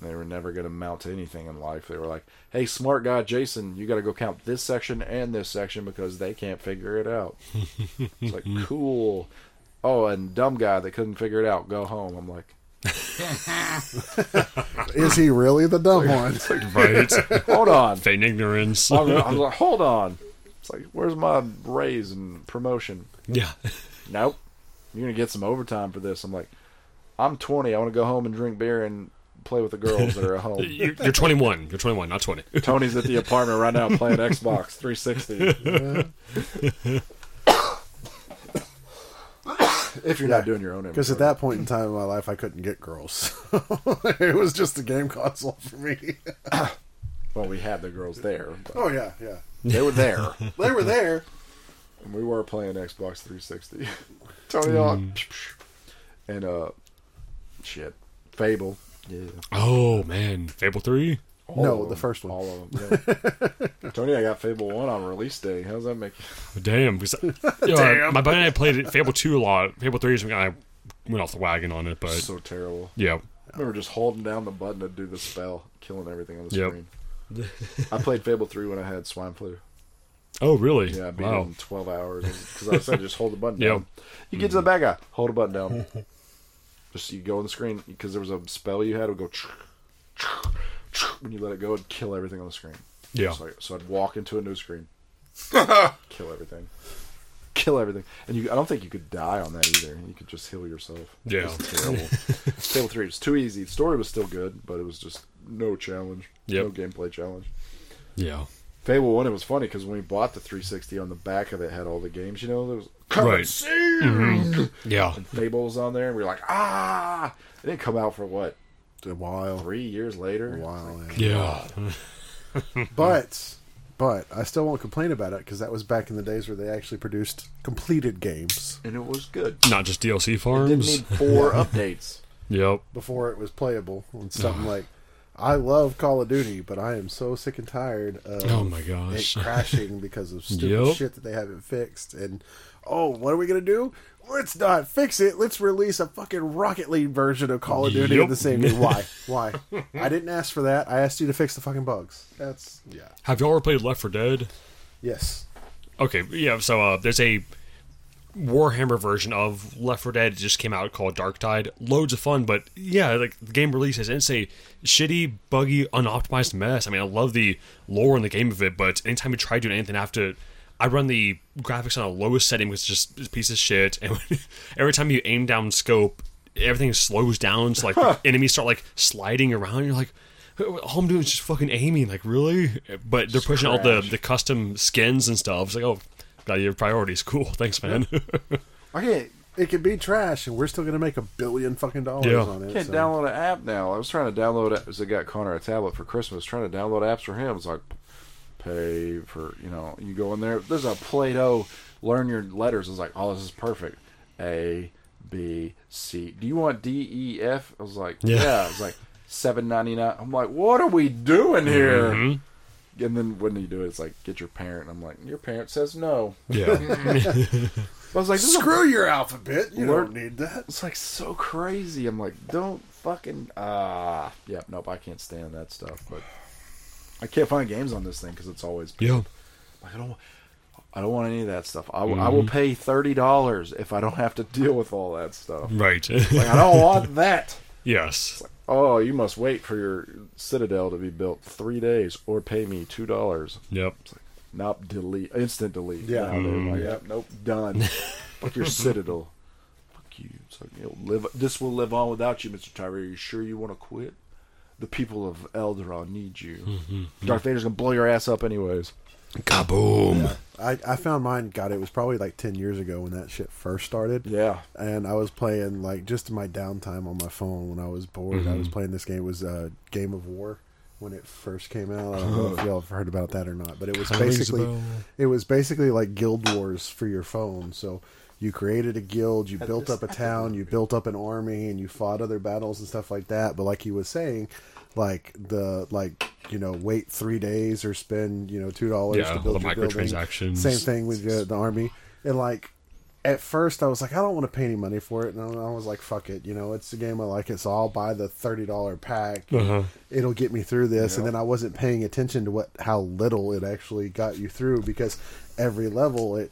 and they were never going to amount to anything in life, they were like, "Hey, smart guy, Jason, you got to go count this section and this section because they can't figure it out." it's like cool. Oh, and dumb guy that couldn't figure it out, go home. I'm like, Is he really the dumb one? right. hold on. Feign ignorance. I'm, I'm like, hold on. It's like, where's my raise and promotion? yeah. nope you're gonna get some overtime for this i'm like i'm 20 i want to go home and drink beer and play with the girls that are at home You're, you're 21. You're 21, not 20. tony's at the apartment right now playing xbox 360 if you're Yeah, not doing your own Because at inventory. that point in time in my life, I couldn't get girls. it was just a game console for me. well we had the girls there but oh yeah, yeah. they were there They were there. and we were playing xbox 360 tony Mm. on and uh shit fable yeah Oh, man. Fable 3? All No, of the them. first one. all of them yeah. tony i got fable 1 on release day how's that make you Damn. because- you know, my buddy and I played it- Fable 2 a lot. Fable 3 is when I went off the wagon on it, but so terrible. yeah. I remember just holding down the button to do the spell, killing everything on the Yep. screen. I played Fable 3 when I had swine flu. Oh, really? Yeah, I beat it wow. in 12 hours. Because I said, just hold the button Yep. down. You get to the bad guy, hold the button down. just you go on the screen, because there was a spell you had, it would go. When you let it go, it'd kill everything on the screen. Yeah. So, I- so I'd walk into a new screen, kill everything. Kill everything. And you, I don't think you could die on that either. You could just heal yourself. Yeah. It's terrible. Fable 3 was too easy. The story was still good, but it was just no challenge. Yep. No gameplay challenge. Yeah. Fable 1, it was funny because when we bought the 360, on the back of it had all the games, you know? There was Currency! Right. Yeah. Fable was on there, and we were like, ah! It didn't come out for what? A while, Three years later? a while. yeah. Yeah. But, but I still won't complain about it because that was back in the days where they actually produced completed games And it was good. Not just DLC Didn't farms. need four updates. Yep. before it was playable. And something like, I love Call of Duty, but I am so sick and tired of Oh my it gosh. crashing because of stupid Yep. shit that they haven't fixed. And oh, what are we gonna do? Let's not fix it. Let's release a fucking Rocket League version of Call of Duty Yep. in the same day. Why? Why? I didn't ask for that. I asked you to fix the fucking bugs. That's yeah. Have y'all ever played Left 4 Dead? Yes. Okay, yeah. So uh, there's a Warhammer version of Left 4 Dead that just came out called Dark Tide. Loads of fun, but yeah, like the game releases and it's a shitty, buggy, unoptimized mess. I mean, I love the lore in the game of it, but anytime you try doing anything after. I run the graphics on a lowest setting, which is just a piece of shit. And every time you aim down scope, everything slows down. So like the enemies start like sliding around. You're like, all I'm doing is just fucking aiming. Like really? But they're pushing all the the custom skins and stuff. It's like, oh, got your priorities. Cool. Thanks, man. Okay, It could be trash, and we're still gonna make a billion fucking dollars Yeah. on it. can't so- download an app now. I was trying to download it because I got Connor a tablet for Christmas. Trying to download apps for him. It's like pay for you know. You go in there. There's a Play-Doh. Learn your letters. It's like oh, this is perfect. A B, C. Do you want D, E, F? I was like, Yeah. yeah. I was like, seven ninety nine. I'm like, what are we doing here? And then when you do it, it's like, get your parent. I'm like, your parent says no. Yeah. I was like, this is a Screw your alphabet. You Word- don't need that. It's like so crazy. I'm like, don't fucking ah. yeah, nope. I can't stand that stuff. But I can't find games on this thing because it's always. yeah. I don't. I don't want any of that stuff. I, will- I will pay thirty dollars if I don't have to deal with all that stuff. Right. Like I don't want that. yes. Oh, you must wait for your citadel to be built three days, or pay me two dollars. Yep. Nope, delete, instant delete. Yeah. No, they're like, yep, nope, done. Fuck your citadel. Fuck you. It's like, it'll live. This will live on without you, Mister Tyree. Are you sure you want to quit? The people of Eldaron need you. Darth Vader's gonna blow your ass up, anyways. Kaboom. I, I found mine. God, it was probably like ten years ago when that shit first started. Yeah. And I was playing like just in my downtime on my phone when I was bored. I Mm-hmm. was playing this game. It was uh, Game of War when it first came out. I don't know if y'all have heard about that or not, but it was Oh. Kinda rings a basically bell. it was basically like Guild Wars for your phone. So you created a guild, you built up a town, you built up an army, and you fought other battles and stuff like that. But like he was saying, like the like you know wait three days or spend you know two dollars Yeah, to all build the your building. microtransactions. Same thing with uh, the army. And like at first, I was like, I don't want to pay any money for it, and I I was like, fuck it, you know, it's a game I like it, so I'll buy the thirty dollar pack. Uh-huh. It'll get me through this. And then I wasn't paying attention to what how little it actually got you through because every level it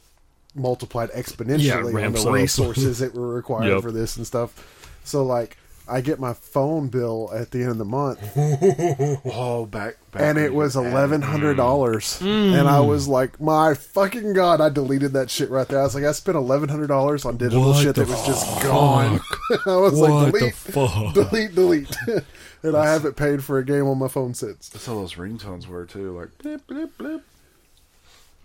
multiplied exponentially on ramps the up. resources that were required Yep. for this and stuff. So like. I get my phone bill at the end of the month, Oh, back. back and when it you was could add- eleven hundred dollars, Mm. and I was like, "My fucking god!" I deleted that shit right there. I was like, "I spent eleven hundred dollars on digital What shit that the was just gone." I was What like, the "Delete, fuck? delete, delete," and I haven't paid for a game on my phone since. That's how those ringtones were too. Like blip blip blip.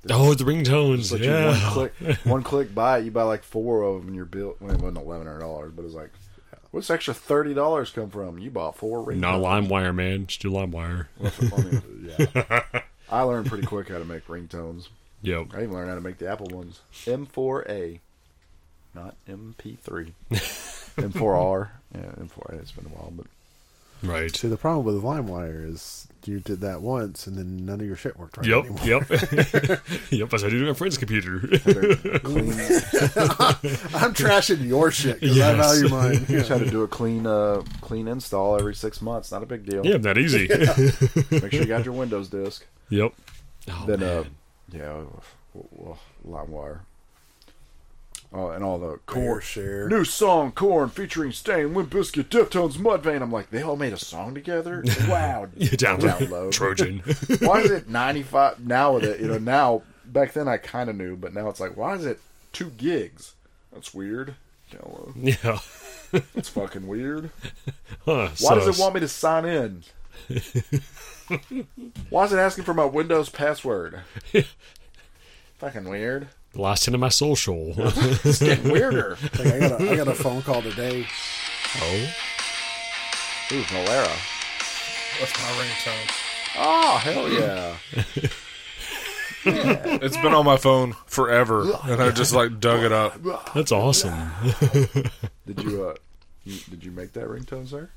Oh, the ringtones. But you one yeah. click, one click buy it. You buy like four of them, and you're built. Well, it wasn't eleven hundred dollars, but it's like, what's the extra thirty dollars come from? You bought four ringtones. Not LimeWire, man. Just do LimeWire. I mean, yeah. I learned pretty quick how to make ringtones. Yep. I even learned how to make the Apple ones. M4A, not MP3. M4R. Yeah, M4A. It's been a while, but Right. See, the problem with LimeWire is you did that once, and then none of your shit worked right Yep. anymore. Yep. yep. That's what I do to my friend's computer. they're clean. I'm trashing your shit because I Yes. value mine. Just had to do a clean, uh, clean install every six months. Not a big deal. yeah, not easy. Make sure you got your Windows disk. yep. Oh, then uh, man. yeah, well, LimeWire. Oh, and all the Core corn share. new song corn featuring Stain, Limp Bizkit, Deftones, Mudvayne. I'm like, they all made a song together. Wow, You download, download. Trojan. why is it 95 now with it? You know, now back then I kind of knew, but now it's like, why is it two gigs? That's weird. Download. yeah. That's fucking weird. Huh, Why does sus. it want me to sign in? Why is it asking for my Windows password? Fucking weird. The last ten of my social? It's getting weirder. Like, I, got a, I got a phone call today. oh. Ooh, Valera. That's my ringtone. Oh, hell yeah. It's been on my phone forever, and I just like dug it up. That's awesome. Did you, uh, you, did you make that ringtone, sir?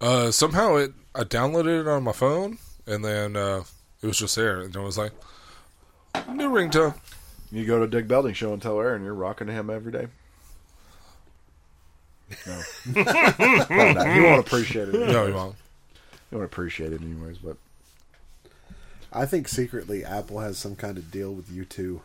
Uh, somehow it, I downloaded it on my phone, and then uh, it was just there, and I was like, new ringtone. You go to Dick Belding show and tell Aaron you're rocking to him every day. No, Probably not. he won't appreciate it. No, you won't. He won't appreciate it anyways. But I think secretly Apple has some kind of deal with you two.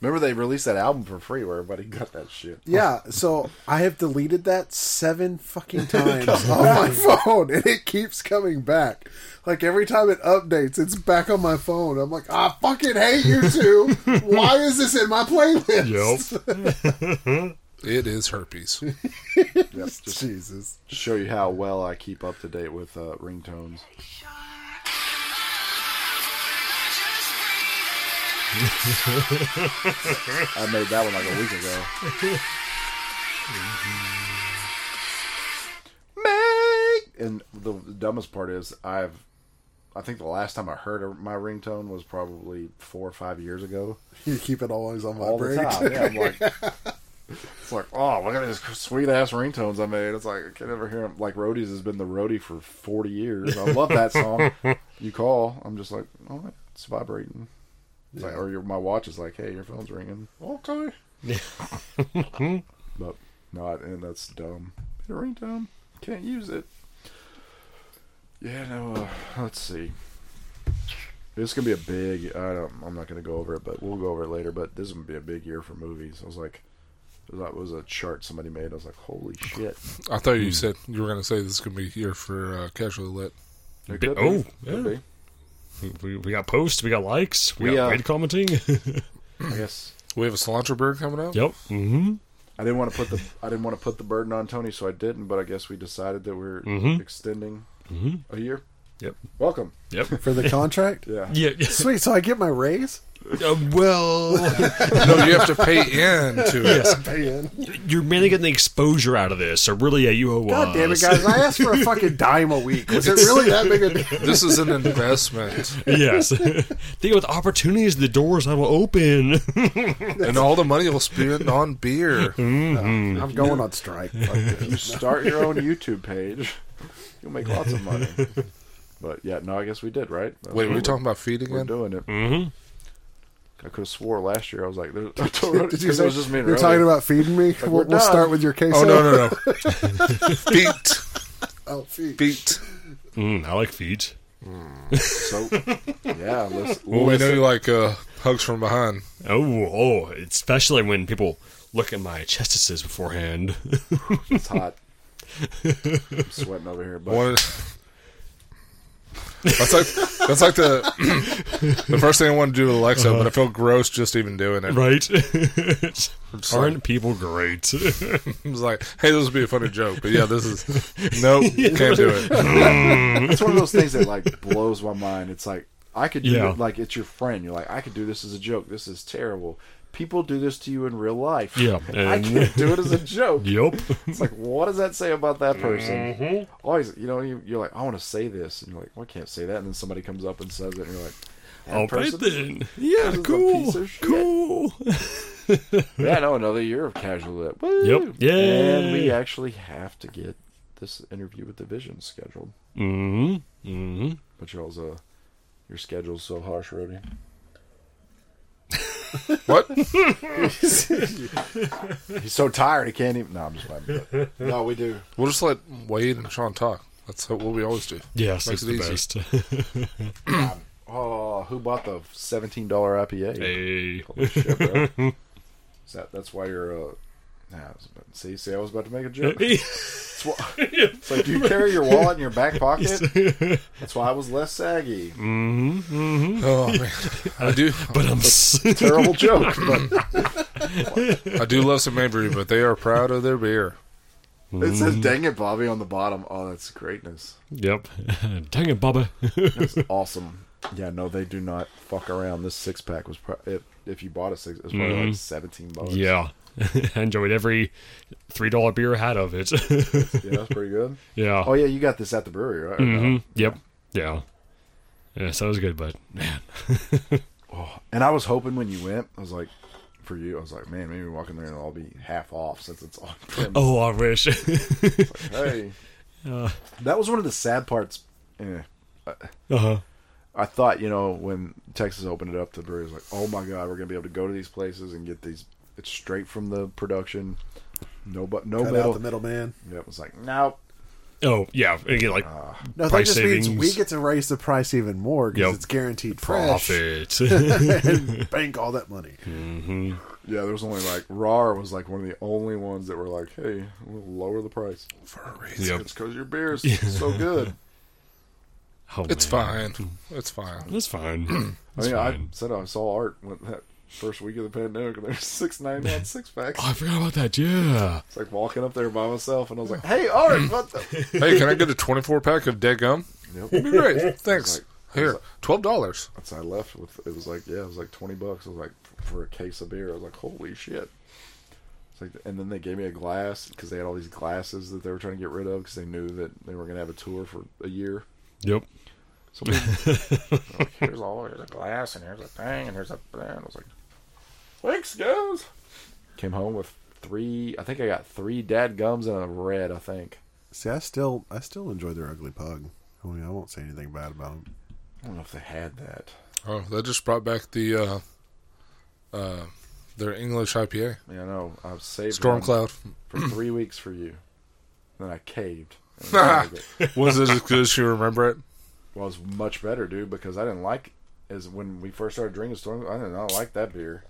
remember, they released that album for free where everybody got that shit. Yeah, so I have deleted that seven fucking times on my phone, and it keeps coming back. Like every time it updates, it's back on my phone. I'm like, I fucking hate you two. Why is this in my Yep. playlist? It is herpes. Yep, just to Jesus. show you how well I keep up to date with uh, ringtones. I made that one like a week ago. Make and the dumbest part is I've I think the last time I heard my ringtone was probably four or five years ago You keep it always on all the vibrate. time. Yeah, I'm like, It's like, oh, look at these sweet ass ringtones I made. It's like I can never hear them. Like Roadies has been the roadie for forty years. I love that song. you call, I'm just like, oh, it's vibrating. It's like, or your, my watch is like, hey, your phone's ringing. Okay. but not, and that's dumb. Hit a ringtone. Can't use it. Yeah, no. Uh, let's see. This is gonna be a big. I don't, I'm not gonna go over it, but we'll go over it later. But this is gonna be a big year for movies. I was like, that was a chart somebody made. I was like, holy shit! I thought you said you were going to say this is going to be here for uh, casually lit. It Bi- could be. oh, Could yeah. be. We, we got posts, we got likes, we, We, got uh, rated commenting. I guess We have a cilantro bird coming up. yep. Mm-hmm. I didn't want to put the I didn't want to put the burden on Tony, so I didn't. But I guess we decided that we're Mm-hmm. extending a year. Yep. Welcome. Yep. for the contract. Yeah. Yeah. Sweet, so I get my raise. Uh, well, no, you have to pay in to it. Pay in. you're mainly getting the exposure out of this, so really, yeah, you owe uh, God damn it, us. guys! I asked for a fucking dime a week. Was it really that big a deal? This is an investment, yes. Think of the opportunities, the doors I will open. and all the money will spend on beer. I'm going on strike. Fuck this. You start your own YouTube page. You'll make lots of money. But yeah, no, I guess we did right. That's Wait, are what we talking about feet We're again? doing it. Mm-hmm. I could have swore last year I was like, there- I told Did you because say it was just me and you're Roddy. talking about feeding me? we'll, we're we'll start done. with your case. Oh no, no, no! feet, Oh, feed. feet. Mm, I like feet. So yeah, listen, Well, we know listen. you like uh, hugs from behind. Oh, oh, especially when people look at my chestises beforehand. it's hot. I'm sweating over here, but One- that's like that's like the the first thing I want to do with Alexa, but I feel gross just even doing it. right? It's like, Aren't people great? it's like, hey, this would be a funny joke, but yeah, this is nope, can't do it. it's one of those things that like blows my mind. It's like I could do Yeah. it, like it's your friend. You're like I could do this as a joke. This is terrible. People do this to you in real life. Yeah, I and- can't do it as a joke. yep. It's like what does that say about that person? Always, you know, you, you're like I want to say this, and you're like, well, I can't say that, and then somebody comes up and says it, and you're like, that All right person- then. Yeah, person's a piece cool. of shit. Cool. yeah, no, another year of casual lit. Woo! Yep. Yeah. and we actually have to get this interview with the Vision scheduled. Mm-hmm. Mm-hmm. But y'all's uh, your schedule's so harsh, Roddy. What? He's so tired he can't even. No, I'm just playing. No, we do. We'll just let Wade and Sean talk. That's what we always do. Yes, Makes it's it the easy. best. Oh, who bought the seventeen dollar IPA? hey. Holy shit, bro. Is that that's why you're. Uh, nah, I was about, see, see, I was about to make a joke. It's, why, it's like, do you carry your wallet in your back pocket? That's why I was less saggy. Oh man, I do. but I'm. s- Terrible joke, but I do love some Mabry, but they are proud of their beer. it says "Dang it, Bobby" on the bottom. Oh, that's greatness. yep. Dang it, Bubba. That's awesome. Yeah, no, they do not fuck around. This six pack was pro- if if you bought a six, it was probably like seventeen bucks. Mm-hmm. yeah. Enjoyed every three dollar beer I had of it. yeah, that's pretty good. yeah. Oh yeah, you got this at the brewery, right? Or no? Mhm. Yep. Yeah. Yeah, sounds good, but man. And I was hoping when you went, I was like, for you, I was like, man, maybe walk in there and I'll be half off since it's on premise. Oh, I wish. Hey, that was one of the sad parts. Eh. uh-huh. I thought, you know, when Texas opened it up, the brewery was like, oh my god, we're gonna be able to go to these places and get these. It's straight from the production. No, but no Cut metal. out the middleman. Yeah, it was like, no, Oh, yeah. And again, like Ah, No, that Price just means savings. we get to raise the price even more because Yep. it's guaranteed fresh. profit. and bank all that money. yeah. There was only like Rar was like one of the only ones that were like, hey, we'll lower the price. For a reason. yep. It's because your beer's so good. Oh, It's man. fine. It's fine. It's fine. I It's mean, I fine. said I saw art when that first week of the pandemic, and there's six ninety nine six packs. Oh, I forgot about that. Yeah. It's like walking up there by myself, and I was like, "Hey, art, what the?" Hey, can I get a 24 pack of dead gum? Yep. Be great. It's Thanks. like- Here, twelve dollars. So I left with it was like, yeah, it was like twenty bucks. I was like for a case of beer. I was like, "Holy shit!" It's like, and then they gave me a glass because they had all these glasses that they were trying to get rid of because they knew that they were gonna have a tour for a year. Yep. So we, Here's all here's a glass and here's a thing and here's a. And I was like, thanks, guys. Came home with three. I think I got three dad gums and a red. I think. See, I still I still enjoy their ugly pug. I mean, I won't say anything bad about them. I don't know if they had that. Oh, that just brought back the uh, uh, their English IPA. Yeah, I know. I saved one Stormcloud. for three weeks for you. Then I caved. and drank it. Was it as good as you remember it? Well, it's much better, dude, because I didn't like as when we first started drinking Storm. I did not like that beer.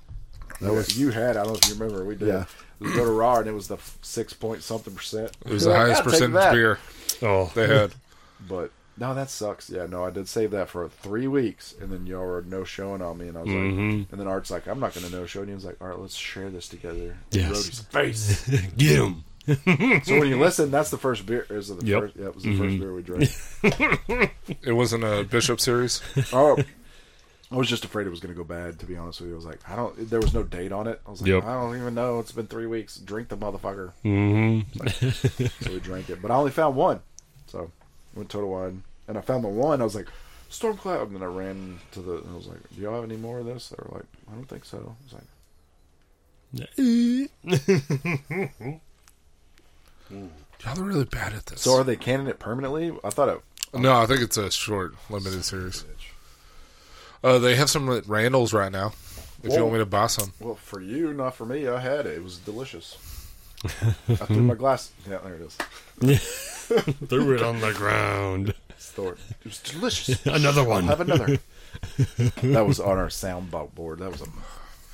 That was you had. I don't know if you remember. We did. Yeah. It was go to raw and it was the f- six point something percent. It was the highest percentage beer Oh, they had. But no, that sucks. Yeah, no, I did save that for three weeks, and then y'all were no showing on me, and I was Mm-hmm. like, and then Art's like, I'm not gonna no show, and he was like, all right, let's share this together. He Yes. rode his face. get him. so when you listen, that's the first beer. Is the Yep. Mm-hmm. first? Yeah, it was the first beer we drank. It wasn't a Bishop series. Oh, I was just afraid it was going to go bad. To be honest with you, I was like, I don't. There was no date on it. I was like, Yep. I don't even know. It's been three weeks. Drink the motherfucker. Mm-hmm. So we drank it, but I only found one. So I went total wine, and I found the one. I was like, storm cloud. And then I ran to the. And I was like, Do y'all have any more of this? They were like, I don't think so. I was like, Y'all are really bad at this. So are they canning it permanently? I thought it. no, I think it's a short limited series. Uh, they have some at Randall's right now. If you Whoa. want me to buy some, Well, for you, not for me. I had it. It was delicious. I threw my glass. Yeah, there it is. Threw it on the ground. It's Thor. It was delicious. Another one. I'll have another. that was on our soundbox board. That was a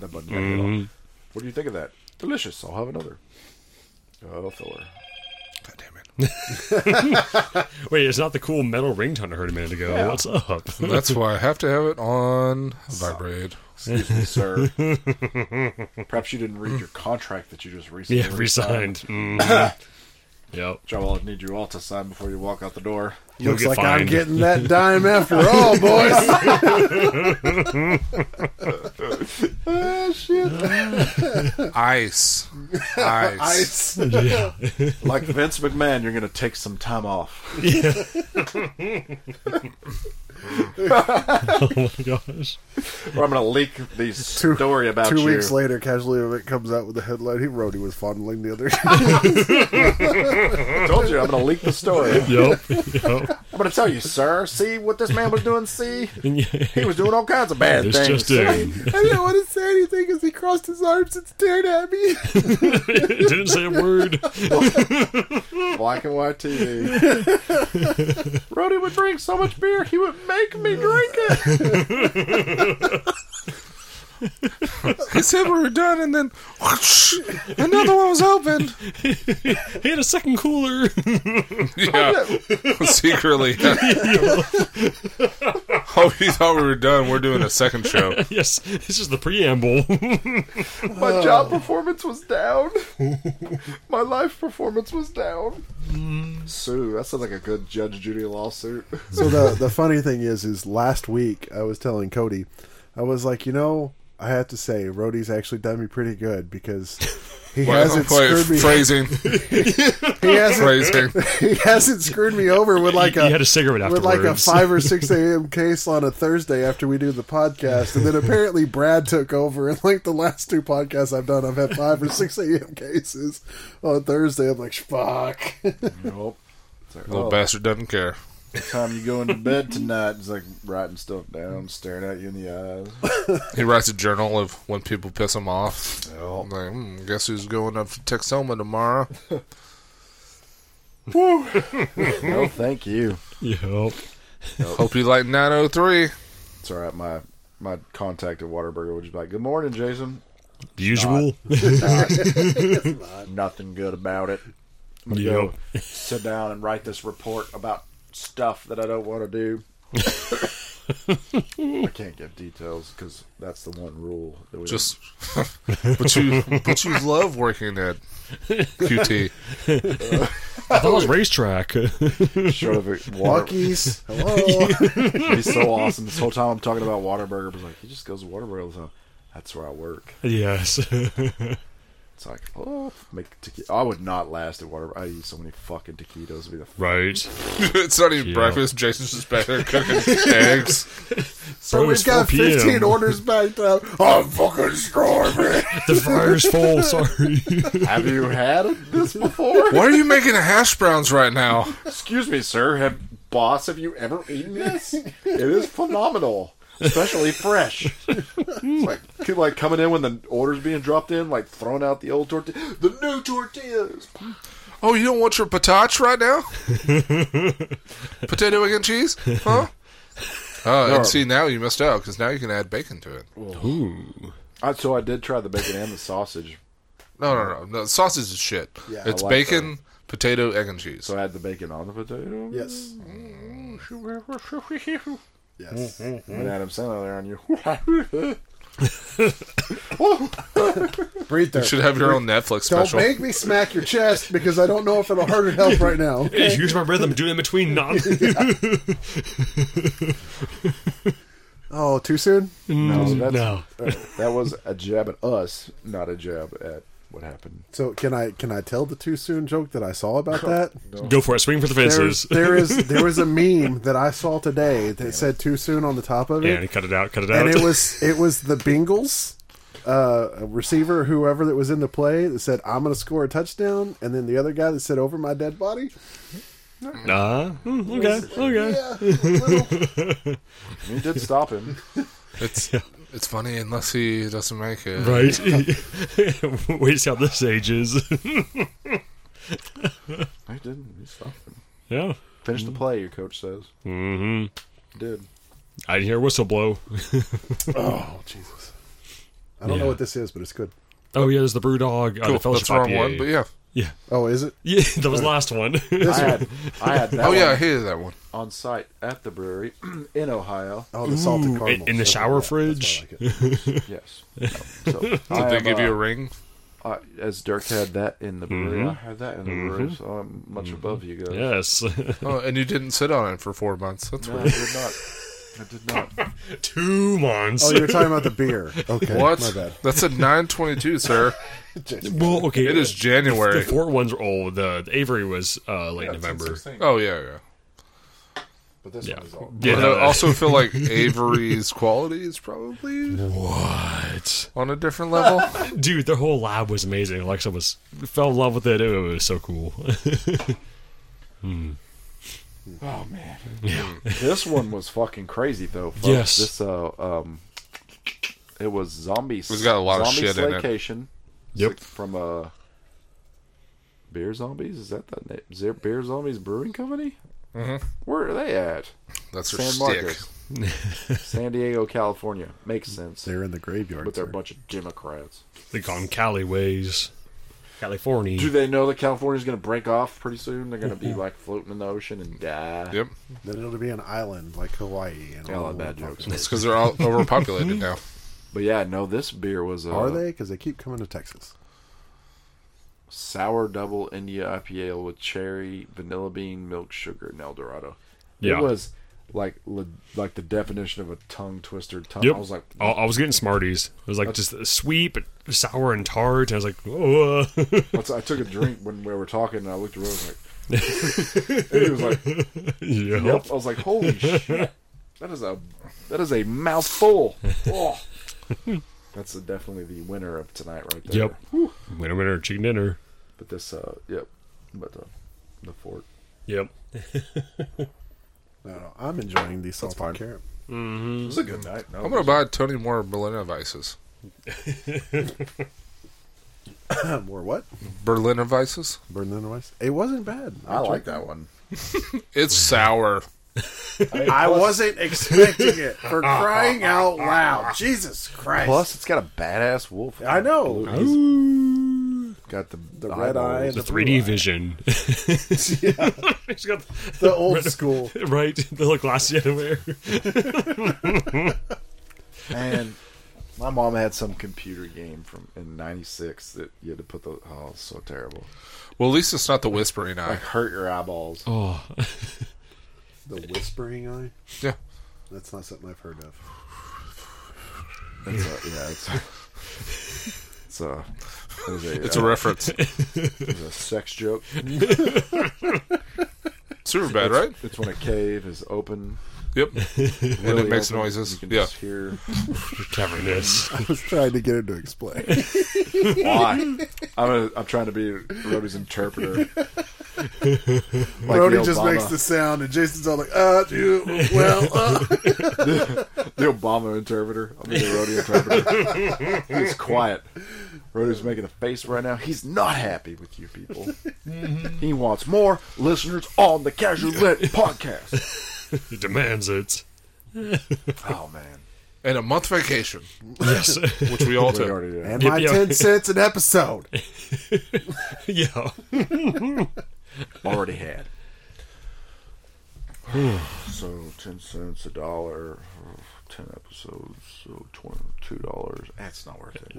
that button. I hit on. What do you think of that? Delicious. I'll have another. Oh, Thor. God damn it, Wait, it's not the cool metal ringtone I heard a minute ago. What's up? that's why I have to have it on vibrate. Excuse me, sir. Perhaps you didn't read your contract that you just recently yeah, resigned. Mhm. yep. Which I will need you all to sign before you walk out the door. You'll Looks get like I'm fined. getting that dime after all, boys. Ice, ice. Ice. Yeah. Like Vince McMahon, you're going to take some time off. oh my gosh. Or I'm going to leak the Two- story about Two you. weeks later, casually of it comes out with the headline. He wrote he was fondling the other. I told you I'm going to leak the story. Yep. Yep. I'm going to tell you, sir. See what this man was doing? See? And yeah, He was doing all kinds of bad It's things. just it. I didn't want to say anything because he crossed his arms and stared at me. it didn't say a word. Black and white TV. Roddy would drink so much beer, he would make me drink it. He said we were done, and then whoosh, another one was opened. He had a second cooler. Yeah, secretly. oh, you thought we were done? We're doing a second show. yes, this is the preamble. My job performance was down. My life performance was down. Sue, that sounds like a good Judge Judy lawsuit. so the the funny thing is, is last week I was telling Cody, I was like, you know, I have to say, Rhodey's actually done me pretty good because he hasn't Wait, screwed me. phrasing, he hasn't phrasing. he hasn't screwed me over with like you a had a cigarette with like a afterwards. five or six a.m. case on a Thursday after we do the podcast, and then apparently Brad took over. And like the last two podcasts I've done, I've had five or six a.m. cases on Thursday. I'm like, fuck. Nope. It's like, Little oh, bastard doesn't care. what time you going to bed tonight? It's like writing stuff down, staring at you in the eyes. He writes a journal of when people piss him off. Oh. I'm like, mm, guess who's going up to Texoma tomorrow? No, thank you. Yep. Hope you like 903. It's all right. My my contact at Waterburger would just be like, "Good morning, Jason. The usual. Nothing good about it. I'm gonna Yep. go sit down and write this report about stuff that I don't want to do. I can't give details because that's the one rule that we Just, but you, but you love working at QT. I thought it was racetrack. don't show every- water. Walkies, hello. He's so awesome. This whole time I'm talking about Waterburger, but like he just goes to Waterburger all the time. That's where I work. yes. It's like, oh, make tequila. I would not last at Waterburger. I eat so many fucking taquitos. It'd be the right. it's not even Yeah. breakfast. Jason's just back there cooking eggs. so Bro, it's we've got 4 p.m. fifteen orders backed up. I'm fucking destroyed. the fryer's full. Sorry. Have you had this before? Why are you making hash browns right now? Excuse me, sir. Have boss, have you ever eaten this? It is phenomenal, especially fresh. It's like people like coming in when the order's being dropped in, like throwing out the old tortilla, the new tortillas. Oh, you don't want your patatch right now? Potato egg and cheese? Huh? Oh, and see now you missed out because now you can add bacon to it. I, Uh, so I did try the bacon and the sausage. No, no, no, no. Sausage is shit. Yeah, I it's like bacon, potato, egg and cheese. So I had the bacon on the potato. Yes. Yes. And Adam Sandler there on you. Breathe there. you should have your own Netflix Don't special. make me smack your chest because I don't know if it'll hurt or help right now. Just use my rhythm. Do it in between. Not. Oh, too soon? no, that's, no. that was a jab at us, not a jab at what happened. So can I can I tell the too soon joke that I saw about that? Go for it. Swing for the There's, fences. there is there was a meme that I saw today that said too soon on the top of it. and cut it out. Cut it out. and it was it was the Bengals uh, receiver, whoever that was in the play, that said, "I'm going to score a touchdown," and then the other guy that said, "Over my dead body." Ah, mm, okay. Okay. Yeah, little- We did stop him. It's it's funny unless he doesn't make it. Right. Wait to see how this ages. I didn't. We stopped him. yeah. Finish the play, your coach says. Mm-hmm. Did. I didn't hear a whistle blow. oh Jesus! I don't Yeah. know what this is, but it's good. Oh yeah, there's the brew dog. uh, Cool. the That's fellowship the wrong IPA. one, but yeah. yeah, Oh, is it? yeah, that was the last one. I had, I had that Oh yeah, I one hated that one. on site at the brewery in Ohio. Oh, the salted Ooh, caramel in the So, shower yeah, that's why I fridge? like it. Yes. No. So Did They give you a ring. uh, as Dirk had that in the brewery, I had that in the brewery, so I'm much above you guys. yes, Oh, and you didn't sit on it for four months. That's No, I weird. did not. I did not. two months. Oh, you're talking about the beer. Okay, What? My bad. That's a 922, sir. well, okay, It is January. The four ones are old. The, the Avery was uh, late November. Oh yeah, yeah. But this Yeah, one is all. yeah. But I also feel like Avery's quality is probably what, on a different level. dude? Their whole lab was amazing. Alexa was fell in love with it. It was so cool. Oh man. this one was fucking crazy though. Folks. Yes. This uh um it was zombie It's got a lot of zombie shit in it. Slaycation. Yep. From uh Beer Zombies? Is that the name? Is there Beer Zombies Brewing Company? Mm-hmm. Where are they at? That's her San stick. Marcos. San Diego, California. Makes sense. They're in the graveyard. but they're a sir. bunch of Democrats. they call them Cali ways, California. Do they know that California's going to break off pretty soon? They're going to be like floating in the ocean and die. Yep, Then it'll be an island like Hawaii. And Yeah, all all that bad jokes. it's because they're all overpopulated now. But yeah, no, this beer was uh, a Are they? Because they keep coming to Texas. sour double India IPA ale with cherry, vanilla bean, milk, sugar, and El Dorado. Yeah. It was like le- like the definition of a tongue twister. Tongue. Yep. Oh. I was like, I, I was getting Smarties. It was like just sweet, but sour and tart. And I was like, oh, uh, what's- I took a drink when we were talking, and I looked around, I was like, and he was like, yep. yeah. I was like, holy shit, that is a that is a mouthful. Oh. That's definitely the winner of tonight, right there. Yep. Winner, winner, chicken dinner. But this, uh, yep. But the the fort. Yep. No, no, I'm enjoying the salted caramel. It was a good night. No, I'm gonna buy Tony more Berliner Weisses. More what? Berliner Weisses. Berliner Weiss. It wasn't bad. I like that one. It's sour. I wasn't expecting it for crying out loud. Jesus Christ. Plus, it's got a badass wolf. I know. Got the the red eye and The The 3D vision. He's got The old school. right the little glasses you had to wear. and my mom had some computer game from in '96 that you had to put the oh it's so terrible Well, at least it's not the whispering eye. like hurt your eyeballs. Oh, The whispering eye. Yeah. That's not something I've heard of. It's a, yeah, it's a, it's a it was a, It's uh, a reference. it was a sex joke. Super bad, right? It's when a cave is open Yep. and it Really makes open. You noises. can Yeah. just hear Cavernous. I was trying to get him to explain. why. I'm a, I'm trying to be Rhodey's interpreter. Like Brody the just Obama- makes the sound, and Jason's all like, "Uh, dude, well, uh." The Obama interpreter. I'll be the Rhodey interpreter. He's quiet. Rhodey's making a face right now. He's not happy with you people. Mm-hmm. He wants more listeners on the Casual Lit podcast. He demands it. Oh, man. And a month vacation, Yes. which we all We took. already did. and Yep, my yep. ten cents an episode. yeah. already had. so ten cents a dollar, ten episodes, so twenty-two dollars. That's not worth it.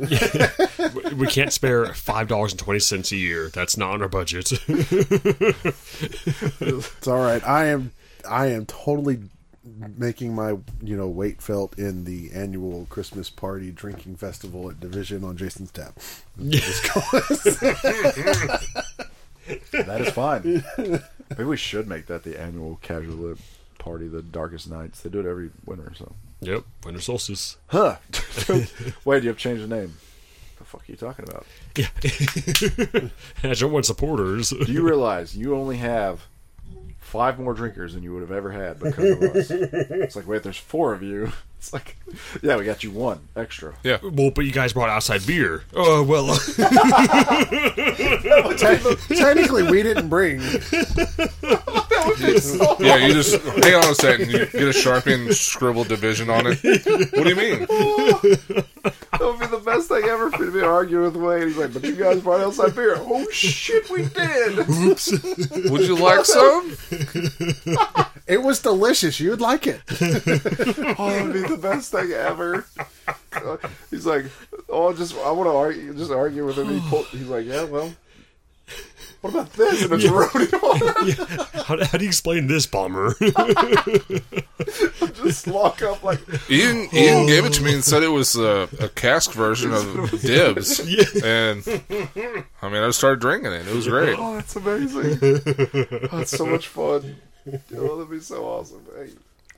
We- We can't spare five dollars and twenty cents a year. That's not on our budget. It's all right. I am, I am totally making my you know weight felt in the annual Christmas party drinking festival at Division on Jason's tab. that is fine. Maybe we should make that the annual casual Lib party, the darkest nights. They do it every winter. So, yep. Winter solstice. huh? Wait, you have changed the name. The fuck are you talking about? Yeah. As your one supporters. Do you realize you only have five more drinkers than you would have ever had because of us? It's like, wait, there's four of you. It's like, yeah, we got you one extra. Yeah. Well, but you guys brought outside beer. Oh well. Technically, we didn't bring. Yeah, you just hang on a second. You get a sharpie and scribble division on it. What do you mean? That would be the best thing ever for me to argue with Wayne. He's like, but you guys brought outside beer. Oh shit, we did. Would you like some? It was delicious. You would like it. Oh, it would be the best thing ever. Uh, He's like, oh, just I want to argue, just argue with him. He pulled, he's like, yeah, well, what about this? And it's roadie on it. how, how do you explain this bomber? Just lock up like, Ian, Ian gave it to me and said it was a, a cask version of Dibs. And I mean, I just started drinking it. It was great. oh, that's amazing. Oh, that's so much fun. Oh, that'd be so awesome. Hey,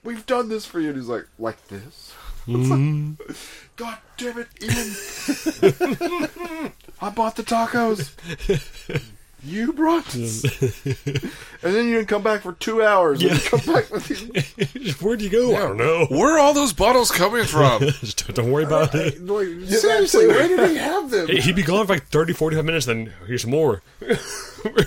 we've done this for you. And he's like, like this. It's like, Mm. God damn it, Ian. I bought the tacos. You brought this. and then you didn't come back for two hours. and you come back with these. Where'd you go? I don't know. Where are all those bottles coming from? Just don't worry about it. Like, seriously, where did he have them? Hey, He'd be gone for like 30, 45 minutes, then here's some more.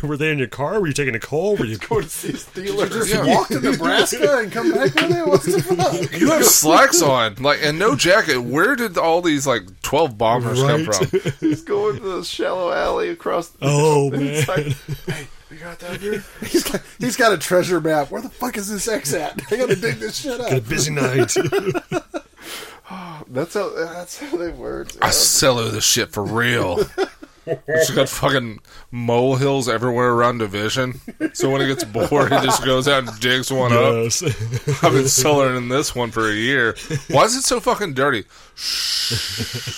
Were they in your car? Were you taking a call? Were you Go to see Steelers. Just Yeah. walk to Nebraska and come back with it. What's the fuck? You have slacks on, like, and no jacket. Where did all these like twelve bombers come Right. from? He's going to the shallow alley across the. Oh, It's like, hey, you got that beer? He's got, he's got a treasure map. Where the fuck is this X at? I gotta dig this shit a up. busy night? That's how. That's how they were. dude. I sell her this shit for real. She's got fucking molehills everywhere around division. So when he gets bored, he just goes out and digs one up. yes. I've been cellaring this one for a year. Why is it so fucking dirty?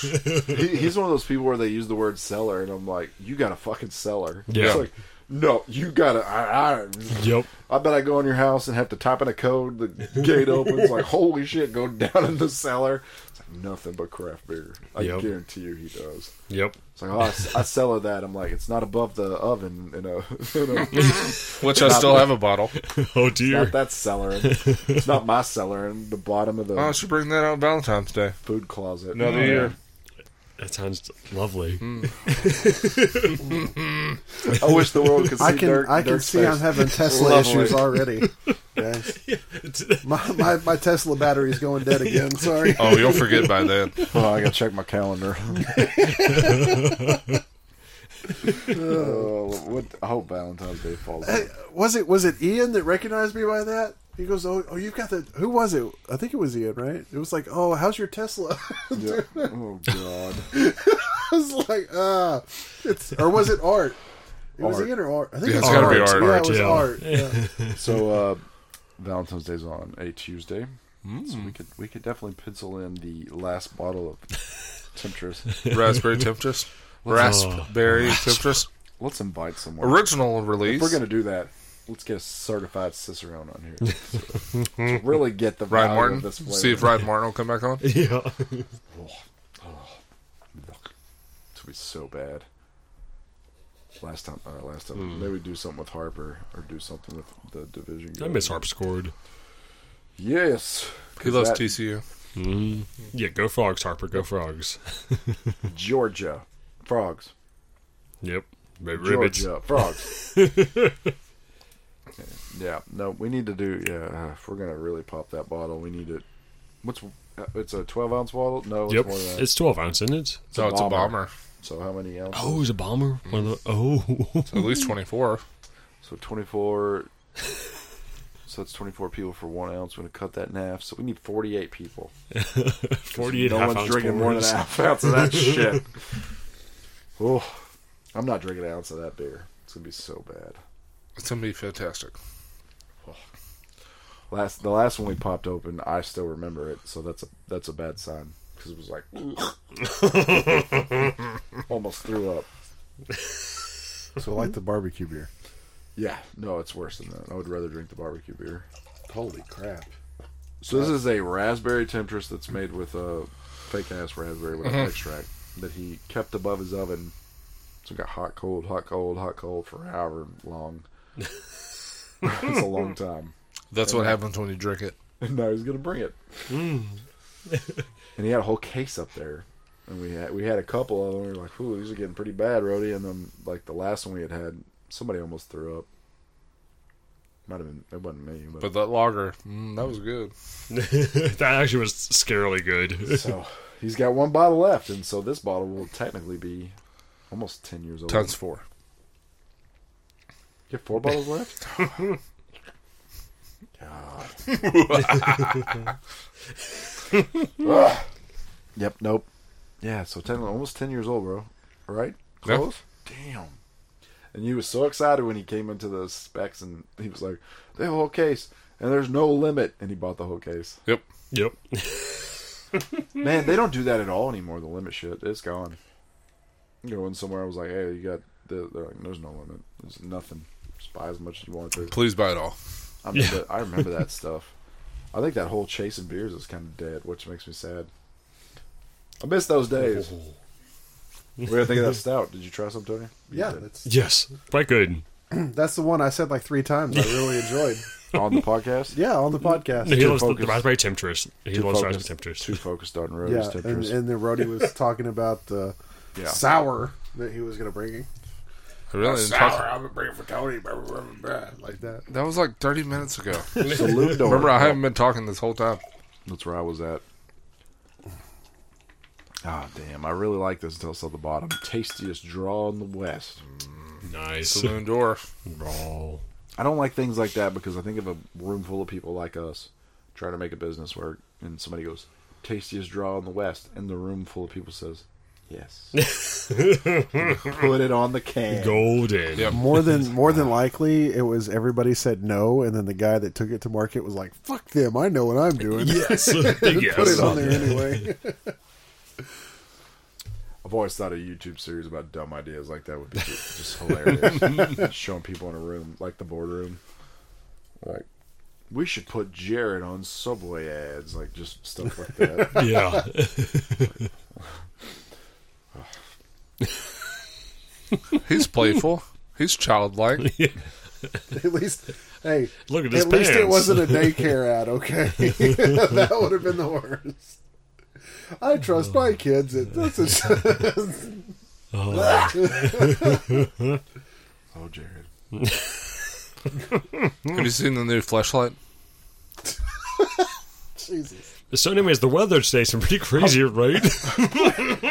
He, he's one of those people where they use the word seller, and I'm like, you got a fucking seller. Yeah. It's like, no, you got to. I, I, Yep. I bet I go in your house and have to type in a code. The gate opens, like, holy shit, go down in the cellar. It's like nothing but craft beer. I Yep. guarantee you he does. Yep. It's like, oh, I, s- I sell her that. I'm like, it's not above the oven, you know. you know Which I still have a bottle. Oh not dear. that cellar. It's not my cellar in the bottom of the I should bring that out Valentine's Day. food closet. Another year. That sounds lovely. Hmm. I wish the world could see I can Dirk- I can Dirk's see face. I'm having Tesla Lovely. issues already. guys. My, my my Tesla battery's going dead again. Sorry. Oh, you'll forget by then. Oh, I gotta check my calendar. Oh, what, I hope Valentine's Day falls. Hey, Was it was it Ian that recognized me by that? He goes, "Oh, oh you've got the who was it? I think it was Ian, right? It was like, "Oh, how's your Tesla?" I Yeah. Oh God! was like, "Uh, it's or was it Art?" It was Art. Ian or Art. I think Yeah, it it's was gotta Art. be Art. Yeah, Art, it was yeah. Art. Yeah. So uh, Valentine's Day's on a Tuesday, Hmm. so we could we could definitely pencil in the last bottle of Temptress. Raspberry Temptress. Raspberry Temptress. Oh. Let's invite someone. Original release. If we're gonna do that. let's get a certified cicerone on here. To really get the Ryan value Martin. of this flavor. See if Ryan Martin will come back on. Yeah. It's gonna be so bad. Last time, uh, last time, Hmm. maybe do something with Harper or do something with the division. I game. miss harpsichord. Yes, He loves that- TCU. Yeah, go frogs, Harper. Go frogs. Georgia frogs. Yep. Maybe ribbits. Georgia frogs. yeah, no, we need to do. Yeah, uh, if we're gonna really pop that bottle, we need to. What's uh, it's a twelve ounce bottle? No, it's Yep. more than that. It's 12 ounce, isn't it? It's So it's a bomber. So how many ounces? Oh, it's a bomber. One of the, oh. So at least 24. So 24. so that's 24 people for one ounce. We're going to cut that in half. So we need 48 people. 48 no half one's ounce drinking more than pours. a half ounce of that shit. Oh, I'm not drinking an ounce of that beer. It's going to be so bad. It's going to be fantastic. Last the last one we popped open, I still remember it, so that's a that's a bad sign because it was like almost threw up. So like the barbecue beer. Yeah, no, it's worse than that. I would rather drink the barbecue beer. Holy crap! So this is a raspberry temptress that's made with a fake ass raspberry with extract that he kept above his oven. So it got hot, cold, hot, cold, hot, cold for however long. It's a long time. That's what happens when you drink it. And now he's gonna bring it. and he had a whole case up there, and we had we had a couple of them. We were like, "Ooh, these are getting pretty bad, Rody." And then like the last one we had had, somebody almost threw up. Might have been it wasn't me, but But that lager, mm, that was good. that actually was scarily good. So he's got one bottle left, and so this bottle will technically be almost ten years old. Times four. You have four bottles left. God. Ugh. yep. Nope. Yeah. So ten, almost ten years old, bro. Right? Yeah. Close. Damn. And he was so excited when he came into the specs, and he was like, "The whole case, and there's no limit." And he bought the whole case. Yep. yep. Man, they don't do that at all anymore. The limit shit, it's gone. You know, when somewhere I was like, "Hey, you got," the, they're like, "There's no limit. There's nothing. Just buy as much as you want to." Please buy it all. I remember, I remember that stuff. I think that whole chasing beers is kind of dead, which makes me sad. I miss those days. we gotta think of that stout. Did you try some, Tony? You Yeah, did. that's Yes. Quite good. that's the one I said like three times. I really enjoyed. on the podcast. Yeah, on the podcast. He loves the, the focused. raspberry temptress. He Too loves focused- raspberry temptress. Too focused on Rose Yeah, and, Tetris. and the roadie was talking about the Yeah. sour that he was going to bring I really didn't talk- I'm going to bring it for Tony. blah, blah, blah, blah, Like that. That was like 30 minutes ago. Salute door. Remember, I haven't been talking this whole time. That's where I was at. Ah, damn. I really like this until it's on the bottom. Tastiest draw in the West. Nice. Saloon door. Raw. I don't like things like that because I think of a room full of people like us trying to make a business work, and somebody goes, "Tastiest draw in the West," and the room full of people says, "Yes." Put it on the can. Golden. Yep. More than more than likely, it was everybody said no, and then the guy that took it to market was like, "Fuck them! I know what I'm doing. Yes. Big yes. Put it on there anyway." I've always thought a YouTube series about dumb ideas like that would be just hilarious. Showing people in a room like the boardroom, like we should put Jared on Subway ads, like just stuff like that. Yeah. He's playful. He's childlike. at least, hey, Look at his at least it pants. wasn't a daycare ad. Okay, that would have been the worst. I trust my kids. It, that's a, oh, Jared. Have you seen the new flashlight? Jesus. So, anyways, the weather today's been pretty crazy, right?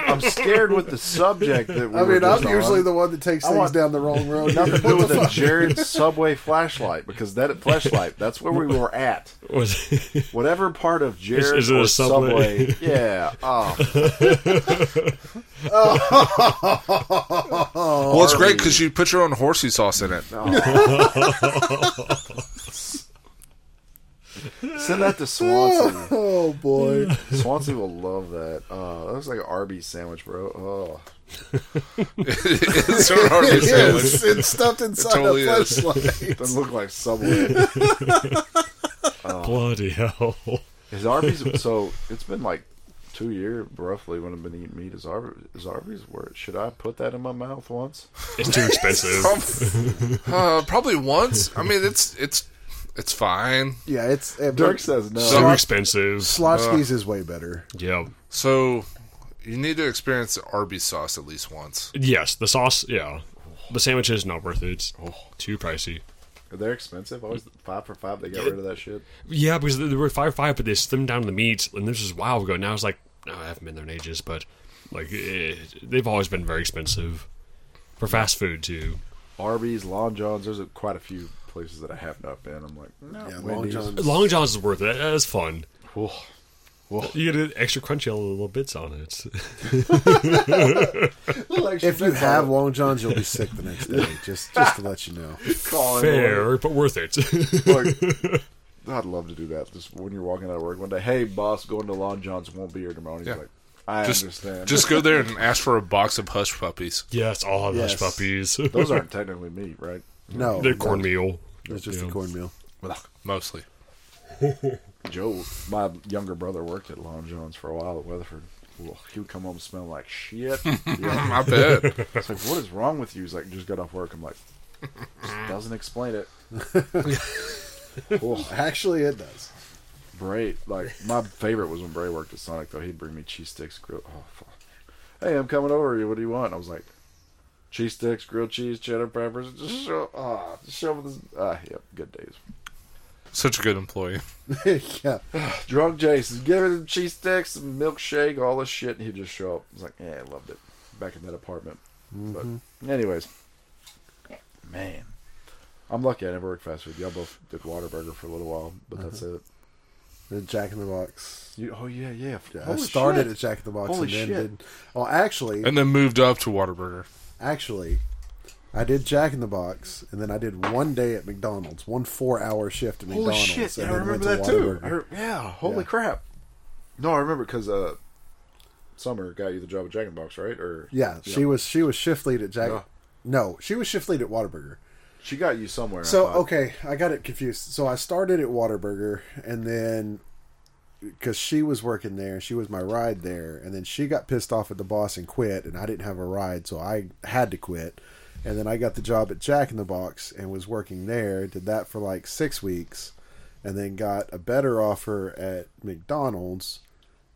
I'm scared with the subject that we I were mean, I'm just on. usually the one that takes I things want- down the wrong road. nothing to do with the Jared Subway flashlight because that flashlight that's where we were at. Was- Whatever part of Jared is it a or Subway? Subway, yeah. Oh, well, it's great because Oh, you put your own horsey sauce in it. no. Send that to Swansea. Oh boy. Swansea will love that. Uh, that looks like an Arby's sandwich, bro. Oh, it's an Arby's sandwich. Yes, it's stuffed inside totally a is. flashlight. doesn't look like Subway. Bloody hell. His Arby's. so it's been like two years roughly when I've been eating meat. Is Arby's, is Arby's where should I put that in my mouth once? It's too expensive. Uh, probably once. I mean, it's it's it's fine. yeah, it's it, Dirk says no. too expensive. Slotsky's is way better. Yeah. So you need to experience the Arby's sauce at least once. Yes, the sauce, yeah. The sandwich is not worth it. It's too pricey. They're expensive. Always five for five. They got rid of that shit. Yeah, because they were five five, but they slimmed down the meat, and this was a while ago. Now it's like no, I haven't been there in ages, but like eh, they've always been very expensive for fast food too. Arby's, Long John's. There's a, quite a few places that I have not been. I'm like, no, Yeah, Long Wendy's. John. Long John's is worth it. That is fun. Whew. You get an extra crunchy on the little bits on it. If you have Long Johns, you'll be sick the next day. Just just to let you know. Calling Fair, but worth it. Like, I'd love to do that. Just when you're walking out of work one day, hey boss, going to Long John's won't be here tomorrow. And he's Yeah. like, I Just understand. just go there and ask for a box of hush puppies. yes, all yes. Yes. hush puppies. those aren't technically meat, right? No, They're cornmeal. It's just Yeah. a cornmeal. Mostly. Joe, my younger brother worked at Long John's for a while at Weatherford. Well, he would come home smelling like shit. Yeah. I bet. It's like, what is wrong with you? He's like, just got off work. I'm like, "Just doesn't explain it. Ugh. Actually, it does. Bray, like my favorite was when Bray worked at Sonic. Though he'd bring me cheese sticks, grilled. Oh, fuck. hey, I'm coming over. What do you want? I was like, cheese sticks, grilled cheese, cheddar peppers. Just show, ah, just show me this. Ah, yep, good days. Such a good employee. yeah, Drunk Jason, give him cheese sticks, milkshake, all this shit, and he'd just show up. I was like, yeah, I loved it. Back in that apartment. Mm-hmm. But, anyways, man, I'm lucky I never worked fast food. Y'all both did Waterburger for a little while, but that's Uh-huh. it. the Jack in the Box. You, oh yeah, yeah. Yeah, I Holy started shit. at Jack in the Box Holy and then shit. did. Well, actually, And then moved up to Whataburger. actually, I did Jack in the Box and then I did one day at McDonald's, one four-hour shift at Holy McDonald's. shit! and Yeah, I then went remember that to too. Whataburger. I re- yeah. Holy Yeah. crap! No, I remember because uh, Summer got you the job at Dragon Box, right? Or Yeah, she was she was shift lead at Jack. Yeah. No, she was shift lead at Waterburger. she got you somewhere. I So thought. okay, I got it confused. So I started at Waterburger, and then because she was working there, she was my ride there, and then she got pissed off at the boss and quit, and I didn't have a ride, so I had to quit. And then I got the job at Jack in the Box and was working there. Did that for like six weeks, and then got a better offer at McDonald's,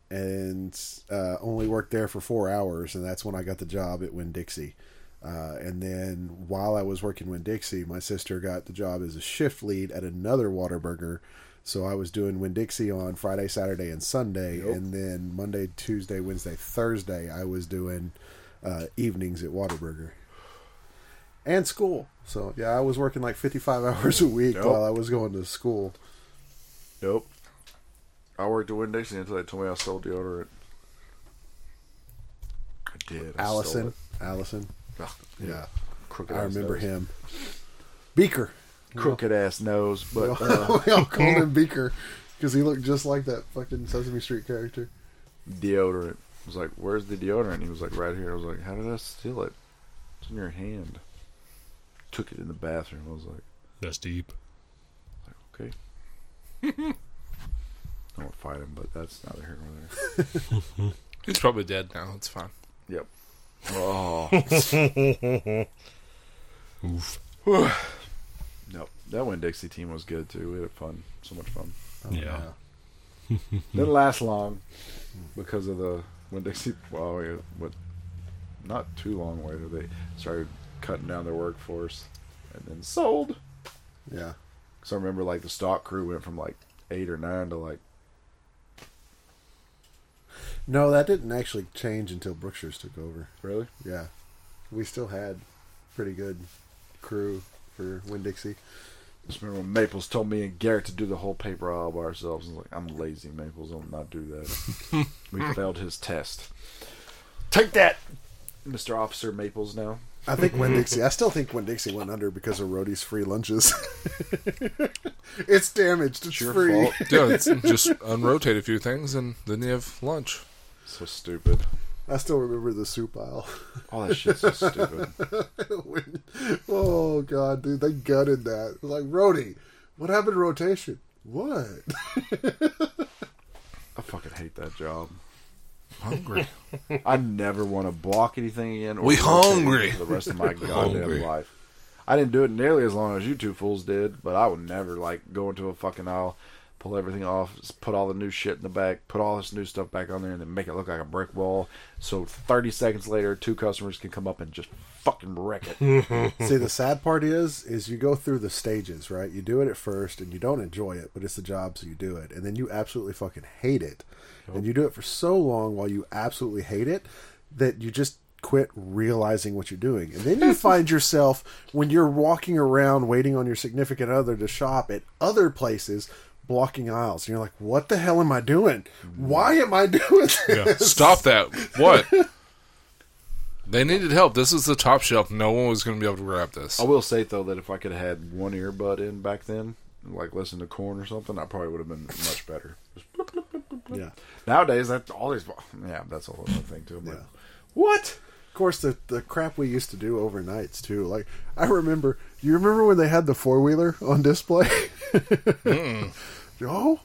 and uh, only worked there for four hours, and that's when I got the job at Winn Dixie. Uh, and then while I was working Winn Dixie, my sister got the job as a shift lead at another Waterburger. So I was doing Winn Dixie on Friday, Saturday, and Sunday, and then Monday, Tuesday, Wednesday, Thursday, I was doing uh, evenings at Waterburger and school. So yeah, I was working like fifty-five hours a week Yep. while I was going to school. Nope. I worked at Winn Dixie until they told me I stole deodorant. I did. I stole Allison, it. Allison, Ugh, yeah, crooked I ass remember nose. him. Beaker. Crooked ass nose, but uh, we all called him Beaker because he looked just like that fucking Sesame Street character. deodorant. I was like, "Where's the deodorant?" He was like, "Right here." I was like, "How did I steal it?" It's in your hand. Took it in the bathroom. I was like. That's deep. Okay. I won't fight him, but that's neither here nor there. He's probably dead now. It's fine. Yep. Oh. Oof. nope. That Win Dixie team was good too. We had fun. So much fun. yeah. Didn't last long because of the Win Dixie. Well, we- what? Not too long later, they started cutting down their workforce and then sold. Yeah. So I remember like the stock crew went from like eight or nine to like No, that didn't actually change until Brookshire's took over. really. Yeah. We still had pretty good crew for Winn Dixie. Just remember when Maples told me and Garrett to do the whole paper all by ourselves. I was like, I'm lazy, Maples. I'll not do that. we failed his test. Take that, Mr. Officer Maples now. I think Winn Dixie. I still think Winn Dixie went under because of Rhodey's free lunches. it's damaged. It's your free. fault. Yeah, it's just unrotate a few things and then you have lunch. So stupid. I still remember the soup aisle. All that shit's so stupid. When- oh god, dude, they gutted that. It was like Rhodey, what happened to rotation? What? I fucking hate that job. Hungry. I never want to block anything again. Or We rotate hungry. for the rest of my goddamn Hungry. life. I didn't do it nearly as long as you two fools did, but I would never like go into a fucking aisle, pull everything off, s- put all the new shit in the back, put all this new stuff back on there, and then make it look like a brick wall. So thirty seconds later, two customers can come up and just fucking wreck Hmm. it. See, the sad part is, is you go through the stages, right? You do it at first, and you don't enjoy it, but it's the job, so you do it, and then you absolutely fucking hate it, and you do it for so long while you absolutely hate it that you just quit realizing what you're doing, and then you find yourself when you're walking around waiting on your significant other to shop at other places. Blocking aisles, and you're like, "What the hell am I doing? Why am I doing this?" Stop that. What? They needed help. This is the top shelf. No one was going to be able to grab this. I will say though that if I could have had one earbud in back then, like listen to corn or something, I probably would have been much better. Yeah. Nowadays, that's all these. Yeah, that's a whole other thing too. But Yeah. What? Of course, the the crap we used to do overnights too. Like I remember, you remember when they had the four wheeler on display? Oh,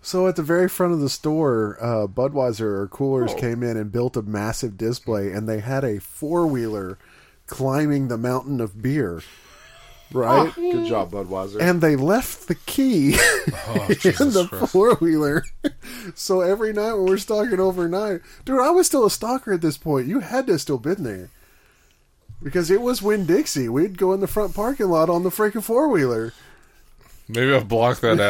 so at the very front of the store, uh, Budweiser or Coolers came in and built a massive display, and they had a four wheeler climbing the mountain of beer, right? good job, Budweiser. and they left the key Oh, in Jesus the Christ. four wheeler. so every night when we're stalking overnight, dude, I was still a stalker at this point. You had to have still been there because it was Win Dixie. We'd go in the front parking lot on the freaking four wheeler. Maybe I'll block that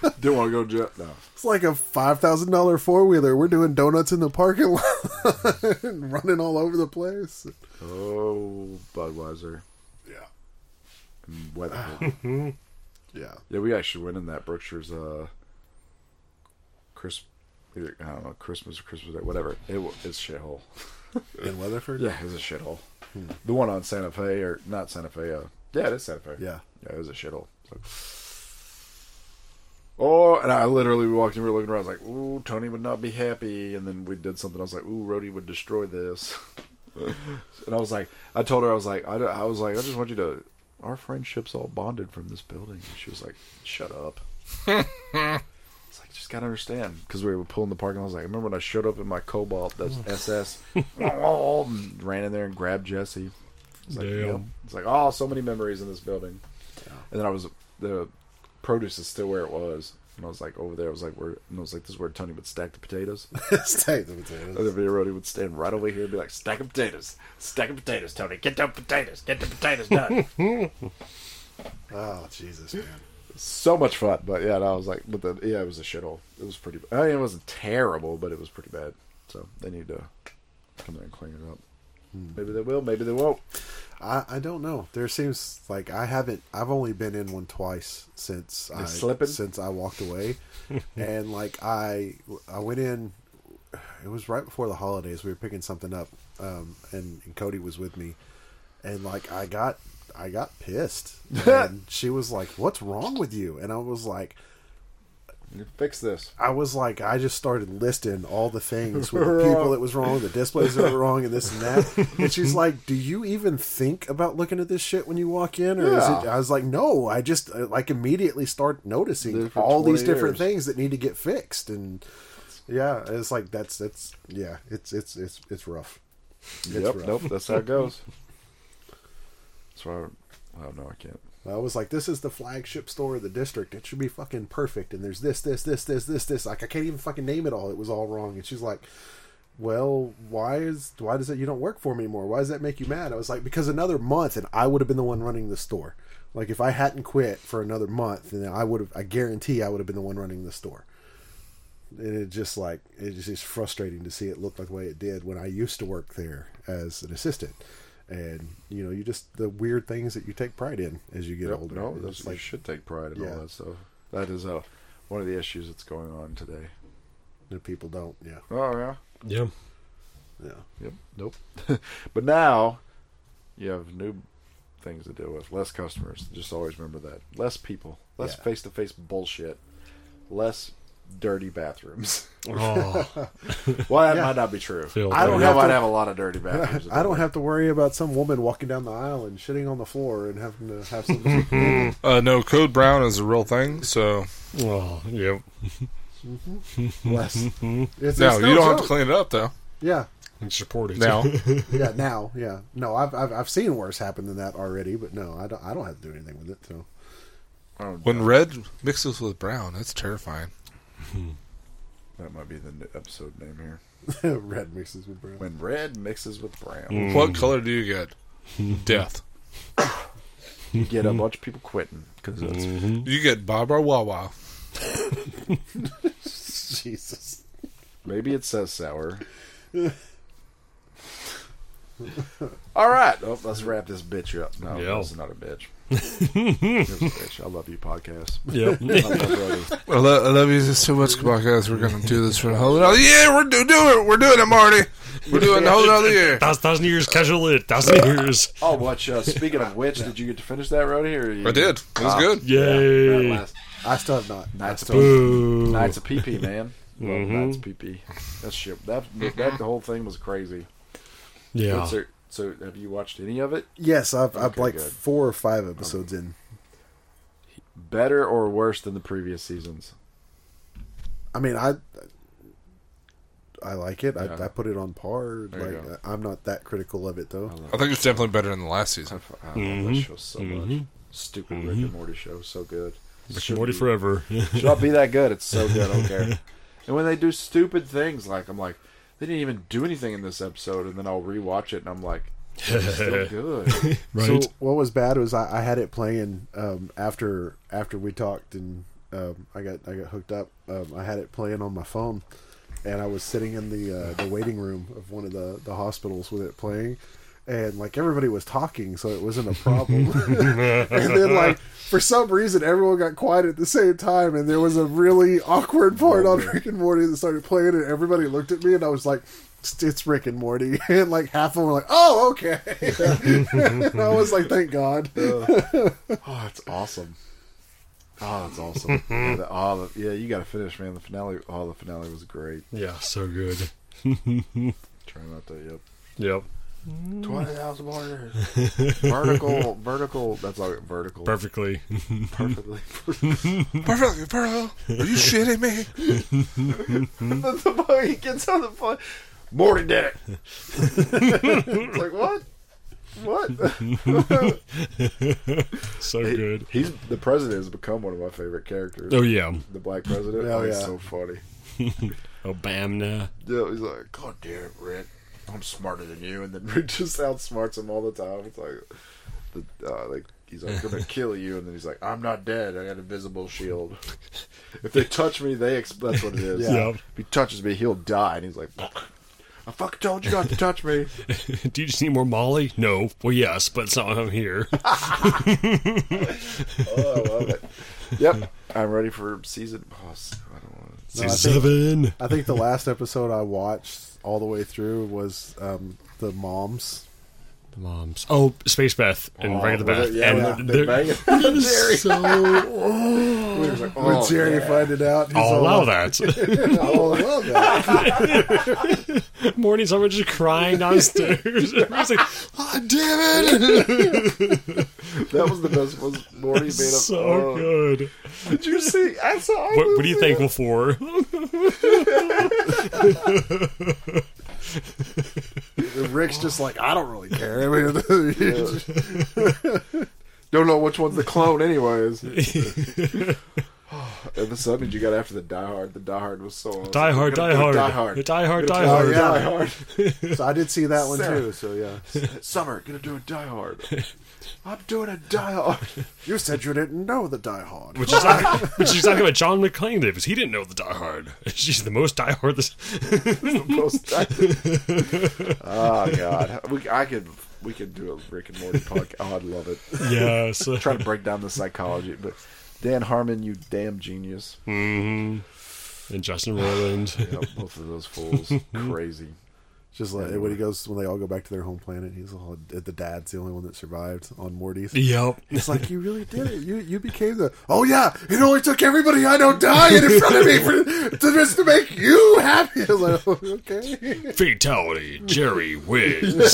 out. Didn't want to go to jail. No. It's like a five thousand dollar four wheeler. We're doing donuts in the parking lot and running all over the place. Oh, Budweiser. Yeah, Weatherford. yeah. yeah, we actually went in that Brookshire's uh, Chris, either, I don't know, Christmas or Christmas Day, whatever. It, wa- it's a shithole. In Weatherford. Yeah, it's a shithole. The one on Santa Fe, or not Santa Fe, uh, yeah, it is Santa Fe. Yeah. Yeah, it was a shithole. It's like, oh, and I literally we walked in, we were looking around, I was like, ooh, Tony would not be happy. And then we did something, I was like, ooh, Rhodey would destroy this. and I was like, I told her, I was like, I, don't- I was like, I just want you to, our friendship's all bonded from this building. And she was like, shut up. It's like, just gotta understand. Because we were pulling the parking lot. I was like, I remember when I showed up in my Cobalt, that's SS, and ran in there and grabbed Jesse. It's like, Damn. yep. It's like, oh, so many memories in this building. And then I was, the produce is still where it was. And I was like, over there, I was like, where, and I was like, this is where Tony would stack the potatoes. Steak and potatoes. Other video roadie would stand right over here and be like, stack of potatoes, stack of potatoes, Tony, get them potatoes, get the potatoes done. Oh Jesus, man. so much fun. But yeah, and I was like, but the yeah, it was a shithole. It was pretty. I mean, it wasn't terrible, but it was pretty bad. So they need to come there and clean it up. Maybe they will. Maybe they won't. I, I don't know. There seems like I haven't. I've only been in one twice since I slipping? since I walked away, and like I I went in. It was right before the holidays. We were picking something up, um, and, and Cody was with me, and like I got I got pissed, and she was like, "What's wrong with you?" And I was like, You fix this. I was like, I just started listing all the things with the people that was wrong, the displays that were wrong, and this and that. And she's like, "Do you even think about looking at this shit when you walk in?" Or is it? Yeah. I was like, "No, I just uh, like immediately start noticing Did it for all these 20 different years. things that need to get fixed." And yeah, it's like that's that's yeah, it's it's it's it's rough. It's yep. rough. Nope. That's how it goes. That's why. I, oh no, I can't. I was like, this is the flagship store of the district. It should be fucking perfect. And there's this, this, this, this, this, this. Like I can't even fucking name it all. It was all wrong. And she's like, well, why is why does it you don't work for me anymore? Why does that make you mad? I was like, because another month and I would have been the one running the store. Like if I hadn't quit for another month, then I would have. I guarantee I would have been the one running the store. And it just like it just is frustrating to see it look like the way it did when I used to work there as an assistant. And you know, you just the weird things that you take pride in as you get Yep, older. no, It's that's, you like should take pride in Yeah. all that stuff. That is uh, one of the issues that's going on today. the people don't. Yeah, Oh yeah. Yeah. Yeah. Yep. Nope. but now you have new things to deal with, less customers. Just always remember that. Less people, less Yeah. face to face bullshit, less dirty bathrooms. Oh, well, that Yeah. might not be true. Feel I don't dirty. know. I'd have a lot of dirty bathrooms. I don't have to worry about some woman walking down the aisle and shitting on the floor and having to have some. Uh, no, code brown is a real thing. So oh, yep. less. It's, it's no, you don't have to joke. clean it up though. Yeah, It's supported Now, yeah. Now, yeah. No, I've, I've I've seen worse happen than that already, but no, I don't. I don't have to do anything with it. So when red mixes with brown, that's terrifying. That might be the n- episode name here. red mixes with brown. When red mixes with brown, What color do you get? Death. you get a bunch of people quitting because that's You get Baba Wawa. Jesus. Maybe it says sour. All right, oh, let's wrap this bitch up. No, Yeah. it's not a bitch. It was a bitch. I love you, podcast. Yep. I love brother. I, lo- I love you so much, guys. We're gonna do this for the whole. Yeah, we're do, do it. We're doing it, Marty. We're doing the whole other year. Thousand, thousand years, casual it. Thousand years. Oh, watch. Uh, speaking of which, did you get to finish that road here? I did. It was good. Yay. I still have not. I Nights of PP. still Boo. Mm-hmm. Nights of PP, man. Love Nights of PP. That shit. That that the whole thing was crazy. Yeah. So, so have you watched any of it? Yes, I've I've Okay, like good. four or five episodes in. Better or worse than the previous seasons? I mean, I I like it. Yeah. I, I put it on par. There you like go. I'm not that critical of it though. love I think it's definitely better than the last I season. f- I Mm-hmm. love that show so much. Stupid Rick and Morty show, so good. Rick Should and Morty be- forever. Should not be that good. It's so good. I don't care. and when they do stupid things, like I'm like, they didn't even do anything in this episode, and then I'll rewatch it, and I'm like, it's still good. right. So what was bad was I, I had it playing um, after after we talked and um, I got I got hooked up. Um, I had it playing on my phone, and I was sitting in the uh, the waiting room of one of the the hospitals with it playing. And like everybody was talking, so it wasn't a problem. and then, like for some reason, everyone got quiet at the same time, and there was a really awkward part on Rick and Morty that started playing, and everybody looked at me, and I was like, "It's- "It's Rick and Morty," and like half of them were like, "Oh, okay." I was like, thank God. oh, it's awesome. Oh, that's awesome. yeah, the, oh, the, yeah, you got to finish, man. The finale. Oh, the finale was great. Yeah, so good. Try not to. Yep. Yep. Twenty Mm. thousand martyrs. vertical, vertical. That's all. right, Vertical. Perfectly. Perfectly. Perfect, Pearl. Are you shitting me? the boy he gets on the phone. Morty did it. it's like what? What? So good. He's the president has become one of my favorite characters. Oh, yeah. The black president. Oh, Oh, he's yeah. so funny. Oh, Obama. Yeah, he's like, God damn it, Rick. I'm smarter than you, and then Rick just outsmarts him all the time. It's like, the, uh, like he's like, I'm gonna kill you, and then he's like, I'm not dead. I got an invisible shield. If they touch me, they ex- that's what it is. Yeah. Yep. If he touches me, he'll die. And he's like, I fucking told you not to touch me. Do you just need more Molly? No. Well, yes, but it's not why I'm here. Oh, I love it. Yep, I'm ready for season. Oh, s- I don't want to. No, I, think, Seven. I think the last episode I watched all the way through was um, the moms. The moms. Oh, Space Beth and Ray the Beth. Yeah, and yeah. they're- They're banging. they're Jerry. so. Oh, He was like, When oh, Jerry yeah. finding out, he's I'll all allow like, that. "I'll allow that." Morty's already just crying downstairs. Everybody's like, oh, damn it. That was the best. Was Morty made up? so oh. good. Did you see? I saw. What, what are you thankful for? And Rick's just like, I don't really care. I mean, Don't know which one's the clone, anyways. and the summons you got after the Die Hard. The Die Hard was so awesome. Die Hard, Gonna die play hard. Die Hard. Die hard, die Gonna Oh, hard. play Die yeah. Hard. so I did see that one Sarah. too. So yeah, Summer, gonna do a Die Hard. I'm doing a Die Hard. you said you didn't know the Die Hard. Which is like, which is exactly what John McClane did because he didn't know the Die Hard. She's the most Die Hard. This, Most- oh God, we, I could we could do a Rick and Morty podcast. Oh, I'd love it. yes, trying to break down the psychology. But Dan Harmon, you damn genius. and Justin Roiland. Yeah, both of those fools, crazy. Just like when he goes when they all go back to their home planet, he's all the dad's the only one that survived on Morty's. Yep. It's like you really did it. You you became the oh yeah. It only took everybody I know dying in front of me for, to just to make you happy. I was like "Oh, okay. Fatality. Jerry wins.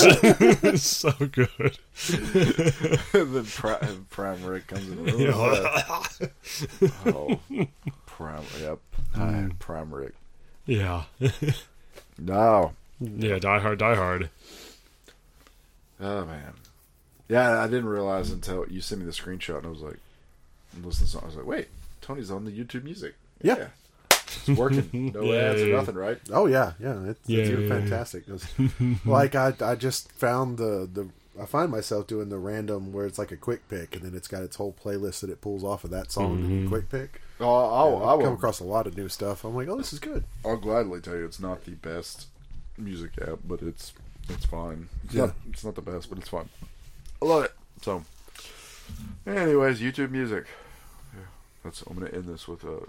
so good. the pri- uh, prime rig comes in. the room. Oh, prime. Yep. Hi, prime rig. yeah. No. Yeah. Die hard. Die hard. Oh man. Yeah, I didn't realize until you sent me the screenshot, and I was like, listening. To the song. I was like, wait, Tony's on the YouTube music. Yeah. It's working. No ads or Yay. nothing, right? Oh yeah, yeah. It's, Yeah, it's yeah, fantastic. It's- like I, I just found the the. I find myself doing the random where it's like a quick pick, and then it's got its whole playlist that it pulls off of that song and quick pick. Oh, I'll, I've I come will. across a lot of new stuff. I'm like, oh, this is good. I'll gladly tell you, it's not the best music app, but it's it's fine. It's, Yeah. not, it's not the best, but it's fine. I love it. So, anyways, YouTube Music. Yeah, that's I'm gonna end this with a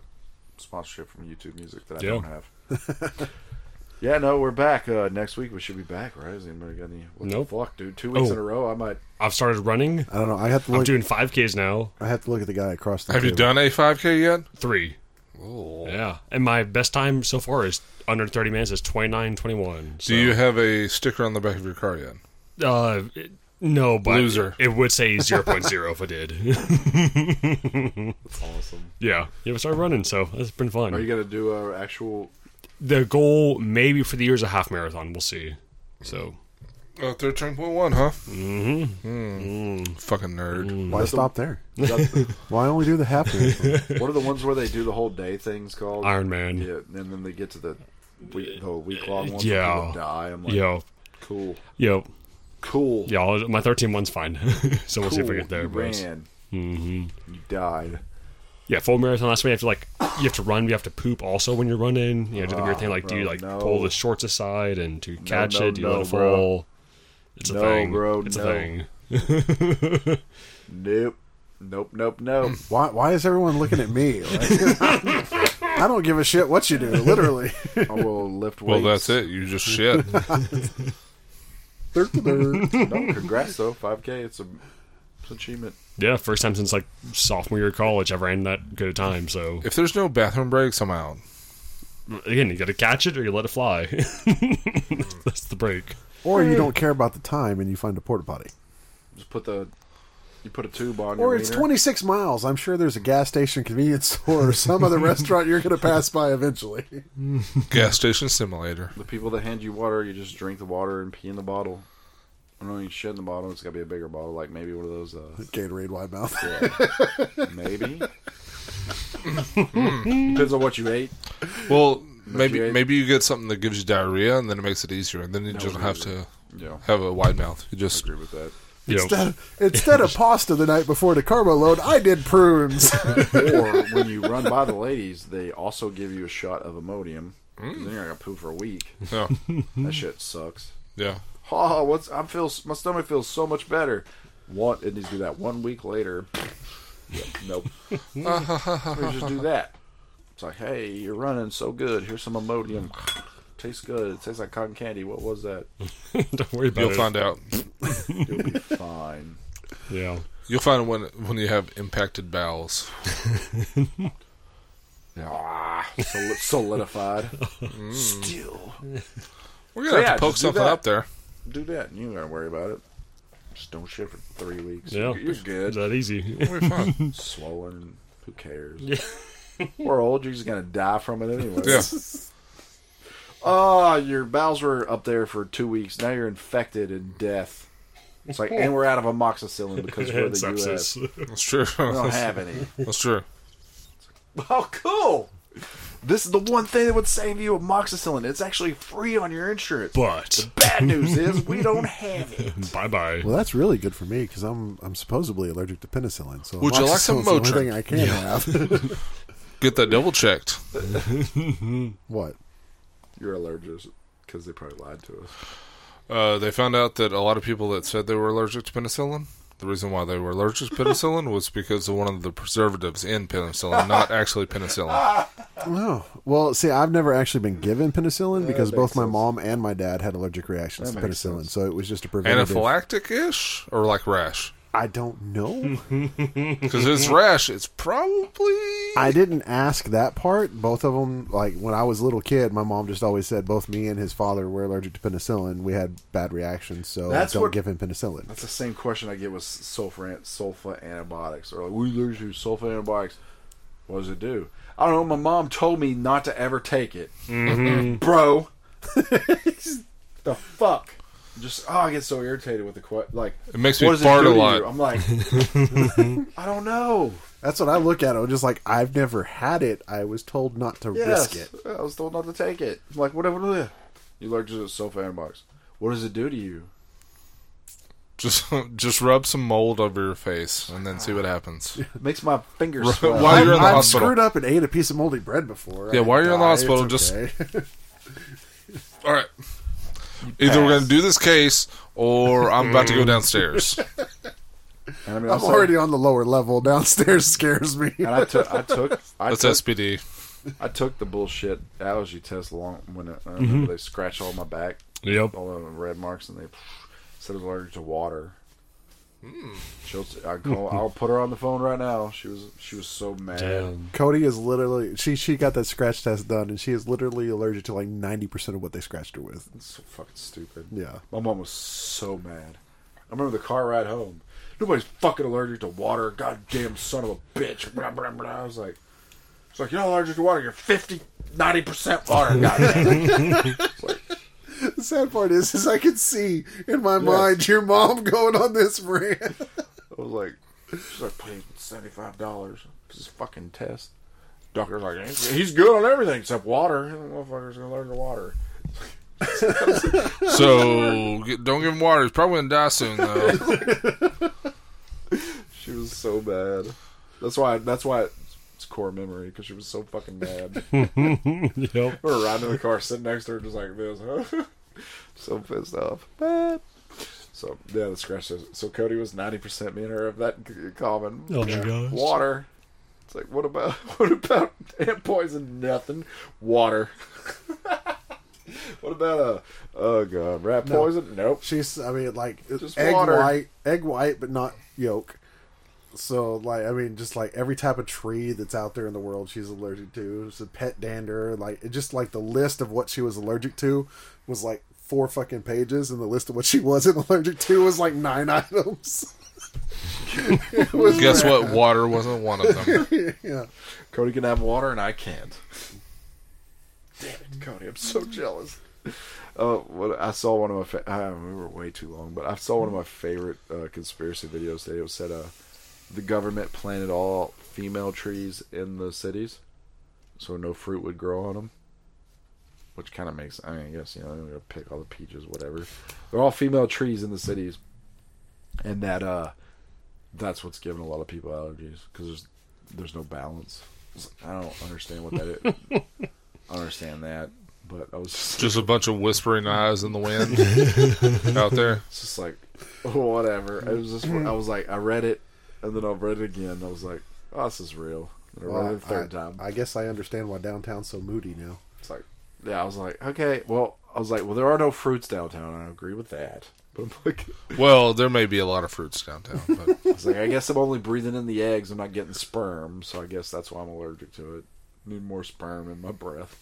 sponsorship from YouTube Music that I Yeah. don't have. yeah, no, we're back uh, next week. We should be back, right? Has anybody got any? What Nope. the fuck, dude? Two weeks Oh. in a row, I might. I've started running. I don't know. I have to I'm look. doing 5Ks now. I have to look at the guy across the. Have you table. done a 5K yet? Three. Yeah. And my best time so far is under 30 minutes is 29.21. So, Do you have a sticker on the back of your car yet? Uh, it- no, but Loser. it would say 0.0 if I did. That's awesome. yeah. Yeah, we started running, so that's been fun. Are you gonna do a actual? the goal maybe for the year is a half marathon. We'll see. So Oh, 13.1, huh? Mm-hmm. Fucking nerd. Why stop there? is that- Why only do the half? marathon? what are the ones where they do the whole day things called? Iron Man. Yeah, and then they get to the week, the week long ones. Yeah. Yeah, die. I'm like, Yo, cool, yo, cool. yo, my 13 one's fine. so we'll see if we get there. you bros. ran. Mm-hmm. You died. Yeah, full marathon last week. You have to like, you have to run. You have to poop also when you're running. You know, do the weird thing like, do you bro, like no. pull the shorts aside and to catch no, it? Do you no, let it bro. fall? It's a No, thing, bro, It's no. a thing. Nope. Nope. Nope. Nope. why? Why is everyone looking at me? Like, I don't give a shit what you do. Literally. I will lift Well, weights. that's it. You just shit. No, congrats though. 5K. It's a it's an achievement. Yeah, first time since like sophomore year of college, I ran that good a time. So if there's no bathroom breaks, I'm out. again, you got to catch it or you let it fly. That's the break. Or you don't care about the time and you find a porta potty. Just put the you put a tube on. Or your it's wiener. 26 miles. I'm sure there's a gas station, convenience store, or some other restaurant you're going to pass by eventually. Gas station simulator. The people that hand you water, you just drink the water and pee in the bottle. I don't even shit in the bottle. It's got to be a bigger bottle, like maybe one of those. Uh, Gatorade wide mouth. maybe. Depends on what you ate. Well, maybe you- maybe you get something that gives you diarrhea, and then it makes it easier, and then you just don't have to Yeah, have a wide mouth. You just agree with that. You know, Instead, instead of pasta the night before the carbo load, I did prunes. or when you run by the ladies, they also give you a shot of Imodium. 'cause Then you're not gonna poo for a week. yeah, That shit sucks. yeah. Oh, what's I feel my stomach feels so much better. What it needs to do that one week later. Yeah, nope. we just do that. It's like, hey, you're running so good. Here's some Imodium. Tastes good. It tastes like cotton candy. What was that? don't worry about You'll it. find out. You'll be fine. yeah. You'll find when when you have impacted bowels. Ah, sol- solidified. Mm. Still. We're gonna yeah, have to poke just do something that. up there. do that and you ain't gotta worry about it. Just don't shit for three weeks. Yeah. You're It's good. that easy. We're fine. Swollen. Who cares? We're old. You're just gonna die from it anyway. yeah. Oh, your bowels were up there for two weeks. Now you're infected and death. It's like, and we're out of amoxicillin because we're Head the U.S. sepsis. That's true. We don't That's, have any. true. Oh, cool. This is the one thing that would save you amoxicillin. It's actually free on your insurance. But Bad news is we don't have it. bye bye. well, that's really good for me because I'm I'm supposedly allergic to penicillin. So Would you like some amoxicillin's the only Motrin? thing I can have. Get that double checked. what? You're allergic because they probably lied to us. Uh, they found out that a lot of people that said they were allergic to penicillin The reason why they were allergic to penicillin was because of one of the preservatives in penicillin, not actually penicillin. Oh well, see, I've never actually been given penicillin because both my mom and my dad had allergic reactions to makes penicillin, so it was just a preventative. Anaphylactic ish or like rash? I don't know. Because if it's rash, it's probably. Mm-hmm. I didn't ask that part. Both of them, like when I was a little kid, my mom just always said both me and his father were allergic to penicillin. We had bad reactions, so That's don't what- give him penicillin. That's the same question I get with sulfur sulfa antibiotics, or like, we lose you sulfa antibiotics. What does it do? I don't know. My mom told me not to ever take it, Mm-hmm. bro. the fuck. Just oh, I get so irritated with the question. Like It makes me what does fart it a do to lot. you? I'm like, I don't know. That's what I look at. I'm just like, I've never had it. I was told not to Yes, risk it. I was told not to take it. I'm like whatever. whatever. You allergic to sulfa antibiotics. What does it do to you? Just just rub some mold over your face and then see what happens. It makes my fingers Right. swell. Why- I've, you're in the I've hospital. screwed up and ate a piece of moldy bread before. Yeah, I while you're in the die, hospital, it's just- okay. All right. Either we're going to do this case or I'm about to Mm. go downstairs. And I mean, I'm also- already on the lower level. Downstairs scares me. And I took, I took, I That's took SPD. I took the bullshit allergy test long when it, I remember they scratch all my back, Yep. all the red marks, and they said I was allergic to water. She'll, I call, I'll put her on the phone right now. She was she was so mad. Damn. Cody is literally she she got that scratch test done, and she is literally allergic to like ninety percent of what they scratched her with. It's so fucking stupid. Yeah. My mom was so mad. I remember the car ride home. Nobody's fucking allergic to water. Goddamn son of a bitch. Blah, blah, blah. I was like, it's like, you're not allergic to water. You're 50, 90% water. Goddamn. The sad part is, is I could see in my mind your mom going on this rant. I was like, she's like, please, seventy five dollars. This is a fucking test. Doctor's like, he's he's good on everything except water. The motherfucker's gonna learn to water. So get, don't give him water. He's probably going to die soon, though. She was so bad. That's why. That's why it's- it's core memory because she was so fucking mad. we Yep. were riding in the car, sitting next to her, just like this. so pissed off. Ah. So yeah, the scratch. says- So Cody was ninety percent. Me and her have that c- common. Oh my gosh. Water. It's like what about what about ant poison? Nothing. Water. what about uh oh god rat poison? Nope. She's, I mean, like Just egg water. white, egg white, but not yolk. So, like, I mean, just like every type of tree that's out there in the world, she's allergic to. It's a pet dander, like it just like the list of what she was allergic to was like four fucking pages, and the list of what she wasn't allergic to was like nine items. It was Guess bad. what? Water wasn't one of them. yeah, Cody can have water and I can't. Damn it, Cody! I'm so jealous. Oh, what I saw one of my fa- I, we were way too long, but I saw one of my favorite uh, conspiracy videos today. It said uh, the government planted all female trees in the cities, so no fruit would grow on them. Which kind of makes I mean, I guess you know they're gonna pick all the peaches, whatever. They're all female trees in the cities, and that uh, that's what's giving a lot of people allergies because there's there's no balance. It's like, I don't understand what that is. I don't understand that, but I was just Just a bunch of whispering eyes in the wind out there. It's just like whatever. It was just I was like I read it and then I read it again. and I was like, oh, this is real. And I read it Well, the third I, time. I guess I understand why downtown's so moody now. it's like yeah, I was like okay. Well, I was like, well, there are no fruits downtown. I agree with that. But I'm like, Well, there may be a lot of fruits downtown, but I was like, I guess I'm only breathing in the eggs. I'm not getting sperm, so I guess that's why I'm allergic to it. Need more sperm in my breath.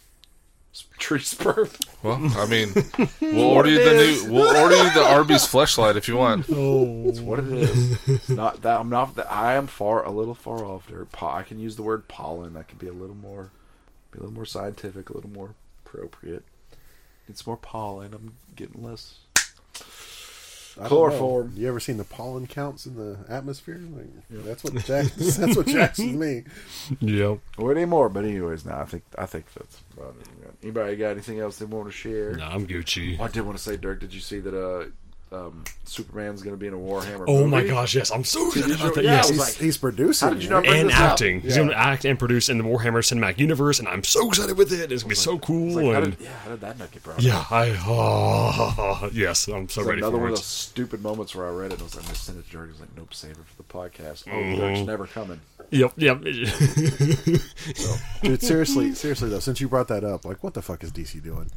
S- Tree sperm. well, I mean, we'll order you the new, we'll order you the Arby's flashlight if you want. It's what it is. It's not that I'm not that I am far a little far off there. Po- I can use the word pollen. I can be a little more, be a little more scientific, a little more appropriate. It's more pollen. I'm getting less. I don't Chloroform. know. You ever seen the pollen counts in the atmosphere? Like, That's what Jack. that's what Jackson me. Yep. Or anymore, but anyways, now I think I think that's about it. Anybody got anything else they want to share? Nah, I'm Gucci. Oh, I did want to say, Dirk, did you see that uh, um, Superman's going to be in a Warhammer. Oh movie. my gosh, yes. I'm so excited you about show- that. yeah, yes. I was He's, like- he's producing. How did you it. not bring and this up? acting. He's Yeah. going to act and produce in the Warhammer Cinematic Universe, and I'm so excited with it. It's going to be so cool. Like, how and- did, yeah, how did that not get brought up? yeah, I. Oh, yes, I'm so It's like ready another for one of it. those stupid moments where I read it and I was like, I'm going to send it to Dirk. He's like, nope, save it for the podcast. Oh, Dirk's Mm-hmm. never coming. Yep, yep. Dude, seriously, seriously though, since you brought that up, like, what the fuck is DC doing?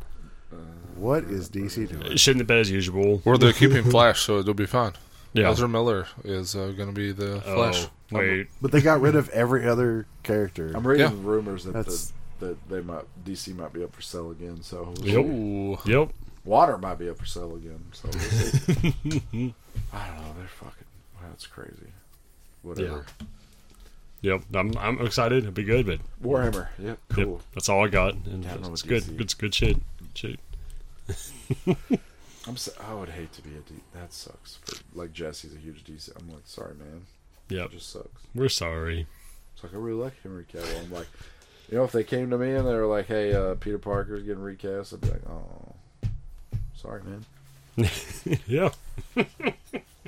What is DC doing? Shit in the bed as usual. Or they're keeping Flash, so it'll be fine. Yeah. Ezra Miller is uh, going to be the Flash. Oh, wait. But they got rid of every other character. I'm reading Yeah. rumors that That's- the, that they might DC might be up for sale again. So Yep. Ooh. Yep. water might be up for sale again. So we'll see. I don't know. They're fucking. That's crazy. Whatever. Yep. I'm, I'm excited. It'll be good, but Warhammer. Yep. yep, Cool. that's all I got. And Yeah, I don't know it's what good. DC. It's good shit. Shit. I'm. So, I would hate to be a D. That sucks. For, like Jesse's a huge DC. I'm like, sorry, man. Yep. It just sucks. We're sorry. It's like I really like Henry Cavill. I'm like, you know, if they came to me and they were like, hey, uh, Peter Parker's getting recast, I'd be like, oh, sorry, man. Yeah.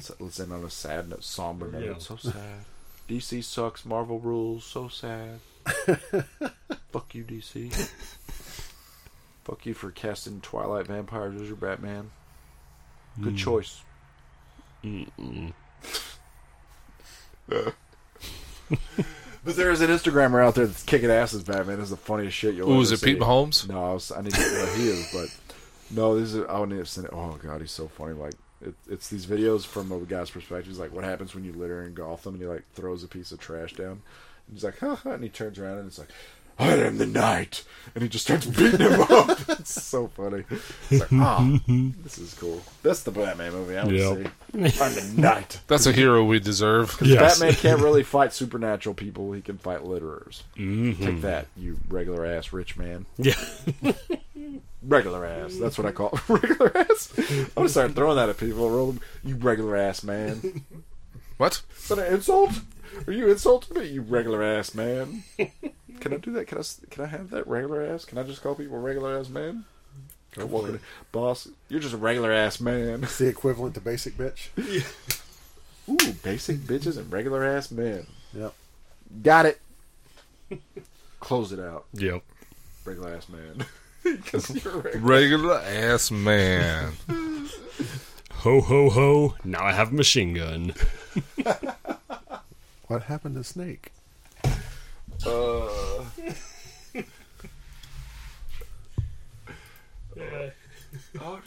So Let's end on a sad note, somber note. Yeah. So sad. DC sucks. Marvel rules. So sad. Fuck you, DC. Fuck you for casting Twilight vampires as your Batman. Mm. Good choice. but there is an Instagrammer out there that's kicking ass as Batman. Is the funniest shit you'll Ooh, ever is it see. Pete Mahomes? No, I, was, I need to know he is, but no, this is. I need to send it. Oh god, he's so funny. Like it, it's these videos from a guy's perspective. He's like, what happens when you litter in Gotham? And he like throws a piece of trash down. And he's like, huh, huh, and he turns around and it's like, I am the knight, and he just starts beating him up. It's so funny. It's like, ah, this is cool. That's the Batman movie I would Yep. see. I'm the knight. That's a hero we deserve. Yes. Batman can't really fight supernatural people. He can fight litterers. Mm-hmm. Take that, you regular ass rich man Yeah. regular ass. That's what I call it. regular ass. I'm gonna start throwing that at people. Roll them, you regular ass man. What? Is that an insult? Are you insulting me? You regular ass man. Can I do that? Can I? s- Can I have that regular ass? Can I just call people regular ass man? Come on, boss. You're just a regular ass man. It's the equivalent to basic bitch. Ooh, basic bitches and regular ass men. Yep. Got it. Close it out, Yep. regular ass man. Because you're a regular. Regular ass man. Ho ho ho. Now I have a machine gun. What happened to Snake? Oh no.